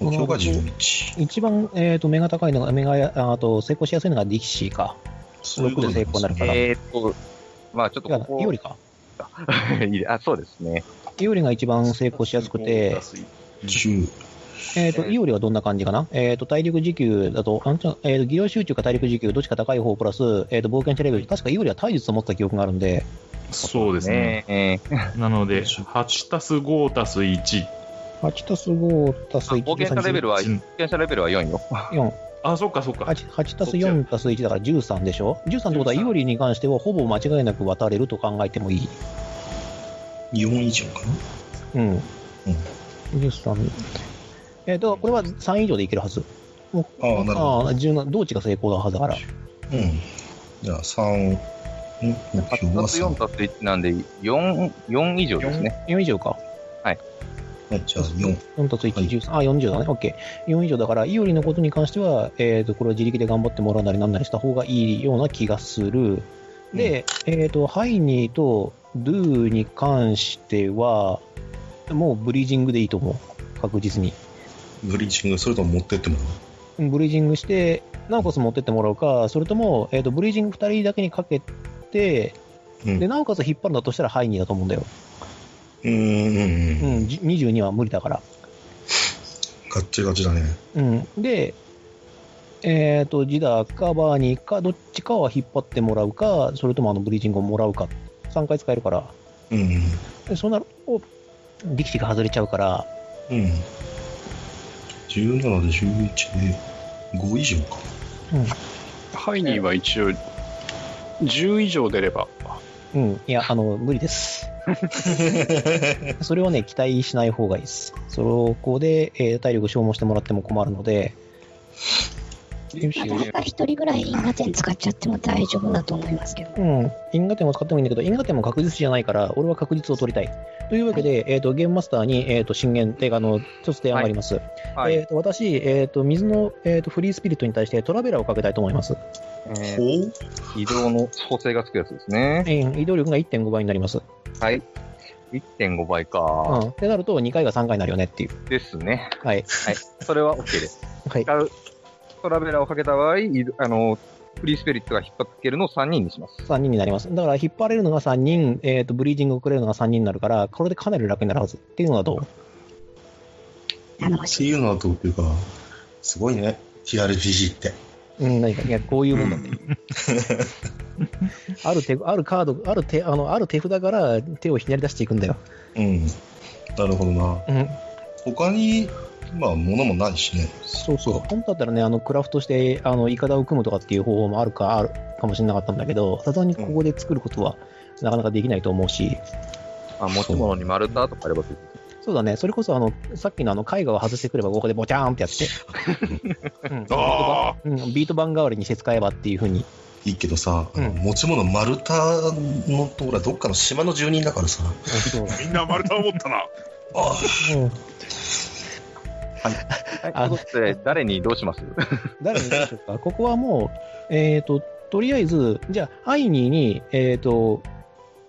Speaker 8: 目標が11。
Speaker 1: 一番、えっ、と、目が高いのが、目が、あと、成功しやすいのがディキシーか。
Speaker 8: そういうこと
Speaker 1: で成功になるから。
Speaker 2: えっと、まあちょっと
Speaker 1: いや
Speaker 2: ここ
Speaker 1: イオリか。
Speaker 2: い いねあ、そうですね。
Speaker 1: イオリが一番成功しやすくて、
Speaker 8: 10。
Speaker 1: えっ、と、イオリはどんな感じかなえっ、と、体力時給だと、あんちゃん、えっ、と、技量集中か体力時給、どっちか高い方プラス、えっ、と、冒険者レベル、確かイオリは体術を持ってた記憶があるんで、
Speaker 6: そうですね。
Speaker 2: ねえー
Speaker 6: なので、8たす5たす1。
Speaker 1: 8たす5たす
Speaker 2: あ
Speaker 1: 1。
Speaker 2: 冒険者レベルは、
Speaker 6: うん
Speaker 2: 冒険者レベルは4よ。
Speaker 1: 4。
Speaker 6: あ、そっかそっか。
Speaker 1: 8, 8たす4たす1だから13でしょ ?13 ってことは、イオリに関してはほぼ間違いなく渡れると考えてもいい。
Speaker 8: 4以上かな
Speaker 1: うん。13。えっ、と、これは3以上でいけるはず。
Speaker 8: ああ、なるほ
Speaker 1: ああ、17、同値が成功なはずだから。
Speaker 8: ど。うん。じゃあ3を、ん目標
Speaker 2: 8
Speaker 8: は
Speaker 2: たす
Speaker 8: 3
Speaker 2: 4。たす1なんで、4、4以上ですね。
Speaker 1: 4以上か。
Speaker 8: はいじゃあ4。
Speaker 1: 4たす1、
Speaker 8: はい
Speaker 1: 13、あ、40だね、OK。4以上だから、イオリのことに関しては、えっ、と、これは自力で頑張ってもらうなりなんなりした方がいいような気がする。で、えっ、と、ハイニーとドゥに関しては、もうブリージングでいいと思う。確実に。
Speaker 8: ブリーチング、それとも持ってってもらう。
Speaker 1: ブリージングして、なおかつ持ってってもらうか、それとも、えっ、と、ブリージング2人だけにかけて、
Speaker 8: うん
Speaker 1: で、なおかつ引っ張るんだとしたらハイニーだと思うんだよ。
Speaker 8: うーん、うん、
Speaker 1: う
Speaker 8: うん。
Speaker 1: ん、じ22は無理だから。
Speaker 8: ガッチガチだね。
Speaker 1: うん、で、えっ、と、ジダーかバーニーか、どっちかは引っ張ってもらうか、それともあのブリージングをもらうか、3回使えるから、
Speaker 8: うん、
Speaker 1: でそうなると、力士が外れちゃうから、
Speaker 8: うん。うん。17で11で5以上か。
Speaker 3: ハイニーは一応10以上出れば
Speaker 1: うん、いや、あの、無理です。それをね、期待しない方がいいです。そこで、えー体力消耗してもらっても困るので、よし
Speaker 5: まあ、誰か一人ぐらい因果点使っちゃっても大丈夫だと思いますけど。
Speaker 1: うん、因果点を使ってもいいんだけど、因果点も確実じゃないから、俺は確実を取りたい。というわけで、えっ、と、ゲームマスターに、えっ、と、進言、てか、あの、一つ提案があります。
Speaker 2: はい。
Speaker 1: えー、と私、えーと、水の、えー、とフリースピリットに対してトラベラーをかけたいと思います。
Speaker 2: えー
Speaker 8: ほう
Speaker 2: 移動の補正がつくやつですね。
Speaker 1: えー移動力が1.5倍になります。う
Speaker 2: はい。1.5倍か。
Speaker 1: ん。ってなると、2回が3回になるよねっていう。
Speaker 2: ですね。
Speaker 1: はい。
Speaker 2: はい。それは OK です。
Speaker 1: はい。
Speaker 2: 使うトラベラーをかけた場合、移動あの、フリースペリットが引っ張ってけるのを3人にします。
Speaker 1: 3人になります。だから、引っ張れるのが3人、えー、とブリージングをくれるのが3人になるから、これでかなり楽になるはず。っていうのはどう
Speaker 5: 頼も
Speaker 8: って
Speaker 5: しい。
Speaker 8: いうのはどうっていうか、すごいね。TRPG って。
Speaker 1: うん、何か、いや、こういうもんだって。ある手、あるカード、ある手、あの、ある手札から手をひねり出していくんだよ。
Speaker 4: うん。なるほどな。
Speaker 1: うん。
Speaker 4: 他に、まあ、物もないしね。
Speaker 1: そうそう。本当だったらね、あの、クラフトして、あの、イカダを組むとかっていう方法もあるか、あるかもしれなかったんだけど、さすがにここで作ることは、なかなかできないと思うし、
Speaker 2: あ、持ち物に丸太とかあれば、
Speaker 1: そうだね、それこそ、あの、さっきのあの、絵画を外してくれば、ここでボチャーンってやって、 うん
Speaker 7: あ
Speaker 1: うん、ビート版代わりにして使えばっていうふうに、
Speaker 4: いいけどさ、あの
Speaker 1: うん
Speaker 4: 持ち物丸太のところはどっかの島の住人だからさ。
Speaker 1: そう
Speaker 7: あ、みんな丸太を持った な。
Speaker 4: あ
Speaker 1: うん
Speaker 2: はい、ということで、誰にどうし ます
Speaker 1: 誰にどうしようか。ここはもう、えっ、と、とりあえず、じゃあ、アイニーに、えっ、と、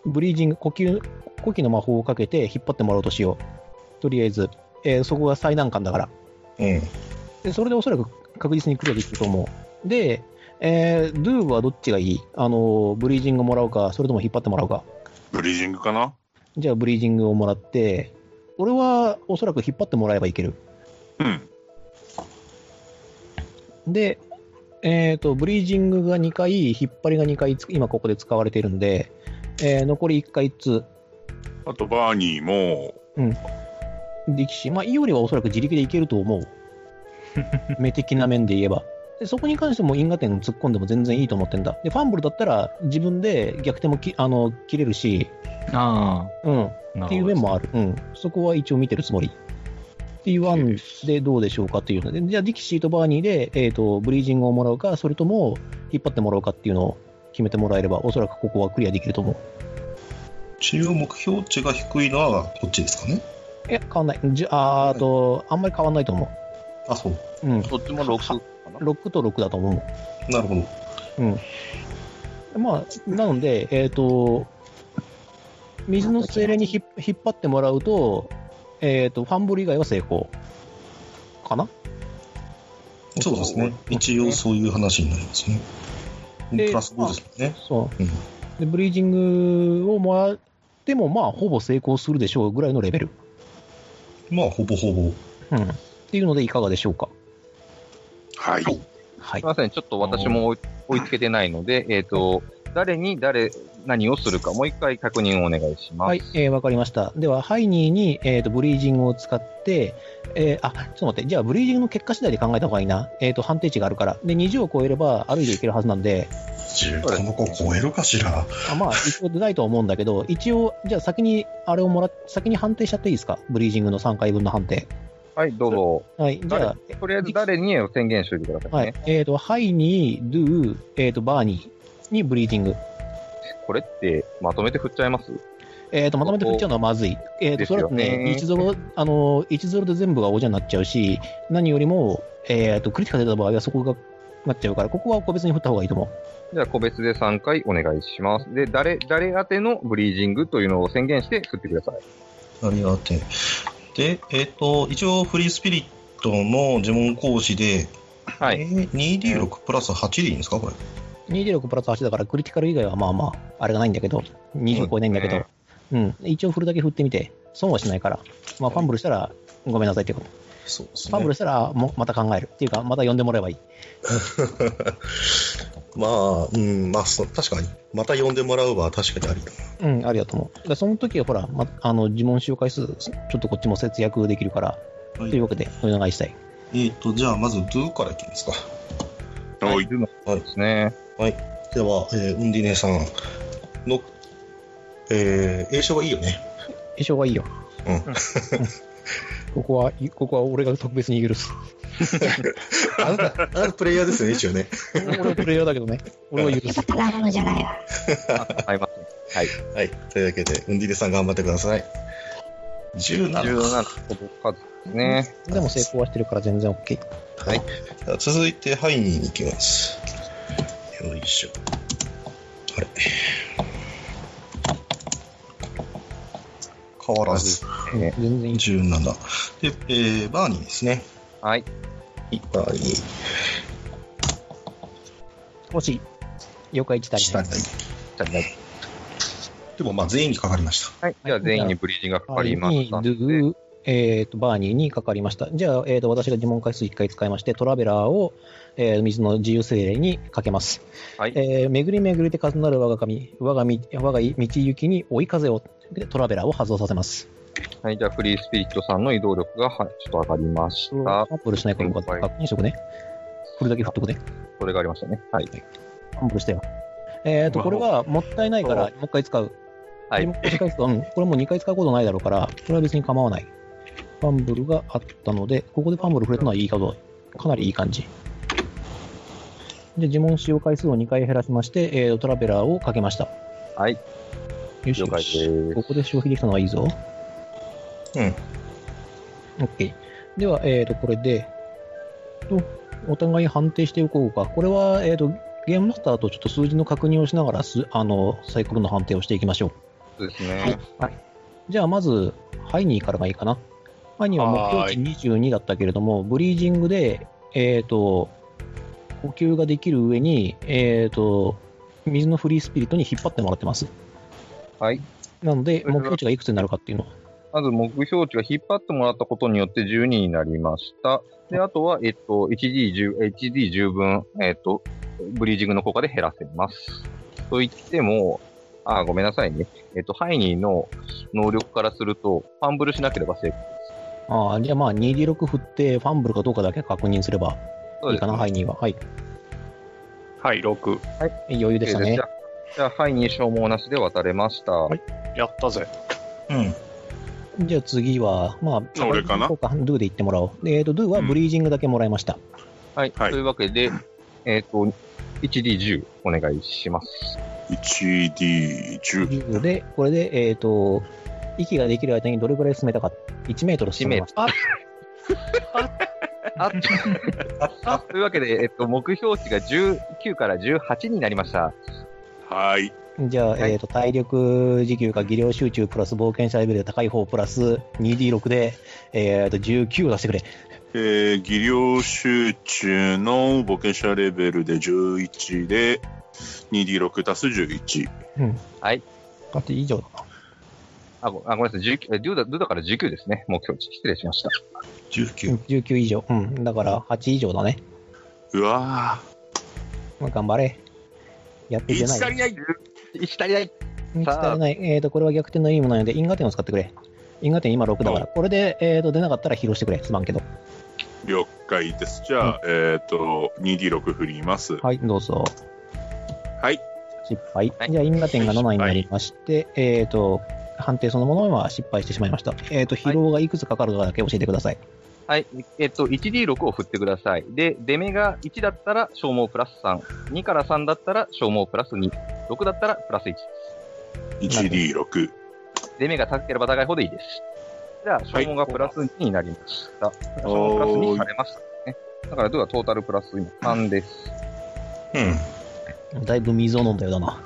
Speaker 1: ブリージング、呼吸、呼気の魔法をかけて引っ張ってもらおうとしよう。とりあえず、えーそこが最難関だから。
Speaker 4: うん。
Speaker 1: で、それでおそらく確実にクリアできると思う。で、えー、ドゥーはどっちがいいあの、ブリージングもらうか、それとも引っ張ってもらうか。
Speaker 7: ブリージングかな
Speaker 1: じゃあ、ブリージングをもらって、俺はおそらく引っ張ってもらえばいける。
Speaker 7: うん。
Speaker 1: で、えっ、と、ブリージングが2回、引っ張りが2回つ、今ここで使われているんで、えー残り1回ず
Speaker 7: あと、バーニーも、
Speaker 1: つ、力士。まあ、イオリはおそらく自力でいけると思う。目的な面で言えば。でそこに関しても因果点突っ込んでも全然いいと思ってんだ。で、ファンブルだったら自分で逆転もきあの切れるし、
Speaker 6: あ
Speaker 1: うん、っ
Speaker 6: あ。
Speaker 1: ていう面もある。うん。そこは一応見てるつもり。っていう案でどうでしょうかっていうので、じゃあ、ディキシーとバーニーで、えっ、と、ブリージングをもらうか、それとも、引っ張ってもらうかっていうのを決めてもらえれば、おそらくここはクリアできると思う。
Speaker 4: 一応目標値が低いのはこっちですかね。
Speaker 1: いや、変わんない。じゃあ、あと、あんまり変わんないと思
Speaker 4: あ、そう。
Speaker 1: う。うん。
Speaker 2: どっちも6かな
Speaker 1: 6と6だと思
Speaker 4: なるほど。
Speaker 1: う。まあ、なので、えっ、と、水の精霊にひっ引っ張ってもらうと、えっ、と、ファンブル以外は成功。かな
Speaker 4: そうですね。一応そういう話になりますね。
Speaker 1: で
Speaker 4: プラス5ですもんね。
Speaker 1: そう。
Speaker 4: うん
Speaker 1: で、ブリージングをもらっても、まあ、ほぼ成功するでしょうぐらいのレベル。
Speaker 4: まあ、ほぼほぼ。
Speaker 1: うん。っていうので、いかがでしょうか。
Speaker 7: はい。
Speaker 1: はいはい
Speaker 2: すみ。ません、ちょっと私も追い追いつけてないので、えっ、と、誰に誰、何をするか、もう一回確認をお願いします。
Speaker 1: はい、えーわかりました。では、ハイニーに、えー、とブリージングを使って、えーあ、ちょっと待って、じゃあ、ブリージングの結果次第で考えた方がいいな。えっ、と、判定値があるから。で、20を超えれば歩いていけるはずなんで、
Speaker 4: 10この子超えるかしら。
Speaker 1: あ まあ、一応出ないとは思うんだけど、一応、じゃあ先に、あれをもらっ、先に判定しちゃっていいですかブリージングの3回分の判定。
Speaker 2: はい、どうぞ。
Speaker 1: はい、じゃ
Speaker 2: とりあえず誰にを宣言しておいてくだ
Speaker 1: あ、
Speaker 2: さ
Speaker 1: はいい
Speaker 2: ね。、
Speaker 1: えっ、と、ハイニー、ドゥー、えっ、と、バーニーにブリージング。
Speaker 2: これって、まとめて振っちゃいます
Speaker 1: えー、とまとめて振っちゃうのはまずい、えー、と
Speaker 2: です
Speaker 1: それだ
Speaker 2: よ
Speaker 1: と
Speaker 2: ね
Speaker 1: ね、1ゾロあの1ゾロで全部が王者になっちゃうし、何よりも、えー、とクリティカル出た場合はそこがなっちゃうから、ここは個別に振った方がいいと思う。
Speaker 2: じゃあ、個別で3回お願いします。で、誰、誰宛てのブリージングというのを宣言して振ってください。
Speaker 4: ありがてえ。で、えっ、と、一応フリースピリットの呪文講師で、
Speaker 2: は
Speaker 4: え
Speaker 2: い。
Speaker 4: ー 2D6 プラス8でいいんですかこれ。
Speaker 1: 2D6 プラス8だから、クリティカル以外はまあまあ、あれがないんだけど、20超えないんだけど、うん、一応振るだけ振ってみて、損はしないから、まあ、ファンブルしたら、ごめんなさいってこと。
Speaker 4: そうです
Speaker 1: ファンブルしたら、あもまた考える。っていうか、また呼んでもらえばいい。
Speaker 4: まあ、うん、まあ、そう確かに。また呼んでもらうは確かにありだな。
Speaker 1: うん、ありがとう思う。だからその時はほら、ま、あの、呪文使用回数、ちょっとこっちも節約できるから、
Speaker 4: はい
Speaker 1: というわけで、お願いしたい。
Speaker 4: えっ、と、じゃあ、まず、ドゥからいきますか。
Speaker 7: お
Speaker 2: はいい。。そうです ね。
Speaker 4: では、えーウンディネさんの、えー、栄称がいいよね。
Speaker 1: 衣装はいいよ。
Speaker 4: うん
Speaker 1: ここは、ここは俺が特別に許 す。
Speaker 4: あなた、あなたプレイヤーですよね、一応ね。
Speaker 1: 俺はプレイヤーだけどね。俺は許
Speaker 5: やっ
Speaker 1: す
Speaker 5: ぱ。ただものじゃないわ。
Speaker 2: はい、ま
Speaker 4: はい。というわけで、ウンディネさん頑張ってください。
Speaker 2: あ、
Speaker 4: 17。
Speaker 2: 17届かずですね。
Speaker 1: でも成功はしてるから全然 OK。
Speaker 4: はい。では続いて、ハイニーに行きます。よいしょ。あれ。変わらず。
Speaker 2: ね
Speaker 1: 全然いい。
Speaker 4: 17。で、えー、バーニーですね。
Speaker 2: はい。
Speaker 4: バーニー、
Speaker 1: 欲しい。了解1足り
Speaker 4: 下
Speaker 1: ない。
Speaker 4: に。でも、まあ、全員にかかりました。
Speaker 2: はい。じゃあ、全員にブリージングがかかりました
Speaker 1: は
Speaker 2: の
Speaker 1: い
Speaker 2: で
Speaker 1: に、えー、とバーニーにかかりました。じゃあ、えー、と私が呪文回数1回使いまして、トラベラーを、えー水の自由精霊にかけます。
Speaker 2: はい
Speaker 1: えー巡り巡りて重なる我が神、我がみ我が道行きに追い風を、でトラベラーを発動させます。
Speaker 2: はい、じゃあ、フリースピリットさんの移動力が、はい、ちょっと上がりまし
Speaker 1: ア
Speaker 2: た。
Speaker 1: ップルしないことか
Speaker 2: はい
Speaker 1: 確認しておくね。これだけ振っとくね。
Speaker 2: それがありましたね。はい。
Speaker 1: アップルしたよ。えー、と、これはもったいないから、もう一回使う。
Speaker 2: はい
Speaker 1: もう一回使う。うん。これもう2回使うことないだろうから、これは別に構わない。ファンブルがあったので、ここでファンブル触れたのはいいかと。かなりいい感じ。で、呪文使用回数を2回減らしまして、えー、トラベラーをかけました。
Speaker 2: はい。
Speaker 1: よし
Speaker 2: 了
Speaker 1: よ
Speaker 2: 解
Speaker 1: し。
Speaker 2: で
Speaker 1: ここで消費できたのはいいぞ。
Speaker 4: うん。
Speaker 1: OK。では、えー、と、これで、と、お互い判定しておこうか。これは、えー、と、ゲームマスターとちょっと数字の確認をしながらす、あの、サイコロの判定をしていきましょう。
Speaker 2: す。ですね。
Speaker 1: じゃあ、まず、ハイニーからがいいかな。ハイニーは目標値22だったけれども、ブリージングで、えっ、と、呼吸ができる上に、えっ、と、水のフリースピリットに引っ張ってもらってます。
Speaker 2: はい。
Speaker 1: なので、
Speaker 2: それは
Speaker 1: 目標値がいくつになるかっていうのを
Speaker 2: まず、目標値が引っ張ってもらったことによって12になりました。で、あとは、えっと、1D10、1D10 分、えっと、ブリージングの効果で減らせます。と言っても、あ、ごめんなさいね。えっと、ハイニーの能力からすると、ファンブルしなければ成功。
Speaker 1: ああ、じゃあまあ 2D6 振ってファンブルかどうかだけ確認すれば
Speaker 2: そう
Speaker 1: い
Speaker 2: で
Speaker 1: い
Speaker 2: す
Speaker 1: かな、
Speaker 2: ね
Speaker 1: ハイニーは。はい。
Speaker 3: はい、6。
Speaker 1: 余裕でしたね
Speaker 2: じゃ。あ、じゃあハイに消耗なしで渡れました。
Speaker 3: いやったぜ。
Speaker 4: うん。
Speaker 1: じゃあ次は、まあ、
Speaker 7: 俺かな
Speaker 1: そうドゥで言ってもらおう。でえっ、と、ドゥはブリージングだけもらいました。
Speaker 2: はい。
Speaker 7: はい
Speaker 2: というわけで、えっ、と、1D10 お願いします。
Speaker 7: 1D10。
Speaker 1: 10で、これで、えっ、と、息ができる間にどれぐらい進めたか。1メートル進めました。
Speaker 2: ああというわけで、えっ、と、目標値が19から18になりました。
Speaker 7: はい。
Speaker 1: じゃあ、
Speaker 2: はい
Speaker 1: えっ、と、体力持久か技量集中プラス冒険者レベルで高い方プラス 2D6 で、えっ、と、19を出してくれ。
Speaker 7: えー、技量集中のボケ者レベルで11で、2D6 足す11。
Speaker 1: あと以上だな。
Speaker 2: あ、ごあごめんなさい。19えドゥだ、ドゥだから19ですね。目標値。失礼しました。
Speaker 1: うん
Speaker 4: 19。
Speaker 1: 19以上。うん。だから8以上だね。
Speaker 7: うわ
Speaker 1: まあ、頑張れ。やっていけ
Speaker 7: ー。
Speaker 1: ない。
Speaker 7: 1足りない
Speaker 2: 1足りない。
Speaker 1: 伝
Speaker 2: さあ
Speaker 1: えない。えっ、と、これは逆転の意味もないので、因果点を使ってくれ。因果点今6だから、これで、えー、と出なかったら披露してくれ。すまんけど。
Speaker 7: 了解です。じゃあ、えっ、と、2D6 振ります。
Speaker 1: はい、どうぞ。
Speaker 7: はい。
Speaker 1: 失敗。
Speaker 2: はい
Speaker 1: じゃあ、因果点が7になりまして、えっ、と、判定そのものは失敗してしまいました。えっ、と、疲労がいくつかかるかだけ教えてください。
Speaker 2: はい。えっ、と、1D6 を振ってください。で、出目が1だったら消耗プラス3。2から3だったら消耗プラス2。6だったらプラス1。
Speaker 7: 1D6。
Speaker 2: 出目が高ければ高いほどいいです。じゃあ、消耗がプラス2になりました。消耗プラス2されましたね。だから、どうはトータルプラス今3です。
Speaker 4: うん。
Speaker 1: だいぶ水を飲んだようだな。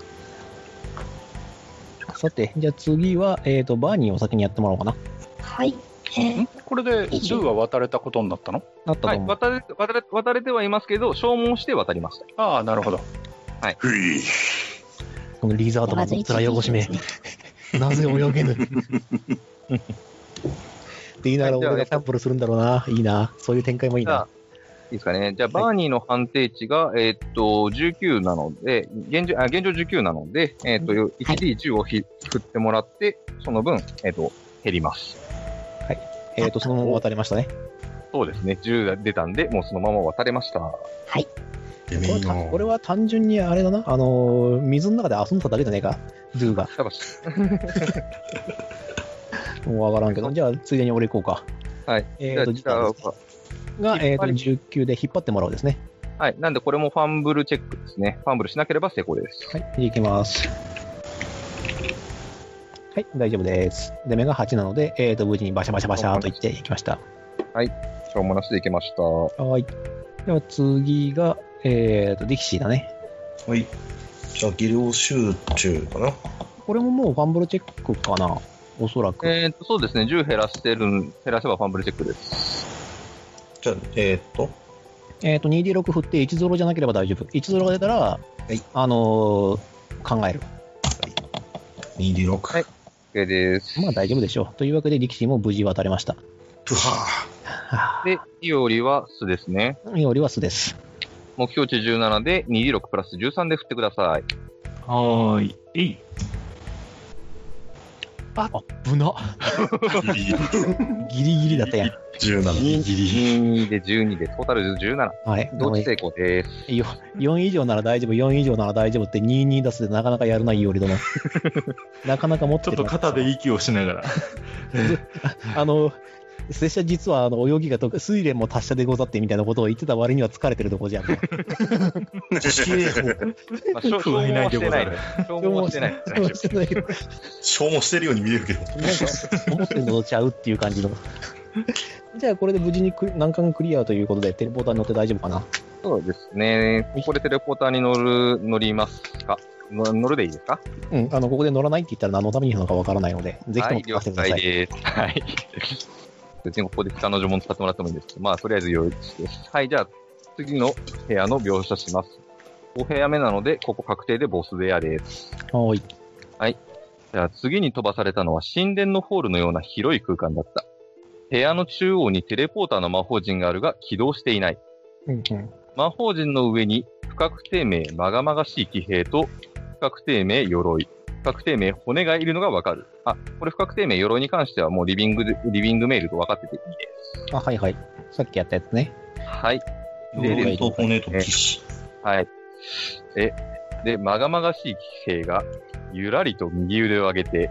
Speaker 1: さて、じゃあ次は、えっ、と、バーニーを先にやってもらおうかな。
Speaker 5: はい。えー
Speaker 3: んこれで、ドゥは渡れたことになったの
Speaker 1: なったと
Speaker 2: はい、
Speaker 1: 思う。
Speaker 2: 渡れ、渡れ、渡れてはいますけど、消耗して渡りました。
Speaker 3: ああ、なるほど。
Speaker 7: ふい。
Speaker 1: このリザードマンの面汚しめ。なぜ泳げぬって言いながら俺がサンプルするんだろうな。いいな。そういう展開もいい
Speaker 2: じゃあ
Speaker 1: な。、
Speaker 2: いいですかね。じゃあ、バーニーの判定値が、えーっと、19なので、現状、あ、現状19なので、えーっと、1D10 をひ振ってもらって、その分、えーっと、減ります。
Speaker 1: えっ、と、そのまま渡りましたね。
Speaker 2: そうですね。10が出たんで、もうそのまま渡れました。
Speaker 4: で
Speaker 1: これたこれは単純にあれだな。あのー、水の中で遊んだだけじゃねえか。ドゥが。
Speaker 2: ただし、
Speaker 1: もうわからんけど。じゃあ、ついでに俺行こうか。
Speaker 2: はい。
Speaker 1: え
Speaker 2: じ
Speaker 1: っ、
Speaker 2: ゃ
Speaker 1: と、ジ
Speaker 2: あ、じ
Speaker 1: タ
Speaker 2: ゃあ
Speaker 1: ー、が、えっ、と、
Speaker 2: 引っ
Speaker 1: 19で引っ張ってもらおうですね。
Speaker 2: はい。なんで、これもファンブルチェックですね。ファンブルしなければ成功です。
Speaker 1: はい。じゃあ行きます。はい、大丈夫です。で、目が8なので、えっ、と、無事にバシャバシャバシャーといっていきました。
Speaker 2: 消耗なしでいけました。
Speaker 1: はい。では次が、えっ、と、ディキシーだね。
Speaker 4: はい。じゃあ、技量集中かな。
Speaker 1: これももうファンブルチェックかな、おそらく。
Speaker 2: えーっと、そうですね。10減らしてるん、減らせばファンブルチェックです。
Speaker 4: じゃあ、えーっと、
Speaker 1: えっ、と、2D6 振って1ゾロじゃなければ大丈夫。1ゾロが出たら、
Speaker 4: い
Speaker 1: あのー考える。
Speaker 4: 2D6。
Speaker 2: はい OK です。
Speaker 1: まあ大丈夫でしょう。というわけで、力士も無事渡れました。
Speaker 4: ぷは
Speaker 1: は
Speaker 2: で、イオリは素ですね。
Speaker 1: ぁ、よりは素です。
Speaker 2: 目標値17で 2D6 プラス13で振ってください。
Speaker 6: はーい。えい。
Speaker 1: あ、ぶな。ギリギリだったやん。
Speaker 4: 17。
Speaker 2: 12で12で、トータル17。
Speaker 1: はい。
Speaker 2: 同時成功です。
Speaker 1: よ4以上なら大丈夫、4以上なら大丈夫って22出すでなかなかやるないより どな。なかなか持って
Speaker 6: ちょっ
Speaker 1: る
Speaker 6: と
Speaker 1: な
Speaker 6: 肩で息をしながら。
Speaker 1: あの、拙者実はあの泳ぎが得意、水練も達者でござってみたいなことを言ってた割には疲れてるとこじゃん。
Speaker 4: 地形法。
Speaker 2: まあ、消
Speaker 6: 不
Speaker 2: 耗
Speaker 6: いな
Speaker 2: はいし
Speaker 6: で
Speaker 2: て
Speaker 6: ご
Speaker 2: な
Speaker 6: ざ
Speaker 2: い
Speaker 6: る。。
Speaker 2: 消耗はしてない。
Speaker 1: 消耗してない。なんか
Speaker 4: 消耗してるように見えるけど。
Speaker 1: 思ってるのとちゃうっていう感じ の。じゃあこれで無事にクリ難関クリアということで、テレポーターに乗って大丈夫かな
Speaker 2: そうですね。ここでテレポーターに乗る、乗りますかの乗るでいいですか
Speaker 1: うん、あの、ここで乗らないって言ったら何のためになのかわからないので、ぜひと
Speaker 2: は
Speaker 1: も
Speaker 2: い、
Speaker 1: 聞か
Speaker 2: 了
Speaker 1: せてください。
Speaker 2: 解です。はい。 別にここで下の呪文使ってもらってもいいんですけど、まあ、とりあえず用意です。はい、じゃあ、次の部屋の描写します。5部屋目なので、ここ確定でボス部屋です。
Speaker 1: はーい。
Speaker 2: じゃあ次に飛ばされたのは神殿のホールのような広い空間だった。部屋の中央にテレポーターの魔法陣があるが起動していない。
Speaker 1: うんうん。
Speaker 2: 魔法陣の上に不確定名まがまがしい騎兵と不確定名鎧、不確定名骨がいるのがわかる。あ、これ不確定名鎧に関してはもうリビングで、リビングメールと分かってていいです。
Speaker 1: あ、はいはい。さっきやったやつね。
Speaker 2: はい。で
Speaker 4: 鎧と骨と騎士。
Speaker 2: はい。え、で、まがまがしい騎兵が、ゆらりと右腕を上げて、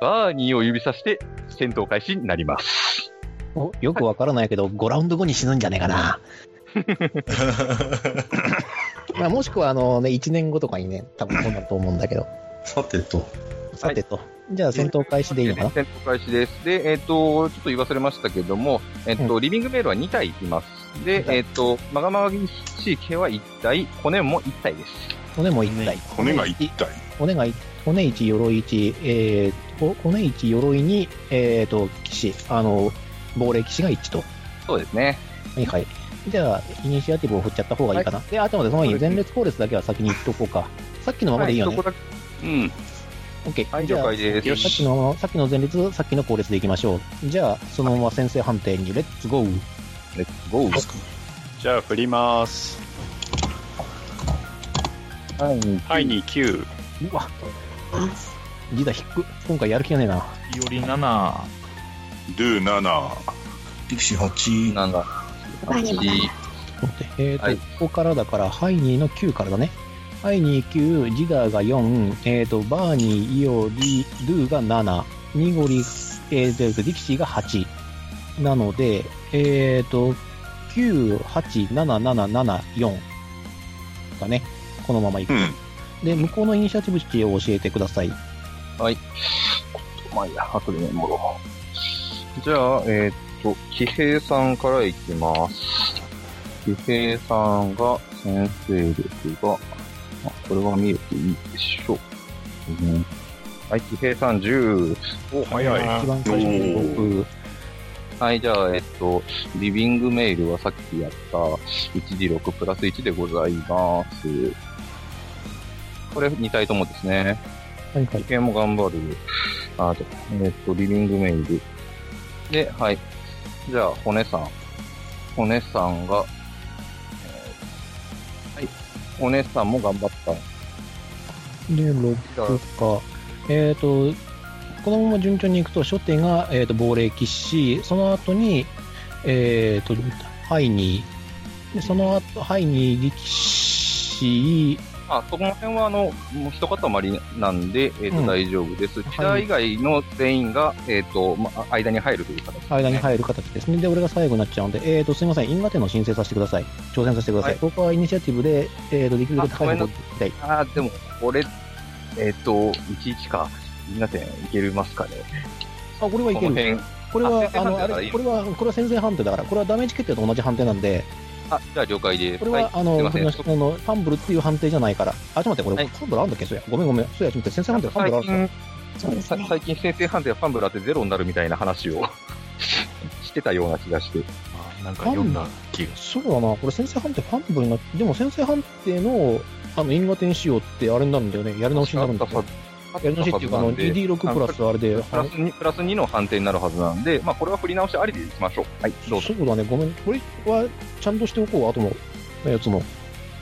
Speaker 2: バーニーを指さして、戦闘開始になります。
Speaker 1: およくわからないけど、5ラウンド後に死ぬんじゃねえかな。 まあ、もしくは、あのね、1年後とかにね、多分そうなると思うんだけど。
Speaker 4: さてと。
Speaker 1: さてと。じゃあ、戦闘開始でいいのかな
Speaker 2: 戦闘開始です。で、えっ、と、ちょっと言い忘れましたけども、えっ、と、リビングメールは2体います。で、えっ、と、まがまがしい騎兵は1体、骨も1体です。
Speaker 1: 骨も1体。
Speaker 7: 骨が一体。
Speaker 1: 骨が一骨1、鎧1、えーと、骨1、鎧2、えーと、騎士、あの、亡霊騎士が1と。
Speaker 2: そうですね。
Speaker 1: はいはい。じゃあ、イニシアティブを振っちゃった方がいいかな。で、あとまでその前に前列後列だけは先に言っとこうか。さっきのままでいいよね。
Speaker 2: はいそこだけ
Speaker 3: うん。
Speaker 1: オッケー。
Speaker 2: はい、
Speaker 1: じゃ
Speaker 2: 了
Speaker 1: あ
Speaker 2: 解です。
Speaker 3: よ
Speaker 1: さっきの、さっきの前列、さっきの後列でいきましょう。じゃあ、そのまま先生判定に、レッツゴー。
Speaker 2: レッツゴー。
Speaker 3: じゃあ振ります。
Speaker 2: はい、
Speaker 3: はい、に9。
Speaker 1: うわ。ギター引く。今回やる気がねえな。
Speaker 6: より7。
Speaker 7: ドゥ7。
Speaker 4: 力士8。
Speaker 2: なんだ。
Speaker 5: バニーもだ
Speaker 2: い
Speaker 1: 待ってえーと、
Speaker 2: はい
Speaker 1: ここからだから、ハイニーの9からだね。ハイニー9、ジダーが4、えーと、バーニー、イオリ、ドゥが7、ニゴリ、えーと、ディキシーが8。なので、えーと、9、8、7、7、7、4。だね。このままいく
Speaker 7: う。ん。
Speaker 1: で、向こうのイニシアティブ値を教えてください。
Speaker 2: はい。まあいいや、後でメモろう。じゃあ、えーっと、騎兵さんからいきます。騎兵さんが、先生力が、まあ、これは見えていいでしょう。うんはい、騎兵さん10。
Speaker 3: お、早い。
Speaker 1: 一番最初の6。
Speaker 2: はい、じゃあ、えっと、リビングメールはさっきやった 1D6 プラス1でございます。これ2体ともですね。
Speaker 1: はいはい
Speaker 2: 時。計も頑張る。あと、えっと、リビングメイル。で、はい。じゃあ、骨さん。骨さんが、えーはい。骨さんも頑張った。
Speaker 1: で、6か。えっ、と、このまま順調にいくと、初手が、えー、と亡霊騎士、その後に、えっ、と、ハイニー、でその後、ハイニー力士、
Speaker 2: まあ、そこの辺は、あの、もう一塊なんで、えっ、と、
Speaker 1: うん
Speaker 2: 大丈夫です。キ
Speaker 1: は
Speaker 2: ラ
Speaker 1: い
Speaker 2: 以外の全員が、えっ、と、まあ、間に入るという形ですね、
Speaker 1: 間に入る形ですね。で、俺が最後になっちゃうので、えっ、と、すみません、因果点の申請させてください。挑戦させてください。
Speaker 2: はい
Speaker 1: 僕はイニシアティブで、えっ、と、できるだけ高い方を行きたい。
Speaker 2: ああ、でも、これ、えっ、と、11か。みんなでいけますかね。
Speaker 1: あ、これはい
Speaker 2: こ
Speaker 1: け
Speaker 2: の
Speaker 1: る。
Speaker 2: 辺。
Speaker 1: これは、あの、
Speaker 2: あ先制判定だ
Speaker 1: あ
Speaker 2: からいい
Speaker 1: れ、
Speaker 2: の
Speaker 1: これは、これは先制判定だから、これはダメージ決定と同じ判定なんで、
Speaker 2: あ、じゃあ了解です。
Speaker 1: これは、
Speaker 2: い
Speaker 1: あ
Speaker 2: すい
Speaker 1: の、
Speaker 2: ません
Speaker 1: 僕のあのファンブルっていう判定じゃないから。あ、ちょっと待って、これ、
Speaker 2: はい
Speaker 1: ファンブルあるんだっけそうや。ごめんごめん。そうや、ちょっと待って、先生判定ファンブルあ
Speaker 2: 最
Speaker 1: るんだ。
Speaker 2: 近、
Speaker 5: そうです
Speaker 2: さ
Speaker 5: ね。
Speaker 2: 最近先生判定はファンブルあってゼロになるみたいな話を してたような気がして。
Speaker 6: あなんか読んだ気が。
Speaker 1: そうだな、これ先生判定ファンブルになって、でも先生判定の、あの、因果点使用ってあれになるんだよね。やり直しになるんだ
Speaker 2: あった
Speaker 1: よ
Speaker 2: は
Speaker 1: ね。やり直しっていうか、あの、ED6 プラスあれで、
Speaker 2: プラス2、プラス2の判定になるはずなんで、まあ、これは振り直しありでいきましょう。はい、どうぞ。
Speaker 1: そうだね、ごめん、これはちゃんとしておこう、後のやつも。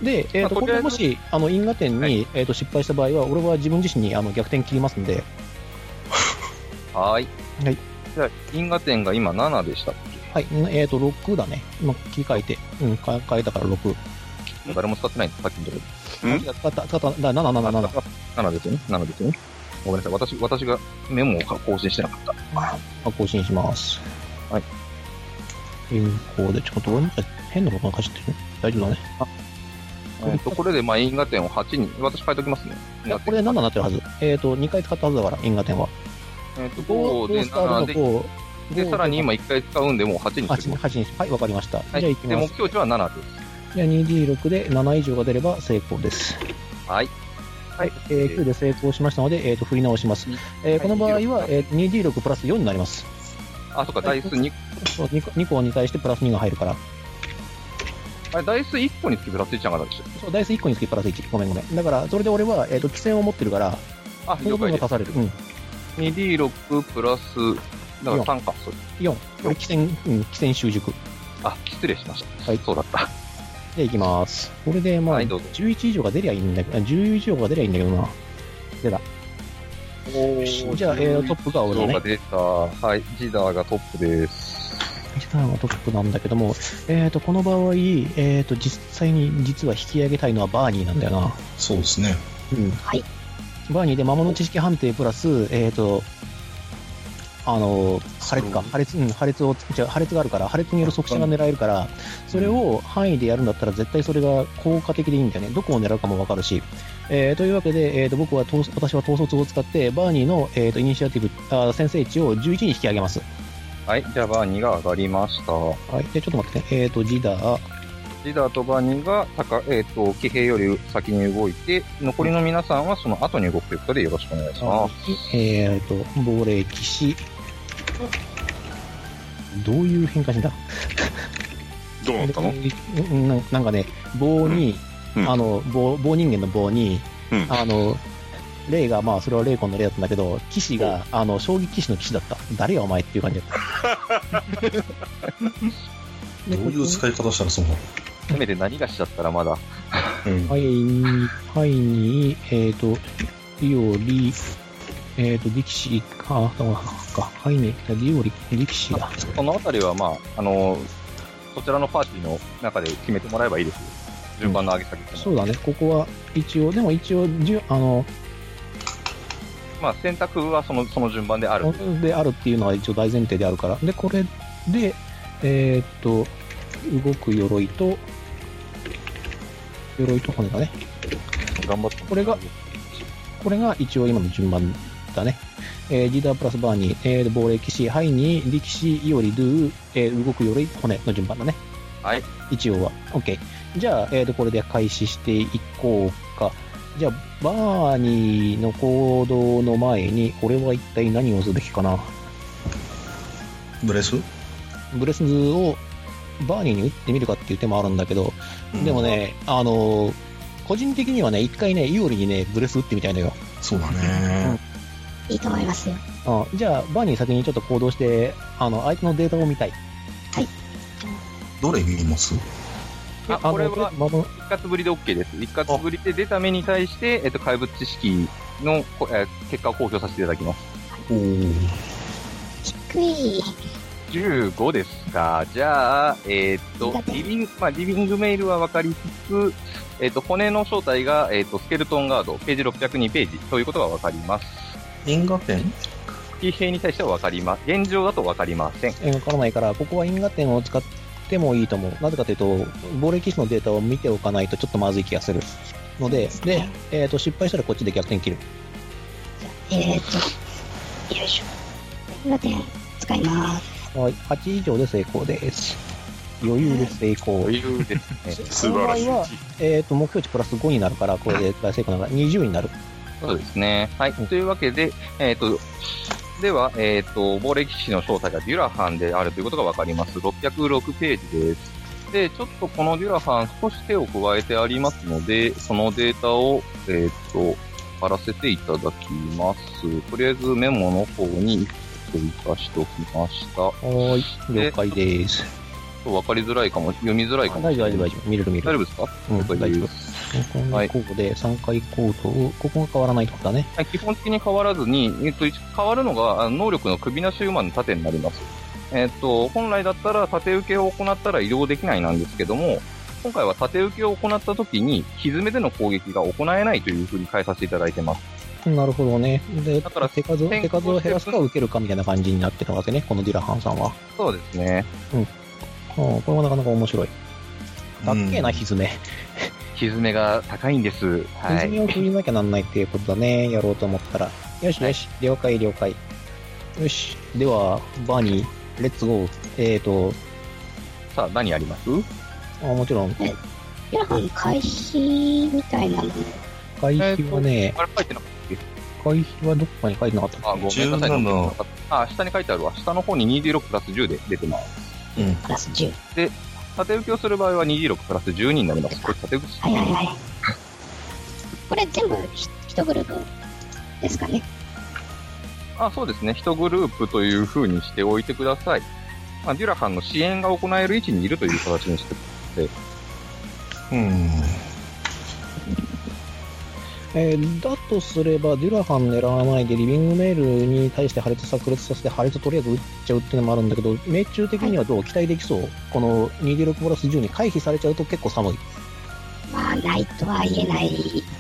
Speaker 1: で、えー、と
Speaker 2: ま
Speaker 1: こ
Speaker 2: あ
Speaker 1: と
Speaker 2: りあえ
Speaker 1: れ
Speaker 2: ず
Speaker 1: もしあの因果点に、
Speaker 2: はい
Speaker 1: えー、と失敗した場合は、俺は自分自身にあの逆転切りますんで、
Speaker 2: はーい。
Speaker 1: はい。
Speaker 2: じゃあ、因果点が今7でした。
Speaker 1: はいえー、と6だね、今切り替えて、うん、か変えたから6。
Speaker 2: 誰も使ってないんです、さっきのとこ
Speaker 7: ん
Speaker 1: あ使った、使った、だ7、7、7。
Speaker 2: ろ。7ですよね。7ですよね。ごめんなさい。私、私がメモを更新してなかった。
Speaker 1: あ更新します。
Speaker 2: はい。
Speaker 1: という方で、ちょっと俺なんか変なことが走ってる。大丈夫だね。
Speaker 2: えっと、これで、まあ、因果点を8に、私変えておきますね。
Speaker 1: いやこれで7になってるはず。えっ、と、2回使ったはずだから、因果点は。
Speaker 2: えっと、5
Speaker 1: ゴ
Speaker 2: で
Speaker 1: ースターズ
Speaker 2: 7で
Speaker 1: の、こう
Speaker 2: で、さらに今1回使うんで、もう8
Speaker 1: 8
Speaker 2: にしてお
Speaker 1: に
Speaker 2: きま
Speaker 1: 8にはい、わかりました。
Speaker 2: す。は
Speaker 1: じゃあ
Speaker 2: い。
Speaker 1: 行き
Speaker 2: で、
Speaker 1: ま
Speaker 2: 目
Speaker 1: す。
Speaker 2: 標値は7です。
Speaker 1: じゃあ 2D6 で7以上が出れば成功です。
Speaker 2: はい。
Speaker 1: はい。えー、9で成功しましたので、えっ、と、振り直します
Speaker 2: はい。
Speaker 1: えー、この場合
Speaker 2: は
Speaker 1: は、
Speaker 2: い
Speaker 1: えー、2D6 プラス4になります。
Speaker 2: あ、そっか、ダイス2、
Speaker 1: そう2, 2個に対してプラス2が入るから。
Speaker 2: あれ、ダイス1個につきプラス1じゃなかったでし
Speaker 1: そう、ダイス1個につきプラス1。ごめんごめん。だから、それで俺は、えっ、と、規制を持ってるから、
Speaker 2: た。あ、
Speaker 1: その
Speaker 2: 了
Speaker 1: 分
Speaker 2: 解
Speaker 1: が
Speaker 2: で
Speaker 1: 足。さ
Speaker 2: す
Speaker 1: れる。うん。
Speaker 2: 2D6 プラス、だから3か、それ。
Speaker 1: 4。これ、規制、うん、規制習熟。
Speaker 2: あ、失礼しました。
Speaker 1: はい
Speaker 2: そうだった。
Speaker 1: で、いきます。これで、まあ、
Speaker 2: はいどうぞ
Speaker 1: 11以上が出りゃいいんだけど、あ10以上が出りゃいいんだけどな。じゃあ、えー、トップが俺だ
Speaker 2: そう
Speaker 1: ね
Speaker 2: か、。出た。はい、ジダーがトップです。
Speaker 1: 時間はトップなんだけども、えー、とこの場合、えー、と実際に実は引き上げたいのはバーニーなんだよな、
Speaker 8: そうですね。
Speaker 1: うん
Speaker 5: はい
Speaker 1: バーニーで魔物知識判定プラス、えー、とあの破裂か破裂,、うん、破裂をじゃあ破裂があるから破裂による促進が狙えるからそれを範囲でやるんだったら絶対それが効果的でいいんだよねどこを狙うかも分かるし、えーというわけで、えー、と僕は統率私は統率を使ってバーニーの、えー、とイニシアティブあー先制値を11に引き上げます、
Speaker 2: はい、じゃあバーニーが上がりました。
Speaker 1: はい、でちょっと待ってね、えー、とジダー
Speaker 2: ジダーとバーニーが高、えっ、と、騎兵より先に動いて、残りの皆さんはその後に動くということでよろしくお願いします。
Speaker 1: えっ、と、亡霊騎士。どういう変化した
Speaker 7: どうなったの
Speaker 1: うんななんかね、棒に、
Speaker 7: うんうん
Speaker 1: あの棒、棒人間の棒に、
Speaker 7: うん
Speaker 1: あの、霊が、まあ、それは霊魂の霊だったんだけど、騎士が、あの、将棋騎士の騎士だった。誰やお前っていう感じだ った。
Speaker 8: どういう
Speaker 1: い
Speaker 8: 使い方したらそうなの
Speaker 2: せめて何がしちゃったらまだ。
Speaker 8: うん。
Speaker 1: はい、はい、に、えっ、と、リオリ、えっ、と、力士か、あ、か、はいね、リオリ、力士だ。
Speaker 2: このあたりはまあ、あの、そちらのパーティーの中で決めてもらえばいいですよ。順番の上げ下げってのは
Speaker 1: そうだね、ここは一応、でも一応、じゅあの、
Speaker 2: まあ、選択はその、その順番である。
Speaker 1: であるっていうのは一応大前提であるから、で、これで、えーっと、動く鎧と、鎧と骨だね。
Speaker 2: 頑張って。
Speaker 1: これがこれが一応今の順番だね。えー、ジーダープラスバーニー、えー、亡霊騎士、ハイニー、力士、イオリ、ドゥー、えー動く鎧、骨の順番だね。
Speaker 2: はい。
Speaker 1: 一応は。OK。じゃあ、えーと、これで開始していこうか。じゃあ、バーニーの行動の前に、俺は一体何をすべきかな。
Speaker 8: ブレス
Speaker 1: ブレスをバーニーに打ってみるかっていう手もあるんだけど、でも。ね、あのー個人的にはね、一回ね、イオリにね、ブレス打ってみたいのよ。
Speaker 8: そうだね。
Speaker 5: いいと思いますよ。
Speaker 1: あじゃあ、バーニー先にちょっと行動して、あの、相手のデータを見たい。
Speaker 8: どれ見ます
Speaker 2: あ、
Speaker 1: の
Speaker 2: これは、
Speaker 1: まあまあ
Speaker 2: 一括ぶりで OK です。一括ぶりで出た目に対して、えっと、怪物知識の、こえー結果を公表させていただきます。
Speaker 8: おー
Speaker 5: 低い。
Speaker 2: 15ですか。じゃあ、えーっと、リビング、まあ、リビングメールは分かりつつ、えーっと、骨の正体が、えーっと、スケルトンガード、ページ602ページということが分かります。
Speaker 8: 因果点
Speaker 2: 騎兵に対しては分かりま、現状だと分かりません。
Speaker 1: えーわからないから、ここは因果点を使ってもいいと思う。なぜかというと、亡霊騎士のデータを見ておかないとちょっとまずい気がする。ので、で、えっ、と、失敗したらこっちで逆転切る。
Speaker 5: えー、っと、よいしょ。ラテン使います。
Speaker 1: はい、8以上で成功です。余裕で成功
Speaker 2: と。いうですね。
Speaker 7: 素晴らしい
Speaker 1: この場合は。えっ、と、目標値プラス5になるから、これで大成功だから20になる。
Speaker 2: そうで すね。はい。というわけで、えっ、と、では、えっ、と、亡霊騎士の正体がデュラハンであるということがわかります。606ページです。で、ちょっとこのデュラハン少し手を加えてありますので、そのデータを、えっ、と、貼らせていただきます。とりあえずメモの方に追加しておきました。
Speaker 1: はーい。
Speaker 2: で
Speaker 1: 了解です。
Speaker 2: ちょっと分かりづらいかも、読みづらいかも
Speaker 1: 大
Speaker 2: し
Speaker 1: 丈
Speaker 2: れ
Speaker 1: 夫、
Speaker 2: な
Speaker 1: 大
Speaker 2: い。
Speaker 1: 丈夫、大丈夫。見れる、見れ
Speaker 2: 大
Speaker 1: る。
Speaker 2: 丈夫ですか
Speaker 1: うん
Speaker 2: という
Speaker 1: 大丈夫です。こん
Speaker 2: はい
Speaker 1: なコードで3回コードを、ここが変わらないってことだね。
Speaker 2: はい基本的に変わらずに、えっと、一変わるのが、あの能力の首なし馬の盾になります。えっと、本来だったら縦受けを行ったら移動できないなんですけども、今回は縦受けを行った時に、蹄での攻撃が行えないというふうに変えさせていただいてます。
Speaker 1: なるほどね。で、
Speaker 2: だから
Speaker 1: 手数を、
Speaker 2: 先
Speaker 1: 手
Speaker 2: 行
Speaker 1: 数を減らすか受けるかみたいな感じになってるわけね、このディラハンさんは。
Speaker 2: そうですね。
Speaker 1: うん、これもなかなか面白い。だっけえな、ひずめ。
Speaker 2: 蹄が高いんです。は
Speaker 1: ひず
Speaker 2: い。
Speaker 1: めを取りなきゃなんないっていうことだね、やろうと思ったら。よしよし、了解了解。よし、では、バーニー、レッツゴー。えーと、
Speaker 2: さあ、何やります
Speaker 1: あもちろん、
Speaker 5: イラハン開始みたいなの
Speaker 1: 回避はね、
Speaker 2: あれ書いてなかったっ
Speaker 1: 回避はどこかに書いてなかったっけ
Speaker 2: けあ、ごめんなさい。
Speaker 8: 17
Speaker 2: あ、下に書いてあるわ。下の方に 2D6 プラス10で出てます。
Speaker 4: うん。
Speaker 5: プラス10。
Speaker 2: 縦受けをする場合は 2D6 プラス12になります。これ縦受け
Speaker 5: はいはいはい。これ全部ひ一グループですかね。
Speaker 2: あそうですね、1グループというふうにしておいてください。まあ、デュラハンの支援が行える位置にいるという形にして、
Speaker 8: うん。
Speaker 1: えーだとすれば、デュラハン狙わないで、リビングメールに対して破裂炸裂させて、破裂とりあえず撃っちゃうっていうのもあるんだけど、命中的にはどう期待できそうこの 2D6 プラス10に回避されちゃうと結構寒い。
Speaker 5: まあ、ないとは言えない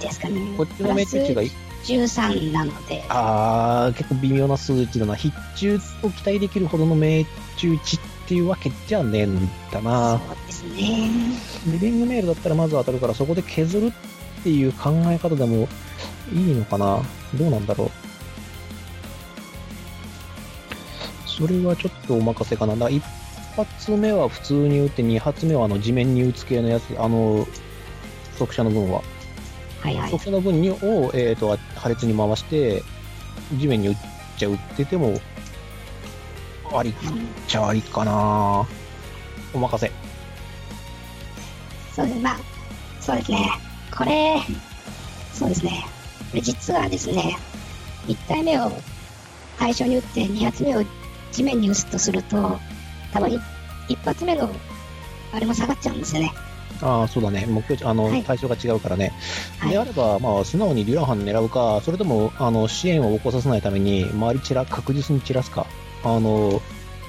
Speaker 5: ですかね。
Speaker 1: こっちの命中値がい
Speaker 5: 13なので、
Speaker 1: あー、結構微妙な数値だな。必中を期待できるほどの命中値っていうわけじゃねえんだ
Speaker 5: そう
Speaker 1: な。
Speaker 5: ですね。
Speaker 1: リビングメールだったらまず当たるから、そこで削るっていう考え方でもいいのかな。どうなんだろう。それはちょっとお任せかな。だ1発目は普通に打って、2発目はあの地面に打つ系のやつ、あの、速射の分は。
Speaker 5: はいはい。
Speaker 1: 速射の分にを、えー、とあ破裂に回して、地面に打っちゃうってても、ありっちゃありかな。お任せ。
Speaker 5: そうですまあ、そうですね。これ、そうですね。これ実はですね、1回目を最初に打って、2発目を地面に打つとすると、多分1発目のあれも下がっちゃうんですよね。
Speaker 1: ああ、そうだね。目標値、あの、
Speaker 5: はい
Speaker 1: 対象が違うからね。
Speaker 5: はい
Speaker 1: であれば、まあ、素直にデュラハン狙うか、それとも、あの、支援を起こさせないために、周り散ら、確実に散らすか。あの、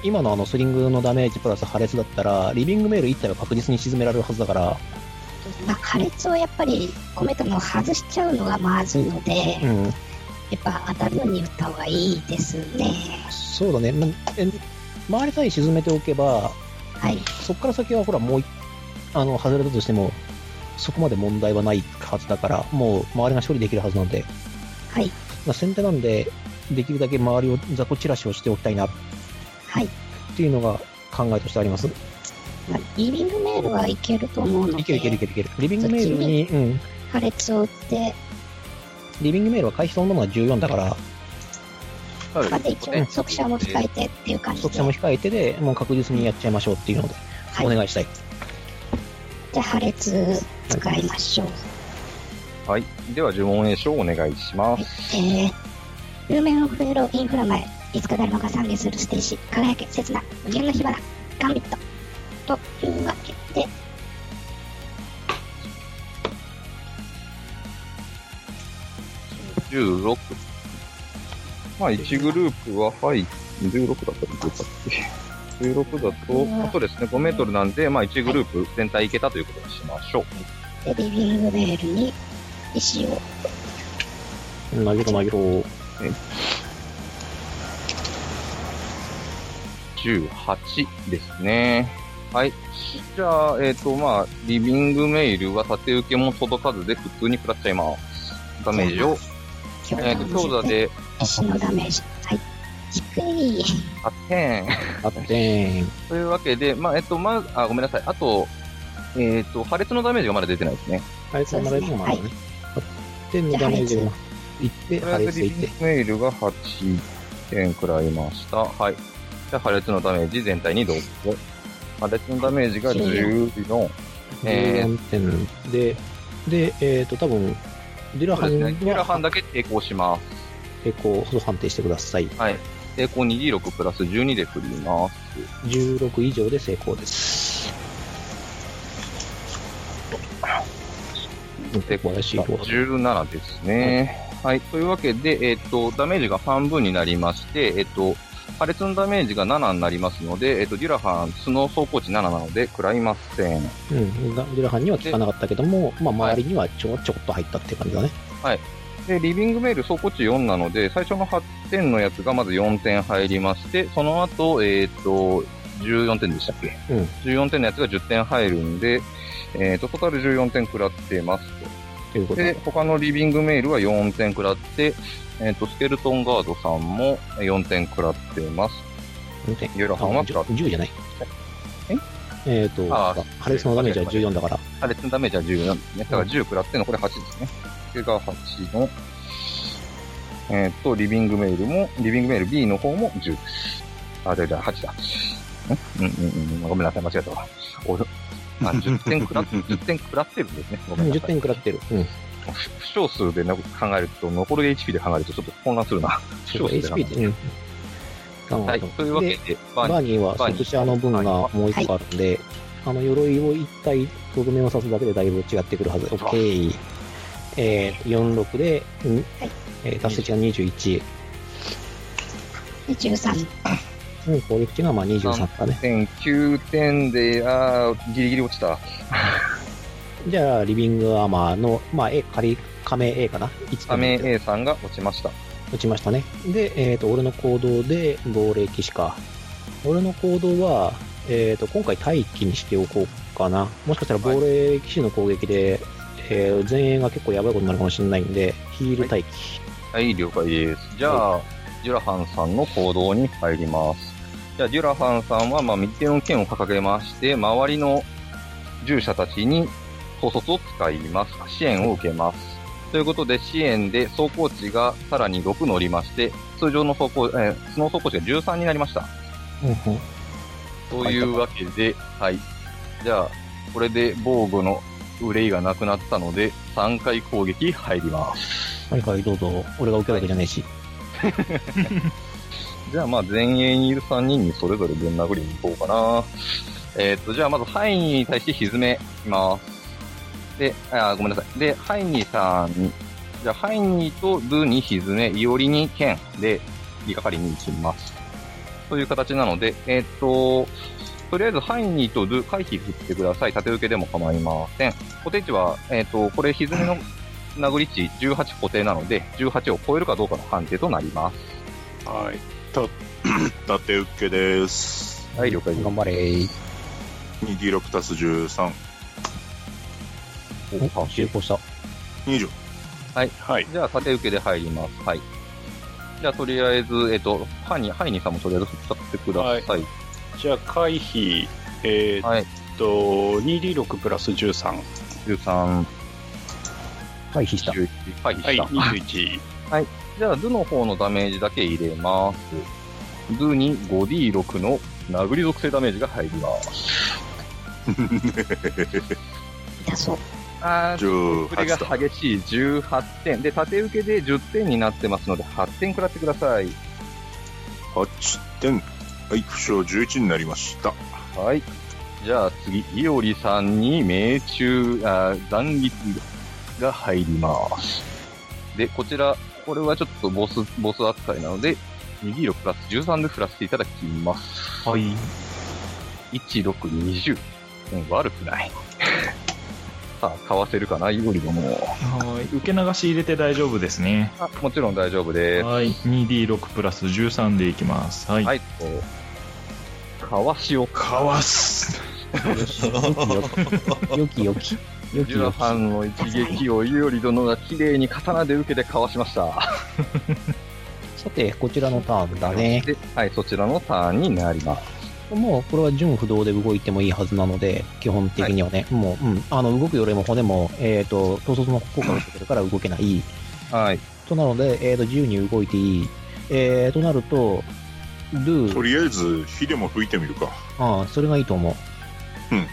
Speaker 1: 今のあの、スリングのダメージプラス破裂だったら、リビングメール1体は確実に沈められるはずだから、
Speaker 5: まあ、破裂をやっぱり込めたのを外しちゃうのがまずいので、
Speaker 1: うん。
Speaker 5: やっぱ当たるように打った方がいいですね。
Speaker 1: そうだね。なえ周りさえ沈めておけば、
Speaker 5: はい。
Speaker 1: そこから先はほら、もうい、あの、外れたとしても、そこまで問題はないはずだから、もう周りが処理できるはずなんで、
Speaker 5: はい。
Speaker 1: まあ、先手なんで、できるだけ周りを雑魚チラシをしておきたいなっ
Speaker 5: はい。
Speaker 1: っていうのが考えとしてあります。
Speaker 5: まあ、リビングメールはいけると思うので、
Speaker 1: いけるいけるいけるいける。リビングメールに、うん。
Speaker 5: 破裂を打って、
Speaker 1: リビングメールは回避そのものが14だから、
Speaker 5: まあ、で一応速射も控えてっていう感じ
Speaker 1: 速
Speaker 5: で
Speaker 1: 射も、控えてで、もう確実にやっちゃいましょうっていうので、
Speaker 5: はい
Speaker 1: お願いしたい。
Speaker 5: じゃあ破裂使いましょう。
Speaker 2: はい。では、呪文詠唱をお願いします。
Speaker 5: えー、ルーメンオフエロインフラ前、いつか誰もが懺悔するステージ、輝け、刹那、無限の火花、ガンビット。というわけで、
Speaker 2: 16。まあ、1グループは、はい、16だったらどうだっけ。16だと、あそうですね、5メートルなんで、まあ、1グループ全体いけたということにしましょう。
Speaker 5: でリビングメールに石を、
Speaker 1: 投げろ投げろ。
Speaker 2: 18ですね。はい。じゃあ、えっ、と、まあ、リビングメールは縦受けも届かずで普通に食らっちゃいます。ダメージを、
Speaker 5: 強
Speaker 2: えっ、と、強打で、
Speaker 5: 石のダメージ。はい。低い。
Speaker 2: あ、点。
Speaker 1: あってーん。
Speaker 2: というわけで、まあ、えっ、と、まず、あ、ごめんなさい。あと、えっ、と、破裂のダメージがまだ出てないですね。
Speaker 1: あいつはまだいつもまだね。あってのダメージが
Speaker 5: じゃ
Speaker 1: いって、
Speaker 2: と
Speaker 1: 破
Speaker 2: りあえ
Speaker 1: 裂
Speaker 2: ず
Speaker 1: で
Speaker 2: リ
Speaker 1: いっ
Speaker 2: ビ
Speaker 1: て
Speaker 2: ン。グメールが8点くらいました。はい。じゃあ、破裂のダメージ全体にどうぞ。破裂のダメージが14。えー
Speaker 1: 14点で、で、えっ、と、多分デュラ
Speaker 2: そ
Speaker 1: ハ
Speaker 2: うです
Speaker 1: ン
Speaker 2: ね。デュラハン
Speaker 1: は
Speaker 2: だけ抵抗します。
Speaker 1: 抵抗細判定してください。
Speaker 2: はい。抵抗 2D6 プラス12で振ります。
Speaker 1: 16以上で成功です。
Speaker 2: で、
Speaker 1: 素晴らしいロール
Speaker 2: 17ですね。はい。というわけで、えっ、と、ダメージが半分になりまして、えっ、と、破裂のダメージが7になりますので、えっ、と、デュラハン、スノー走行値7なので、食らいません。
Speaker 1: うん、だデュラハンには効かなかったけども、まあ、周りにはちょちょこっと入ったって感じだね。
Speaker 2: で、リビングメール走行値4なので、最初の8点のやつがまず4点入りまして、その後、えっ、と、14点でしたっけ
Speaker 1: うん
Speaker 2: 14点のやつが10点入るんで、えっ、と、トータル14点食らってますと。
Speaker 1: ということ
Speaker 2: で
Speaker 1: で、、
Speaker 2: 他のリビングメールは4点食らって、えっ、と、スケルトンガードさんも4点食らってます。
Speaker 1: 4点。
Speaker 2: ユーロハンは
Speaker 1: あ
Speaker 2: 食らっ
Speaker 1: 10じゃない。
Speaker 2: え
Speaker 1: えっ、と、
Speaker 2: あ
Speaker 1: ハ
Speaker 2: ー
Speaker 1: レスのダメージは14だから、
Speaker 2: 破裂のダメージは14ですね。だから10食らってんのこれ8ですね。スケが8の、えっ、と、リビングメールも、リビングメール B の方も10です。あ、じゃあじゃあ8だ。んうんうんうん。ごめんなさい、間違えたわ。おあ10点食らっ 10点食らってるんですね。ご
Speaker 1: う
Speaker 2: めん
Speaker 1: ん
Speaker 2: な
Speaker 1: 10
Speaker 2: さい。
Speaker 1: 点食らってる。うん。
Speaker 2: ふ負傷数でな考えると、残り HP で考えるとちょっと混乱するな。負傷数で考える
Speaker 1: HP で。うん。
Speaker 2: はい。というわけで、
Speaker 1: バ
Speaker 2: バー
Speaker 1: ー
Speaker 2: ニ
Speaker 1: ニーは
Speaker 2: バーニー
Speaker 1: 即死者の分がもう一個あるんで、あの鎧を一体とどめを刺すだけでだいぶ違ってくるはず。OK。えー、46で、うんえー達成値が21。
Speaker 5: で13。
Speaker 1: うん、攻撃値がまあ23だね。
Speaker 2: ー9点で、あーギリギリ落ちた。
Speaker 1: じゃあ、リビングアーマーの、まあ、A、仮、仮名 A かな ?1
Speaker 2: アメ A さんが落ちました。
Speaker 1: 打ちましたね。で、えっ、と、俺の行動で亡霊騎士か。俺の行動は、えっ、と、今回待機にしておこうかな。もしかしたら亡霊騎士の攻撃で、えー前衛が結構やばいことになるかもしれないんで、ヒール待機。
Speaker 2: はい、了解です。じゃあ、デュラハンさんの行動に入ります。じゃあ、デュラハンさんは、まあ、右手の剣を掲げまして、周りの従者たちに高卒を使います。支援を受けます。ということで、支援で走行値がさらに6乗りまして、通常の走行、えースノー走行値が13になりました。というわけで、はい。じゃあ、これで防具の憂いがなくなったので、3回攻撃入ります。
Speaker 1: はいはい、どうぞ。俺が受けるわけじゃねえし。
Speaker 2: じゃあ、まあ、前衛にいる3人にそれぞれぶん殴りに行こうかな。えーっと、じゃあ、まず、ハイニーに対して沈めます。で、あー、ごめんなさい。で、ハイニーさんに、じゃあ、ハイニーとルに沈め、イオリに剣で、引っかかりに行きます。という形なので、えーっと、とりあえず、ハイニーとル回避振ってください。縦受けでも構いません。固定値は、えーっと、これ、沈めの殴り値18固定なので、18を超えるかどうかの判定となります。
Speaker 3: はい。
Speaker 7: 縦受けです。
Speaker 2: はい、了解です
Speaker 1: 頑。張れ。
Speaker 7: 2D6 足す13。
Speaker 1: お、成功した。
Speaker 7: 20。
Speaker 3: はい。
Speaker 2: じゃあ、縦受けで入ります。はい。じゃあ、とりあえず、えっと、ハイニー、ハイニーさんもとりあえず使ってください。
Speaker 3: じゃあ、回避、えー
Speaker 2: はい。
Speaker 3: っと、2D6 プラス13。
Speaker 2: 13、
Speaker 1: 回避した。
Speaker 2: 11、回避
Speaker 3: は
Speaker 2: し
Speaker 3: い、
Speaker 2: た。
Speaker 3: 21。
Speaker 2: じゃあ、図の方のダメージだけ入れます。図に 5D6 の殴り属性ダメージが入ります。
Speaker 5: 痛そう。
Speaker 2: あー、これが
Speaker 7: 18だ。
Speaker 2: 激しい18点。で、縦受けで10点になってますので、8点食らってください。
Speaker 7: 8点。はい、負傷11になりました。
Speaker 2: はい。じゃあ次、いおりさんに命中、あー残撃が入ります。で、こちら、これはちょっとボス、ボス扱いなので、2D6 プラス13で振らせていただきます。
Speaker 6: はい。
Speaker 2: 1、6、20。うん、悪くない。 さあ、かわせるかな、いおりども。
Speaker 6: はい。受け流し入れて大丈夫ですね。
Speaker 2: あもちろん大丈夫です。
Speaker 6: はい。2D6 プラス13でいきます。はい。
Speaker 2: はい、とかわしを
Speaker 6: かわす。
Speaker 1: よきよき。よき
Speaker 2: ジュラ
Speaker 1: よ
Speaker 2: さんの一撃をゆより殿が綺麗に刀で受けてかわしました。
Speaker 1: き。さて、こちらのターンだね。
Speaker 2: で、はい、そちらのターンになります。
Speaker 1: もう、これは純不動で動いてもいいはずなので、基本的にはね、もう、うん、あの、動くよりも骨も、えっ、と、統率の効果を受けてるから動けない。
Speaker 2: はい。
Speaker 1: となので、えっ、と、自由に動いていい。えー、となると、ル
Speaker 7: と
Speaker 1: ー、
Speaker 7: りあえず、火でも吹いてみるか。
Speaker 1: ああ、それがいいと思う。
Speaker 7: うん。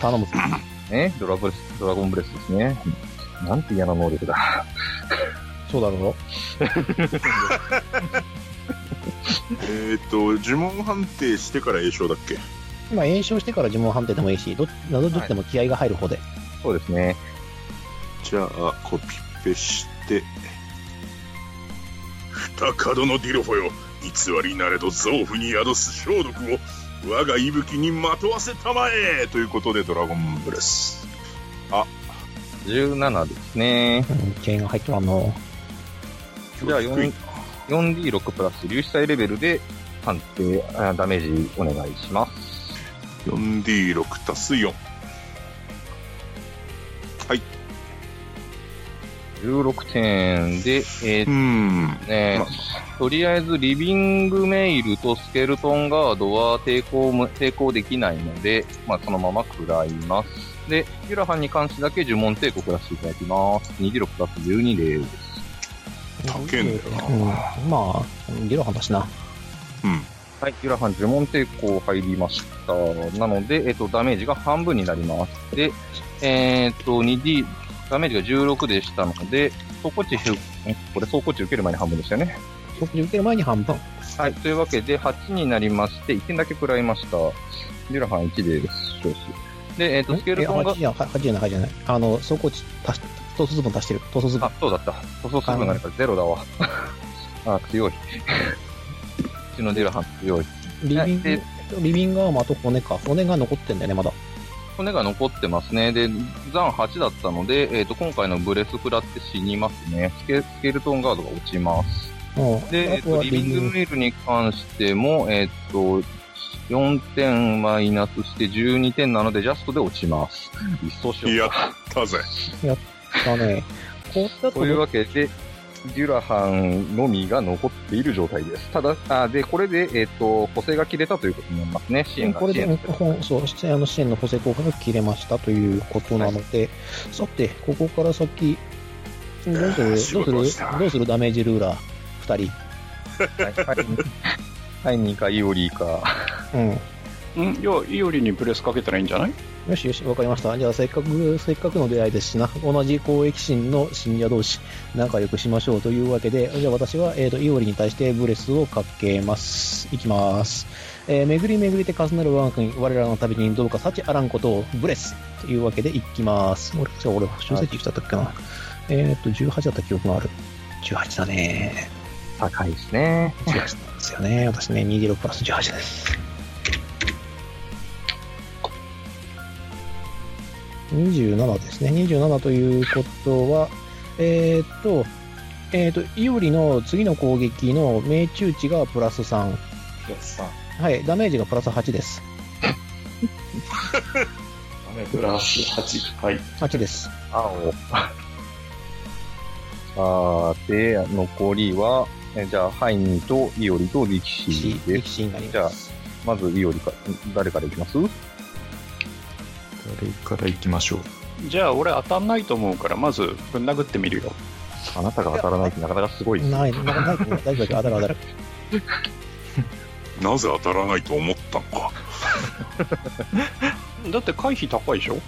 Speaker 1: 頼む。
Speaker 2: ね、ドラブレス、ドラゴンブレスですね。なんて嫌な能力だ。
Speaker 1: そうだろ
Speaker 7: えっと、呪文判定してから栄翔だっけ
Speaker 1: う。まあ、炎症してから呪文判定でもいいし、ど謎解きでも気合が入る方で。
Speaker 2: そうですね。
Speaker 7: じゃあ、コピペして。二角のディロフォよ、偽りなれど臓腑に宿す消毒を我が息吹にまとわせたまえということでドラゴンブレス。
Speaker 2: 17ですね。
Speaker 1: うん、気合が入ってまんの。
Speaker 2: じゃあ4 4D6 プラス粒子体レベルで判定、あダメージお願いします。
Speaker 7: 4D6 足す4。
Speaker 2: 16点で、えー
Speaker 7: うーん。
Speaker 2: ね
Speaker 7: ま
Speaker 2: とりあえずリビングメイルとスケルトンガードは抵抗も抵抗できないので、まあ、そのまま食らいます。で、キュラハンに関してだけ呪文抵抗食らしていただきます。26プラス12で
Speaker 7: 高えんだよ
Speaker 1: うん、まあ、ゲロハンだしな。
Speaker 2: はい、キュラハン呪文抵抗入りました。なので、えっと、ダメージが半分になります。で、えーっと、2D、ダメージが16でしたので、走行値ひゅ、んこれ走行値受ける前に半分でしたよね。
Speaker 1: 食事受ける前に半分。
Speaker 2: はい、というわけで、8になりまして、1点だけ食らいました。キュラハン1でです、少子。で、えっと、スケルトン
Speaker 1: え8、
Speaker 2: が
Speaker 1: じゃない、8じゃない、8じゃない。あの、走行値足し、塗装分足してる。塗装分。
Speaker 2: あ、そうだった。塗装するのがやっぱゼロだわ。 あ、強い。うちのデュラハン強い。
Speaker 1: リビン
Speaker 2: で
Speaker 1: グ、リビングアーマーと骨か。骨が残ってんだよね、まだ。
Speaker 2: 骨が残ってますね。で、残8だったので、えっ、と、今回のブレス食らって死にますね。スケスケルトンガードが落ちます。
Speaker 1: うん。
Speaker 2: で、えっ、
Speaker 1: あと
Speaker 2: と、
Speaker 1: は
Speaker 2: リ
Speaker 1: リ
Speaker 2: ビ
Speaker 1: ビン
Speaker 2: ング
Speaker 1: グ。
Speaker 2: メールに関しても、えっ、と、4点マイナスして12点なので、ジャストで落ちます。一掃しよう
Speaker 7: やったぜ。
Speaker 1: だね。こうだと
Speaker 2: というわけで、デュラハンのみが残っている状態です。ただ、あで、これで、えっ、と、補正が切れたということになりますね。支援が
Speaker 1: これ
Speaker 2: 支
Speaker 1: で、
Speaker 2: 援
Speaker 1: うんほんそう、あの支援の補正効果が切れましたということなので、さて、ここから先、どうする、どう
Speaker 7: 仕
Speaker 1: する
Speaker 7: 事をした、
Speaker 1: どうするダメージルーラー、2人。
Speaker 2: はい、はい、はい、2かイオリーか。
Speaker 1: う
Speaker 3: うんいやいおりにブレスかけたらいいんじゃない
Speaker 1: ん。よしよし、わかりました。じゃあ、せっかく、せっかくの出会いですしな、同じ公益心の信者同士、仲良くしましょうというわけで、じゃあ私は、えっ、と、イオリに対してブレスをかけます。いきます。えー、巡り巡りて重なる我が国、我らの旅にどうか幸あらんことを、ブレスというわけでいきます。俺、じゃあ俺、修正値いくつだったっけな。えっと、18だった記憶がある。18だね。
Speaker 2: 高いですね。
Speaker 1: 18なんですよね。私ね、26プラス18です。27ですね。27ということは、えーっと、えーっと、イオリの次の攻撃の命中値がプラス3。はい、ダメージがプラス8です。
Speaker 6: プラス8。はい。
Speaker 1: 8です。
Speaker 2: 青。さて、残りは、えじゃあ、ハイニーとイオリと力士
Speaker 1: 力士
Speaker 2: で
Speaker 1: 力
Speaker 2: す。
Speaker 1: 士になり
Speaker 2: じゃ
Speaker 1: ま
Speaker 2: あ
Speaker 1: す。、
Speaker 2: まずイオリか、誰からいきます
Speaker 6: 誰から行きましょう。
Speaker 3: じゃあ俺当たんないと思うからまずぶん殴ってみるよ
Speaker 2: あなたが当たらないってなかなかすごいです。
Speaker 1: ない、ない、ない、大丈夫、大丈夫、当たる当たる。
Speaker 7: なぜ当たらないと思ったのか。
Speaker 3: だって回避高いでしょ
Speaker 2: い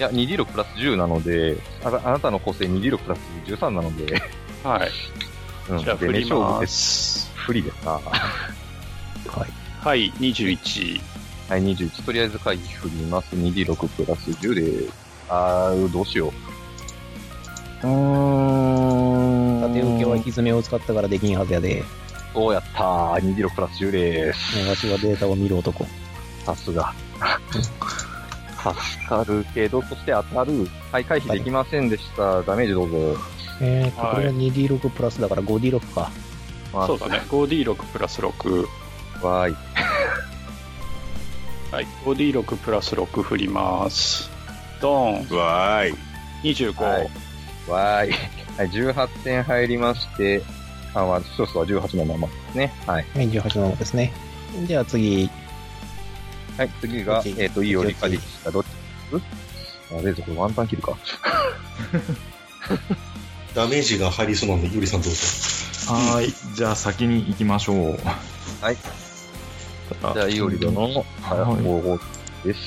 Speaker 2: や、2D6 プラス10なので、あなあなたの個性 2D6 プラス13なので、
Speaker 3: はい
Speaker 2: うん
Speaker 3: じゃあ振
Speaker 2: でね
Speaker 3: り
Speaker 2: 勝負
Speaker 3: ま
Speaker 2: です。
Speaker 3: す
Speaker 2: 不利ですな。 は
Speaker 1: はい。
Speaker 3: はい21
Speaker 2: い、21。とりあえず会議振ります。2D6 プラス10で、あー、どうしよう。うーん。
Speaker 1: 縦受けはひずめを使ったからできんはずやで、
Speaker 2: そうやったー。2D6 プラス10です。
Speaker 1: わしはデータを見る男。
Speaker 2: さす が。助かるけど、そして当たる。はい、回避できませんでした。ダメージどうぞ。
Speaker 1: えーっと、
Speaker 3: はい
Speaker 1: これが 2D6 プラスだから 5D6 か。
Speaker 2: まあ
Speaker 3: そうだね 5D6 プラス6
Speaker 2: わーい。
Speaker 3: はい 5D6 プラス6振りますドーン
Speaker 7: わーい。
Speaker 3: 25、
Speaker 2: はいわーい。はい、18点入りまして、あ、まあ、少数は18のままですね。はい。
Speaker 1: はい、18なのですね。じゃあ次、
Speaker 2: はい、次が、
Speaker 1: こっち
Speaker 2: えっ、と、いいよりか
Speaker 1: こっち
Speaker 2: 力士か、どっちやべえぞ、これワンタン切るか。
Speaker 4: ダメージが入りそうなんで、ゆりさんどうぞ。
Speaker 6: はーい。じゃあ先に行きましょう。
Speaker 2: はい。
Speaker 6: あ
Speaker 2: じゃあ、いおり殿の、
Speaker 6: はい
Speaker 2: 方法です。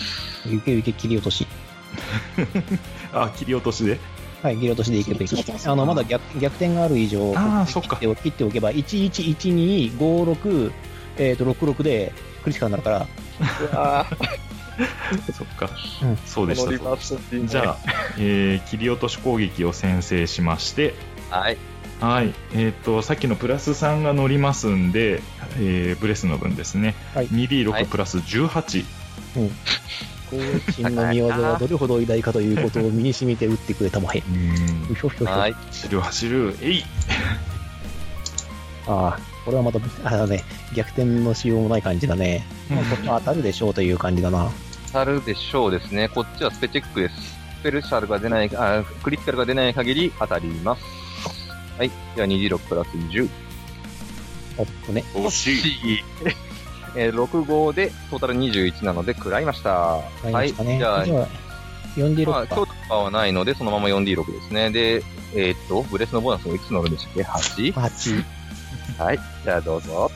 Speaker 1: ゆけゆけ切り落とし。
Speaker 6: あ、切り落としで。
Speaker 1: はい、ギルドしでいけばいい
Speaker 5: 切れてます
Speaker 1: あのまだ逆逆転がある以上、
Speaker 6: あーそっ
Speaker 1: 切
Speaker 6: か
Speaker 1: ってお切っておけば、111256、えー、と66でクリティカルになるから、
Speaker 2: あ
Speaker 6: そっか
Speaker 1: うん。
Speaker 6: そうで
Speaker 2: ー、このリ
Speaker 6: した。
Speaker 2: バースっていうね
Speaker 6: じゃあ、えー切り落とし攻撃を先制しまして、
Speaker 2: はい。
Speaker 6: はい、えー、とさっきのプラス3が乗りますんで、えーブレスの分ですね、
Speaker 1: はい
Speaker 6: 2D6
Speaker 2: い
Speaker 6: プラス18、
Speaker 1: こう神の見業はどれほど偉大かということを身に染みて打ってくれたまえ。
Speaker 6: うー
Speaker 1: うんひょひょひょ。
Speaker 2: は
Speaker 1: あ
Speaker 2: い。
Speaker 6: 走る走るえい
Speaker 1: あ、これはまた、あのね、逆転のしようもない感じだね。まあ、これは当たるでしょうという感じだな。
Speaker 2: 当たるでしょうですね。こっちはスペチェックです。スペルシャルが出ない、あークリティカルが出ない限り当たります。はい。では 2D6 プラス10。
Speaker 1: おっとね。
Speaker 7: 惜しい。
Speaker 2: えー、6号でトータル21なので食らいました。
Speaker 1: 買いましたね。
Speaker 2: はい。
Speaker 1: じゃ
Speaker 2: じゃあ、
Speaker 1: あ、
Speaker 2: まあ、
Speaker 1: 4D6
Speaker 2: 強
Speaker 1: か。
Speaker 2: 度とかはないので、そのまま 4D6 ですね。で、えーっと、ブレスのボーナスもいくつ乗るんでしたっけ ?8?
Speaker 1: 8。
Speaker 2: はい。じゃあどうぞ。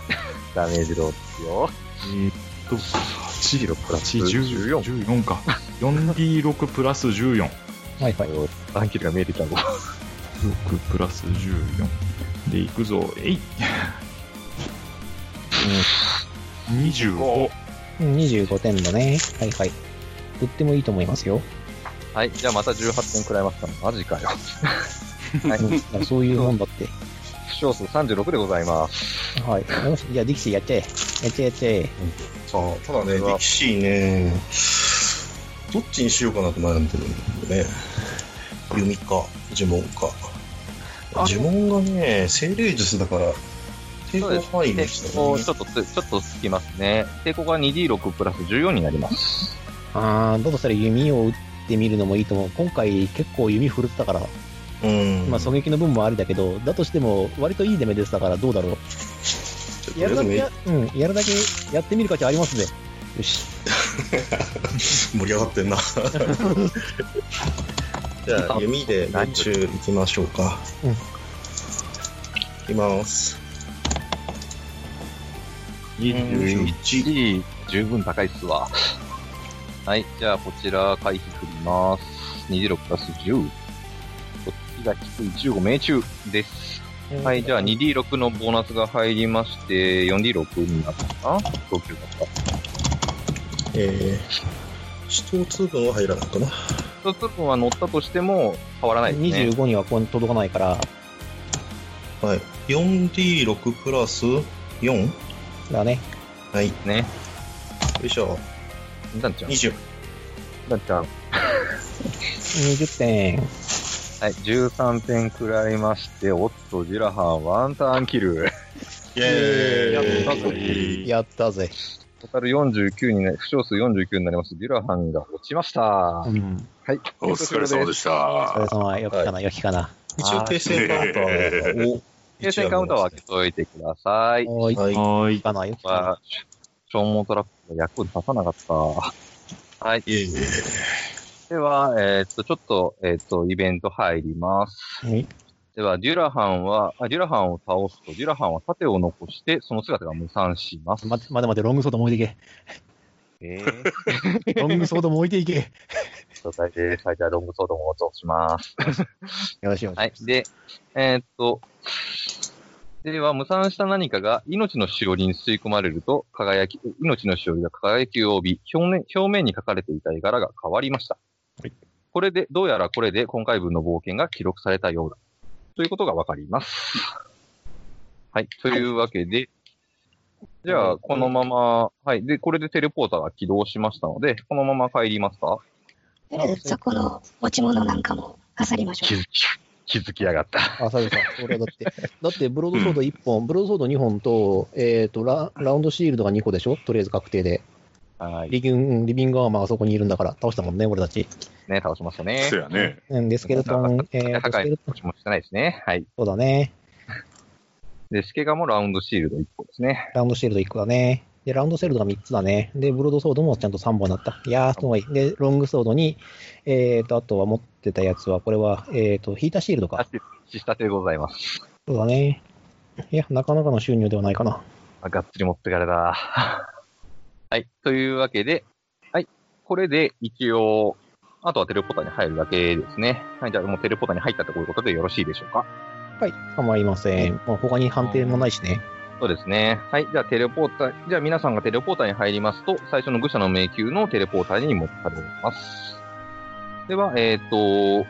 Speaker 2: ダメージどうですよ。
Speaker 6: えーっと8 6
Speaker 2: 14
Speaker 6: 8 1 4か 4D6 プラス14 6
Speaker 1: はいはい。
Speaker 2: アンキルが見えてきたぞ。
Speaker 6: プラス14でいくぞえい25
Speaker 1: うん25点だね。はいはい。とってもいいと思いますよ。
Speaker 2: はい。じゃあまた18点食らいました。マジかよ。はい。
Speaker 1: うんだからそういうもんだって。
Speaker 2: 負傷数36でございます。
Speaker 1: はい。よし、じゃあ、ディキシーやっちゃえ。やっちゃえ、やっちゃえ。
Speaker 8: さあ、ただね、
Speaker 2: うわ
Speaker 8: 力士ね、どっちにしようかなと悩んでるんだよね。
Speaker 4: 弓か、呪文か。
Speaker 2: あ
Speaker 8: 呪文がね、精霊術だから、抵
Speaker 2: そうで
Speaker 8: 抗
Speaker 2: す
Speaker 8: 範囲でした
Speaker 2: 抵抗
Speaker 8: よね
Speaker 2: ち。ょっとつ、ちょっとつきますね。抵抗が 2D6 プラス14になります。
Speaker 1: あー、だとしたら弓を打ってみるのもいいと思う。今回結構弓振るってたから、
Speaker 8: うん。
Speaker 1: まあ狙撃の分もありだけど、だとしても割といいデメですだからどうだ
Speaker 8: ち
Speaker 1: ろ
Speaker 8: ょっ
Speaker 1: う。
Speaker 8: と
Speaker 1: やるだけ
Speaker 8: ね
Speaker 1: や、うん、やるだけやってみる価値ありますね。よし。
Speaker 8: 盛り上がってんな。
Speaker 4: じゃあ、弓で
Speaker 2: 何
Speaker 4: 命中いきましょうか。
Speaker 1: うん
Speaker 4: いきます。
Speaker 6: 21
Speaker 8: 1。
Speaker 2: いい十分高いっすわ。はい、じゃあこちら回避振ります。26プラス10。こっちが低い15命中です。はい、じゃあ 2D6 のボーナスが入りまして、4D6 になったかな投球だっ
Speaker 4: えー、死闘通分は入らないかな。
Speaker 2: た。1つ分は乗ったとしても変わらないですね。
Speaker 1: 25にはここに届かないから、
Speaker 4: はい。4D6 プラス 4?
Speaker 1: だね。
Speaker 4: はい。よ
Speaker 2: ね。
Speaker 4: いしょ。
Speaker 2: ダンちゃん。
Speaker 4: 20。
Speaker 2: ダンちゃん。は
Speaker 1: 20点。
Speaker 2: い、13点くらいまして、おっと、ジラハン、ワンターンキル。
Speaker 8: イェ
Speaker 6: や
Speaker 8: ーイ
Speaker 6: ったぜ
Speaker 1: やったぜ。
Speaker 2: トータル49になり、負傷数49になります。ジラハンが落ちました。
Speaker 1: うん。
Speaker 2: はい。
Speaker 7: お疲れ様でし
Speaker 1: お疲れ
Speaker 7: た。
Speaker 1: 様、よきかな、よきかな。
Speaker 4: 一応、訂正カウンターを。
Speaker 2: 平成カウンターは開けといてください。
Speaker 1: おーい、よ
Speaker 4: はい。
Speaker 6: はーい
Speaker 1: きかな、よき
Speaker 2: ま
Speaker 1: か
Speaker 2: あ、消耗トラップの役を出さなかった。はい。
Speaker 8: イェーイ
Speaker 2: では、えーっと、ちょっと、えーっと、イベント入ります。
Speaker 1: な。はい。
Speaker 2: では、デュラハンは、あ、デュラハンを倒すと、デュラハンは盾を残して、その姿が無惨します。
Speaker 1: 待って、待て待て、ロングソード燃えて
Speaker 2: えー、
Speaker 1: い け。ロングソード燃えていけ。
Speaker 2: 状態で、最大ロングソードも落とします。
Speaker 1: よろしいよろし
Speaker 2: はい。で、えーっと、では、無産した何かが命のしおりに吸い込まれると、輝き、命のしおりが輝きを帯び、表面、表面に書かれていた絵柄が変わりました。これで、どうやらこれで今回分の冒険が記録されたようだ。ということがわかります。はい。というわけで、じゃあ、このまま、はい。で、これでテレポーターが起動しましたので、このまま帰りますか
Speaker 5: とりあえずそこの持ち物なんかも漁りましょう。
Speaker 2: づき、気づきやがった。
Speaker 1: あ、そうですか。それはだ って、だって、ブロードソード1本、ブロードソード2本と、えっ、とラ、ラウンドシールドが2個でしょとりあえず確定で。
Speaker 2: はい。
Speaker 1: リビング、リビングアーマーがそこにいるんだから、倒したもんね、俺たち。
Speaker 2: ね、倒しましたね。
Speaker 7: そうやね。
Speaker 1: うん、で、スケルトン、えー
Speaker 2: 破
Speaker 1: と、スケ
Speaker 2: 壊
Speaker 1: ル
Speaker 2: の
Speaker 1: トン、
Speaker 2: 時もしてないですね。はい。
Speaker 1: そうだね。
Speaker 2: で、スケガもラウンドシールド1個ですね。
Speaker 1: ラウンドシールド1個だね。で、ラウンドシールドが3つだね。で、ブロードソードもちゃんと3本だった。いやー、すごい。で、ロングソードに、えっ、と、あとは持ってたやつは、これは、えっ、と、ヒーターシールドか。
Speaker 2: ししたてでございます。
Speaker 1: そうだね。いや、なかなかの収入ではないかな。
Speaker 2: あ、がっつり持ってかれた。 はい。というわけで、はい。これで一応、あとはテレポーターに入るだけですね。はい、じゃあもうテレポーターに入ったということでよろしいでしょうか。
Speaker 1: はい、構いません。まあ、他に判定もないしね。
Speaker 2: そうですね。はい。じゃあ、テレポーター、じゃあ皆さんがテレポーターに入りますと、最初の愚者の迷宮のテレポーターに持たれます。では、えっ、と、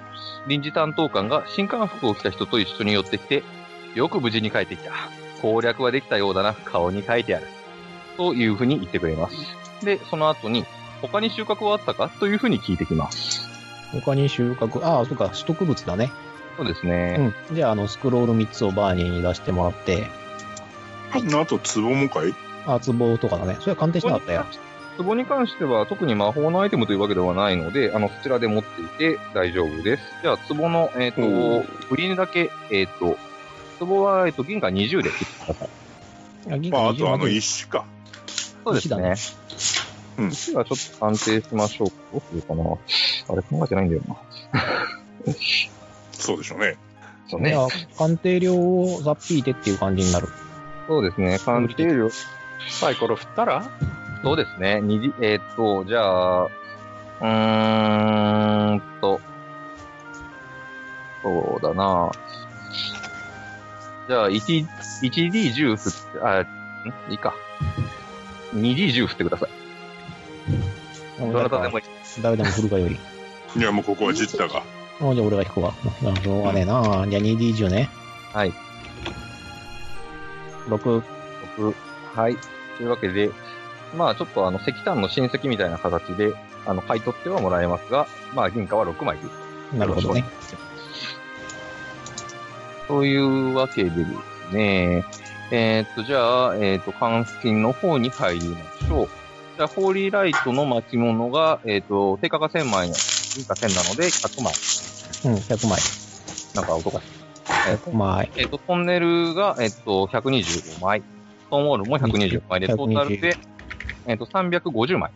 Speaker 2: 臨時担当官が新官服を着た人と一緒に寄ってきて、よく無事に帰ってきた。攻略はできたようだな。顔に書いてある。というふうに言ってくれます。で、その後に、他に収穫はあったかというふうに聞いてきます。
Speaker 1: 他に収穫、ああ、そうか、取得物だね。
Speaker 2: そうですね。
Speaker 1: うん。じゃあ、あの、スクロール3つをバーニーに出してもらって、
Speaker 7: あと、壺もかい
Speaker 1: あ、壺とかだね。それは鑑定しなかったよ。
Speaker 2: 壺に関しては特に魔法のアイテムというわけではないので、あの、そちらで持っていて大丈夫です。じゃあ、壺の、えっ、と、売り値だけ、えっ、と、壺は、えっ、と、銀貨20で売ってください。
Speaker 1: あ、銀
Speaker 7: まあ、あとあの
Speaker 1: い
Speaker 7: 石か。
Speaker 2: そうですね。
Speaker 7: うん
Speaker 2: 石はちょっと鑑定しましょう。どうするかなあれ、考えてないんだよな。
Speaker 7: そうでしょうね。
Speaker 2: そうね。
Speaker 1: 鑑定量をざっぴいてっていう感じになる。
Speaker 2: そうですね。鑑定量。
Speaker 3: サイコロ振ったら
Speaker 2: そうですね。二次えーっと、じゃあ、うーんと、そうだな。じゃあ、1 1D10 振って、あ、んいいか。2D10 振ってください。どなたでもいい。
Speaker 1: 誰でも振るかより。
Speaker 7: いや、もうここはジッタが。
Speaker 1: あじゃあ俺が引くわ。まあしょうがねえな。じゃあ 2D10 ね。
Speaker 2: はい。
Speaker 1: 6。
Speaker 2: 僕はい。というわけで、まあちょっとあの、石炭の親戚みたいな形で、あの、買い取ってはもらえますが、まあ銀貨は6枚です。
Speaker 1: なるほどね。
Speaker 2: というわけでですね、えーっと、じゃあ、えーっと、関金の方に入りましょう。じゃあ、ホーリーライトの巻物が、えーっと、定価が1000枚の、銀貨1000なので100枚。
Speaker 1: うん、100枚。
Speaker 2: なんか音が。
Speaker 1: 100枚。
Speaker 2: えーっと、トンネルが、えーっと、125枚。ストーンウォールも120枚で、
Speaker 1: 120
Speaker 2: トータルで、えーっと、350枚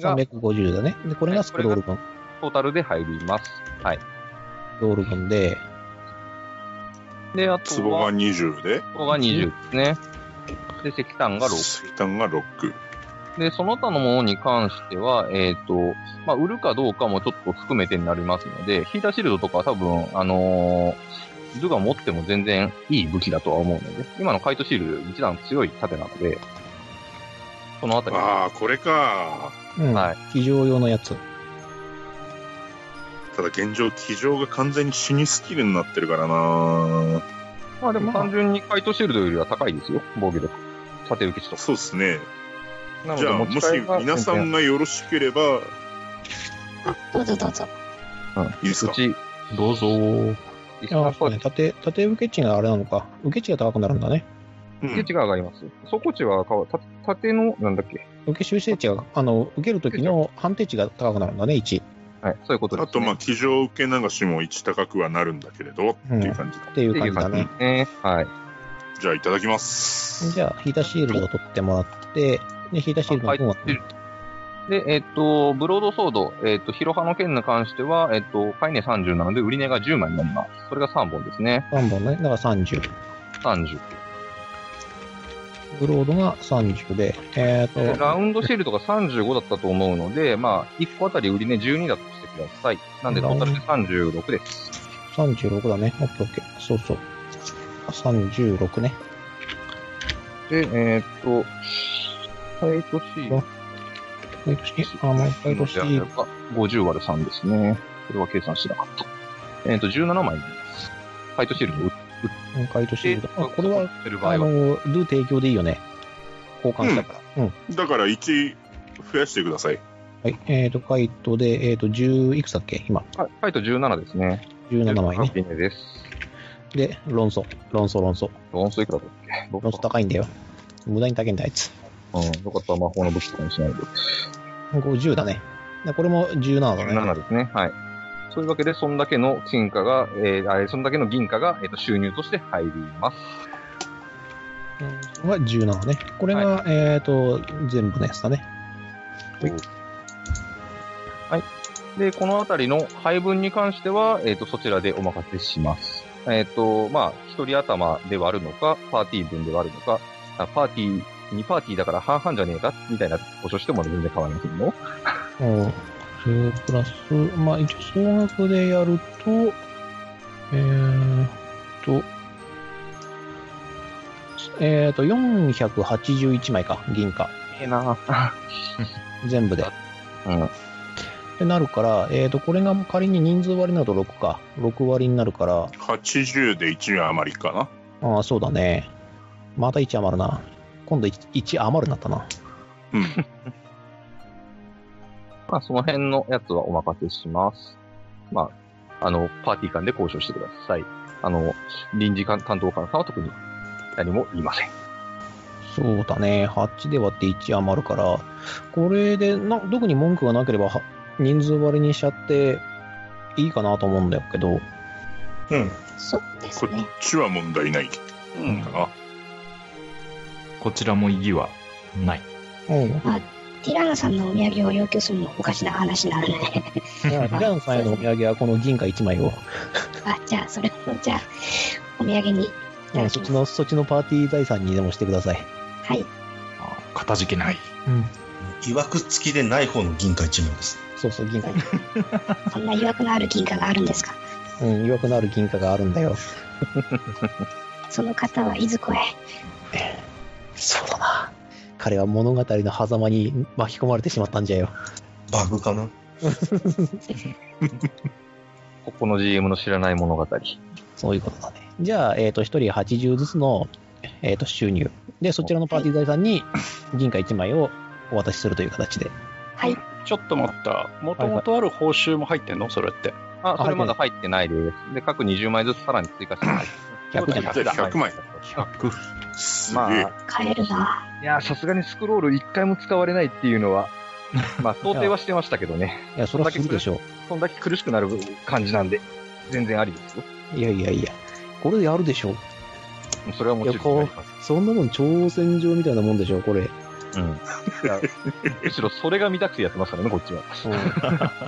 Speaker 2: が、
Speaker 1: 350だね。で、これがスクロール分。
Speaker 2: トータルで入ります。はい。
Speaker 1: スクロール分で、
Speaker 2: で、あと
Speaker 7: 壺
Speaker 2: は
Speaker 7: が、20で、
Speaker 2: 壺が20ですね。で、石炭が6。
Speaker 7: 石炭が6。
Speaker 2: で、その他のものに関しては、えっ、と、まあ、売るかどうかもちょっと含めてになりますので、ヒーターシールドとかは多分、あのー、ドゥが持っても全然いい武器だとは思うので、今のカイトシールドより一段強い盾なので、このあたり。
Speaker 7: ああ、これか。
Speaker 1: うん。
Speaker 2: はい
Speaker 1: 非常用のやつ。
Speaker 7: ただ現状、騎乗が完全に死にスキルになってるからな。
Speaker 2: まあでも単純にカイトシールドよりは高いですよ、防御力。盾受け値と。
Speaker 7: そうですね。
Speaker 2: なの
Speaker 7: じ
Speaker 2: で
Speaker 7: ゃあ、
Speaker 2: 持
Speaker 7: も
Speaker 2: ち
Speaker 7: し
Speaker 2: 替えが
Speaker 7: 皆さ
Speaker 2: 全
Speaker 7: ん
Speaker 2: 然
Speaker 7: がよろしければ、
Speaker 5: どうぞどうぞ。
Speaker 7: いいです
Speaker 2: う
Speaker 7: か
Speaker 2: ち、
Speaker 6: どうぞー。
Speaker 2: リス
Speaker 1: あ
Speaker 2: ナ
Speaker 1: あ、
Speaker 2: ーパ
Speaker 1: そう
Speaker 2: ー
Speaker 1: ね。
Speaker 2: ティー
Speaker 1: 縦、縦受け値があれなのか。受け値が高くなるんだね。
Speaker 7: う
Speaker 2: 受け
Speaker 7: ん
Speaker 2: 値が上がります。底値は変わ、た縦の、なんだっけ。
Speaker 1: 受け修正値が、あの、受ける時の判定値が高くなるんだね、1。
Speaker 2: はい、そういうことです、ね。
Speaker 7: あと、まあ、騎乗受け流しも1高くはなるんだけれど、っていう感じだ。
Speaker 1: っていう感じだ
Speaker 2: っ
Speaker 1: ね。
Speaker 2: ていう感じですね。はい。
Speaker 7: じゃあ、いただきます。
Speaker 1: じゃあ、ヒーターシールドを取ってもらって、で、ヒーターシールドの分は、
Speaker 2: で、えっと、ブロードソード、えっと、ヒロハの剣に関しては、えっと、買い値30なので、売り値が10枚になります。それが3本ですね。
Speaker 1: 3本ね。だから30。
Speaker 2: 30。
Speaker 1: ブロードが30で、えっ、
Speaker 2: で
Speaker 1: と、
Speaker 2: ラウンドシールドが35だったと思うので、まあ、1個あたり売り値12だとしてください。なんで、トータルで36です。
Speaker 1: 36だね。オッケーオッケー。そうそう。36ね。
Speaker 2: で、えっと、ファイトシールド。
Speaker 1: ファイトシールド、あの、ファイトシール
Speaker 2: が50割る3ですね。これは計算してなかった。えっと、17枚になります。ファイトシールドを売っ
Speaker 1: ド、ファイトシー
Speaker 2: て
Speaker 1: ルド。あ、これは、、
Speaker 2: 売る場
Speaker 1: あ
Speaker 2: 合は
Speaker 1: の、ドゥ提供でいいよね。交換したから。
Speaker 7: だから、1増やしてください。
Speaker 1: はい。えっ、と、カイトで、えっ、と、10いくつだっけ今。
Speaker 2: はい、ファイト17ですね。
Speaker 1: 17枚ね。
Speaker 2: ビネです。
Speaker 1: で、論争。論争、論争。
Speaker 2: ロンスいくらだっけロ
Speaker 1: 論争
Speaker 2: か。
Speaker 1: 高いんだよ。無駄に高いんだ、あいつ。
Speaker 2: うん、よかったら魔法の武器とかにしないで。
Speaker 1: 50だね。でこれも17だね。
Speaker 2: 17ですね。はい。そういうわけで、そんだけの金貨が、えー、あえーそんだけの銀貨が、えー、と収入として入ります。
Speaker 1: は17ね。これが、えっ、と、全部のやつだね。
Speaker 2: で、このあたりの配分に関しては、えっ、と、そちらでお任せします。えっ、と、まあ、一人頭で割るのか、パーティー分で割るのか、あパーティー、2パーティーだから半々じゃねえかみたいな保証しても全然変わりませんよ。
Speaker 1: うん。えープラス、まあ一応総額でやると、えーっと、えーっと、481枚か、銀貨。
Speaker 2: ええな
Speaker 1: 全部で。
Speaker 2: うん
Speaker 1: ってなるから、えーっと、これが仮に人数割になると6か。6割になるから、
Speaker 7: 80で1円余りかな。
Speaker 1: ああ、そうだね。また1余るな。今度 1, 余るなったな。
Speaker 7: うん。
Speaker 2: まあ、その辺のやつはお任せします。まあ、あの、パーティー間で交渉してください。あの、臨時官担当官さんは特に何も言いません。
Speaker 1: そうだね。8で割って1余るから、これでな、特に文句がなければ、は人数割りにしちゃっていいかなと思うんだけど、
Speaker 4: うん。
Speaker 5: そうです
Speaker 7: こ
Speaker 5: ね。
Speaker 7: っちは問題ない。
Speaker 6: うんこちらも意義はない。
Speaker 1: うん。
Speaker 5: ティラーナさんのお土産を要求するのおかしな話になるね。
Speaker 1: ジャンさんへのお土産はこの銀貨1枚を、
Speaker 5: あ、じゃあ、それを、じゃあ、お土産にいただ
Speaker 1: そ
Speaker 5: き
Speaker 1: っち
Speaker 5: ます。
Speaker 1: の、そっちのパーティー財産にでもしてください。
Speaker 5: はい。
Speaker 6: あかたじけない。
Speaker 4: いわくつきでない方の銀貨1枚です。
Speaker 1: そうそう、銀貨。
Speaker 5: そんな誘惑のある銀貨があるんですか
Speaker 1: うん、弱くなる銀貨があるんだよ。
Speaker 5: その方はいずこへ。
Speaker 1: そうだな。彼は物語の狭間に巻き込まれてしまったんじゃよ。
Speaker 4: バグかな
Speaker 2: ここの GM の知らない物語。
Speaker 1: そういうことだね。じゃあ、えっ、と、1人80ずつの、えっ、と、収入。で、そちらのパーティー財産に銀貨1枚をお渡しするという形で。
Speaker 5: はい。
Speaker 3: ちょっと待った。もともとある報酬も入ってんのそれって。
Speaker 2: あ、それまだ入ってないです。で、各20枚ずつさらに追 加してます。
Speaker 1: 100じゃなく
Speaker 7: て100枚すげ
Speaker 2: ま
Speaker 7: え。
Speaker 2: あ、
Speaker 5: 買えるない
Speaker 2: や、さすがにスクロール一回も使われないっていう のは、まあ、想定はしてましたけどね。
Speaker 1: いや、それはするでしょ
Speaker 2: そんだけ苦しくなる感じなんで、全然ありですよ。
Speaker 1: う。いやいやいや。これやるでしょ。
Speaker 2: それはもちろんあります。
Speaker 1: そんなもん挑戦状みたいなもんでしょ、これ。
Speaker 2: うん。いやむしろそれが見たくてやってますからね、こっちは。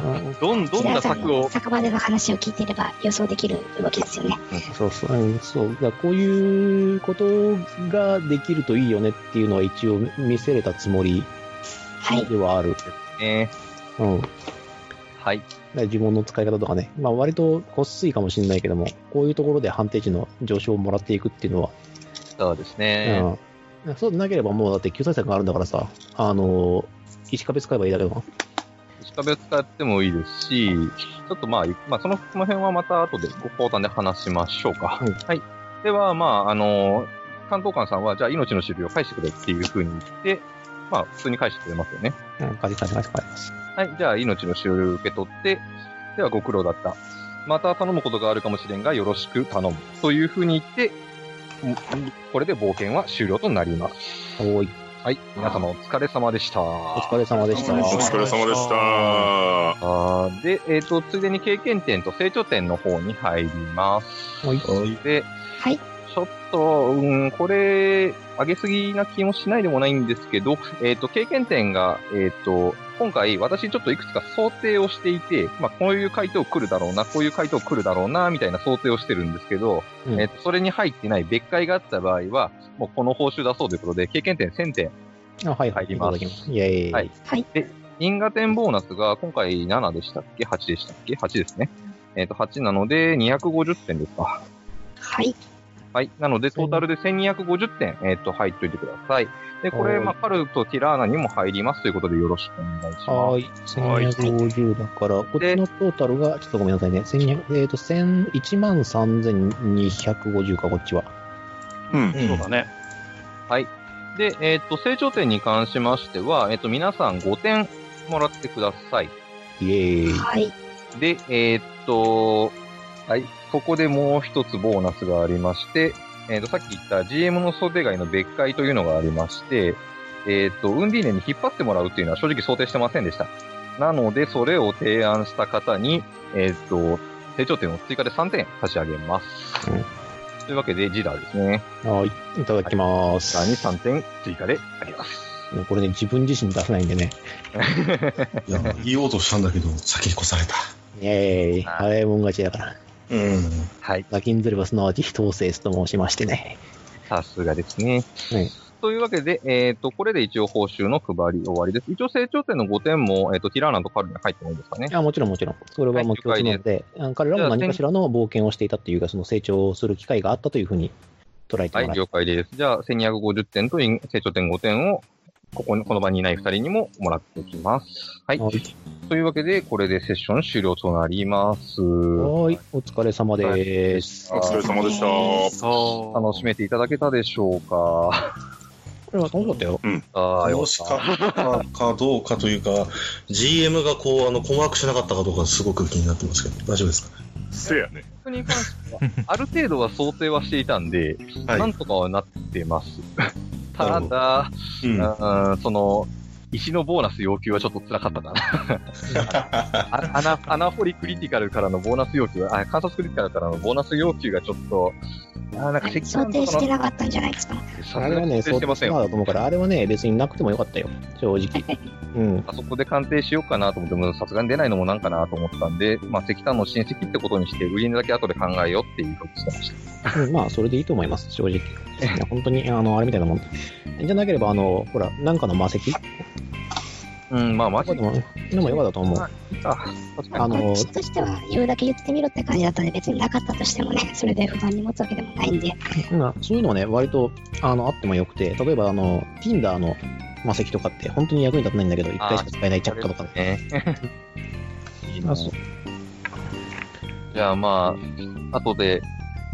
Speaker 1: うん
Speaker 2: どん、どんな策を。
Speaker 5: 酒場での話を聞いていれば予想できる動きですよね。
Speaker 1: そうそう。うん、そう。だからこういうことができるといいよねっていうのは一応見せれたつもり
Speaker 5: はい。
Speaker 1: ではある。
Speaker 2: え
Speaker 1: うん。
Speaker 2: ーはい。
Speaker 1: ね呪文の使い方とかね、まあ、割とこっすいかもしれないけども、こういうところで判定値の上昇をもらっていくっていうのは、
Speaker 2: そうですね。
Speaker 1: うん、そうでなければもうだって救済策があるんだからさ、あのー石壁使えばいいだけだもん。
Speaker 2: 石壁を使ってもいいですし、ちょっとまあ、まあ、その、その辺はまた後で、ご交換で話しましょうか。
Speaker 1: うん
Speaker 2: はい。では、まあ、あの、担当官さんは、じゃあ、命の種類を返してくれっていうふうに言って、まあ、普通に返してくれますよね。
Speaker 1: うん、借り返します、借ります。
Speaker 2: はい。じゃあ、命の種類を受け取って、では、ご苦労だった。また頼むことがあるかもしれんが、よろしく頼む。というふうに言って、んこれで冒険は終了となります。
Speaker 1: おーい、
Speaker 2: はい。皆様お疲れ様でした。
Speaker 1: お疲れ様でした。
Speaker 7: お
Speaker 1: は
Speaker 7: 疲れ様でした。
Speaker 2: あーで、えっ、と、ついでに経験点と成長点の方に入ります。
Speaker 1: い、
Speaker 4: はい。
Speaker 2: で、
Speaker 5: はい。
Speaker 2: ちょっと、うん、これ、上げすぎな気もしないでもないんですけど、えっ、と、経験点が、えっ、と、今回、私ちょっといくつか想定をしていて、まあ、こういう回答来るだろうな、こういう回答来るだろうな、みたいな想定をしてるんですけど、
Speaker 1: うん
Speaker 2: えっ、と、それに入ってない別会があった場合は、もうこの報酬だそうということで、経験点1000点、
Speaker 1: あはい、
Speaker 2: 入ります
Speaker 1: いただきイェーイ。
Speaker 2: はい因果点ボーナスが今回7でしたっけ ?8 でしたっけ ?8 ですね。えっ、と、8なので250点ですか。
Speaker 5: はい。
Speaker 2: はい。なので、トータルで1250点、えっ、と、入っておいてください。で、これ、
Speaker 1: はい
Speaker 2: まあ、パルとティラーナにも入りますということでよろしくお願いしま
Speaker 1: はーい、1250だから、こっちのトータルが、ちょっとごめんなさいね、1200えっ、と、1000 13,250か、こっちは。
Speaker 7: うん。
Speaker 4: うん
Speaker 3: そうだね。
Speaker 2: す。はい。で、えっ、と、成長点に関しましては、えっ、と、皆さん5点もらってください。
Speaker 1: イェーイ。
Speaker 5: はい。
Speaker 2: で、えーっと、はい、ここでもう一つボーナスがありまして、えーっと、さっき言った GM の想定外の別会というのがありまして、えーっと、ウンディーネに引っ張ってもらうっていうのは正直想定してませんでした。なので、それを提案した方に、えーっと、成長点を追加で3点差し上げます。
Speaker 1: うん
Speaker 2: というわけで、ジダーですね。
Speaker 1: はい、いただきます。
Speaker 2: ジダーに3点追加であります。
Speaker 1: これね、自分自身出せないんでね。
Speaker 4: いや、言おうとしたんだけど、先に越された。
Speaker 1: イェーイ。
Speaker 2: はい
Speaker 1: 早いもん勝ちだから。
Speaker 4: うん。
Speaker 2: はい。
Speaker 1: ラキンズレバすなわち非統制と申しましてね。
Speaker 2: さすがですね。
Speaker 1: はい
Speaker 2: というわけで、えっ、と、これで一応報酬の配り終わりです。一応成長点の5点も、えっ、と、ティラーナとカルに入ってもいいですかね。
Speaker 1: あもちろんもちろん。それはもう共通なので、あの彼らも何かしらの冒険をしていたというか、その成長をする機会があったというふうに捉えて
Speaker 2: は
Speaker 1: もら
Speaker 2: い、了解です。じゃあ、1250点と成長点5点を、ここに、この場にいない2人にももらってきます。はい。
Speaker 1: はい
Speaker 2: というわけで、これでセッション終了となります。
Speaker 1: はい、お疲れ様です。
Speaker 7: お疲れ様でした。
Speaker 2: 楽しめていただけたでしょうか。
Speaker 1: これは楽しかったよ。
Speaker 2: ああ、よ
Speaker 4: 楽し
Speaker 2: か
Speaker 4: か
Speaker 2: っ
Speaker 4: ったかどうかというか、GM がこう、あの、困惑しなかったかどうかすごく気になってますけど、大丈夫ですかね
Speaker 7: せや
Speaker 2: た。
Speaker 7: ね。
Speaker 2: 本当に関しては、 ある程度は想定はしていたんで、
Speaker 4: はい
Speaker 2: なんとかはなってます。た
Speaker 4: な
Speaker 2: だ
Speaker 4: るほ
Speaker 2: だ、
Speaker 4: うん。
Speaker 2: うん、その、石のボーナス要求はちょっと辛かったな。あアナアナフォリクリティカルからのボーナス要求は、あ、観察クリティカルからのボーナス要求がちょっと、あーなんか関
Speaker 5: 想
Speaker 2: さん
Speaker 5: 定
Speaker 2: とか
Speaker 5: して
Speaker 2: の、
Speaker 5: なかったんじゃないですか。
Speaker 2: さ
Speaker 1: あ
Speaker 2: す
Speaker 1: れは
Speaker 2: がに
Speaker 1: ね、
Speaker 2: 想定
Speaker 1: そ
Speaker 2: し
Speaker 1: う
Speaker 2: てませんよ
Speaker 1: まあだと思うから、あれはね、別になくてもよかったよ、正直。うん。
Speaker 2: あそこで鑑定しようかなと思って、もうさすがに出ないのもなんかなと思ったんで、まあ、石炭の親戚ってことにして、売り値だけ後で考えようっていうことしてました。
Speaker 1: うんまあ、それでいいと思います、正直。いや本当に、あの、あれみたいなもん。じゃなければ、あの、ほら、なんかの魔石と
Speaker 2: うん、まあ、マジ
Speaker 1: か
Speaker 2: で
Speaker 1: で。も、でもよかったと思う。
Speaker 2: あ、確か
Speaker 1: あの
Speaker 5: こっちとしては言うだけ言ってみろって感じだったんで、別になかったとしてもね、それで不満に持つわけでもないんで、
Speaker 1: うんそういうのはね、割と、あの、あってもよくて、例えば、あの、Tinder の魔石とかって、本当に役に立たないんだけど、一回しか使えないチャッカとかね。
Speaker 2: に ね。いいな
Speaker 1: あそう
Speaker 2: じゃあまあ、後で、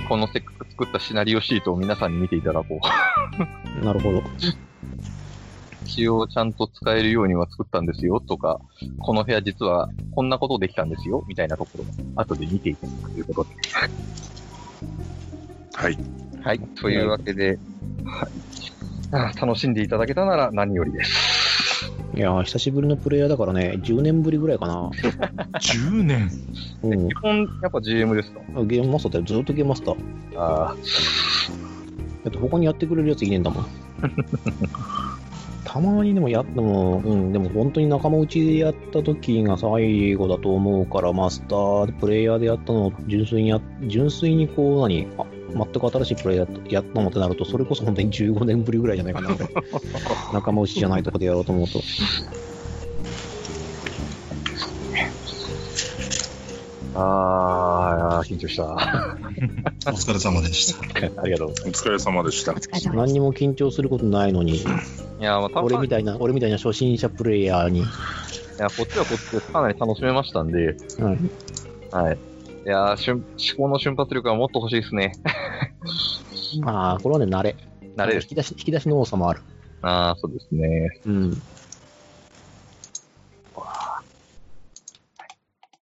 Speaker 2: このせっかく作ったシナリオシートを皆さんに見ていただこう。
Speaker 1: なるほど。
Speaker 2: 一応ちゃんと使えるようには作ったんですよとか、この部屋実はこんなことできたんですよみたいなところも後で見ていただくということで。
Speaker 7: はい。
Speaker 2: はい。というわけで、はい、あ楽しんでいただけたなら何よりです。
Speaker 1: いやー、久しぶりのプレイヤーだからね、10年ぶりぐらいかな。
Speaker 6: 10年
Speaker 1: うん
Speaker 2: 基。本、やっぱ GM ですか
Speaker 1: あゲームマスターだよ、ずっとゲームマスター。
Speaker 2: ああ、
Speaker 1: だって他にやってくれるやついねえんだ もん。たまにでもやっても、うん、でも本当に仲間内でやった時が最後だと思うから、マスターで、プレイヤーでやったのを純粋にや、純粋にこう何、あ全く新しいプレイヤーやったのってなると、それこそ本当に15年ぶりぐらいじゃないか な、俺仲間内じゃないとこでやろうと思うと。
Speaker 2: ああ、緊張した。
Speaker 4: お疲れ様でした。
Speaker 2: ありがとうござい
Speaker 7: お疲れ様でした
Speaker 5: お。疲れ様で
Speaker 1: 何
Speaker 5: す。
Speaker 1: にも緊張することないのに、
Speaker 2: ます。いや、まあ、た
Speaker 1: 俺みたいな、俺みたいな初心者プレイヤーに。
Speaker 2: いや、こっちはこっちでかなり楽しめましたんで、
Speaker 1: うん
Speaker 2: はい。いやー、瞬思考の瞬発力はもっと欲しいです ね。
Speaker 1: まあ、これはね、慣れ。
Speaker 2: 慣れる
Speaker 1: 引。き出し、引き出しの多さもある。
Speaker 2: ああ、そうですね。
Speaker 1: うん。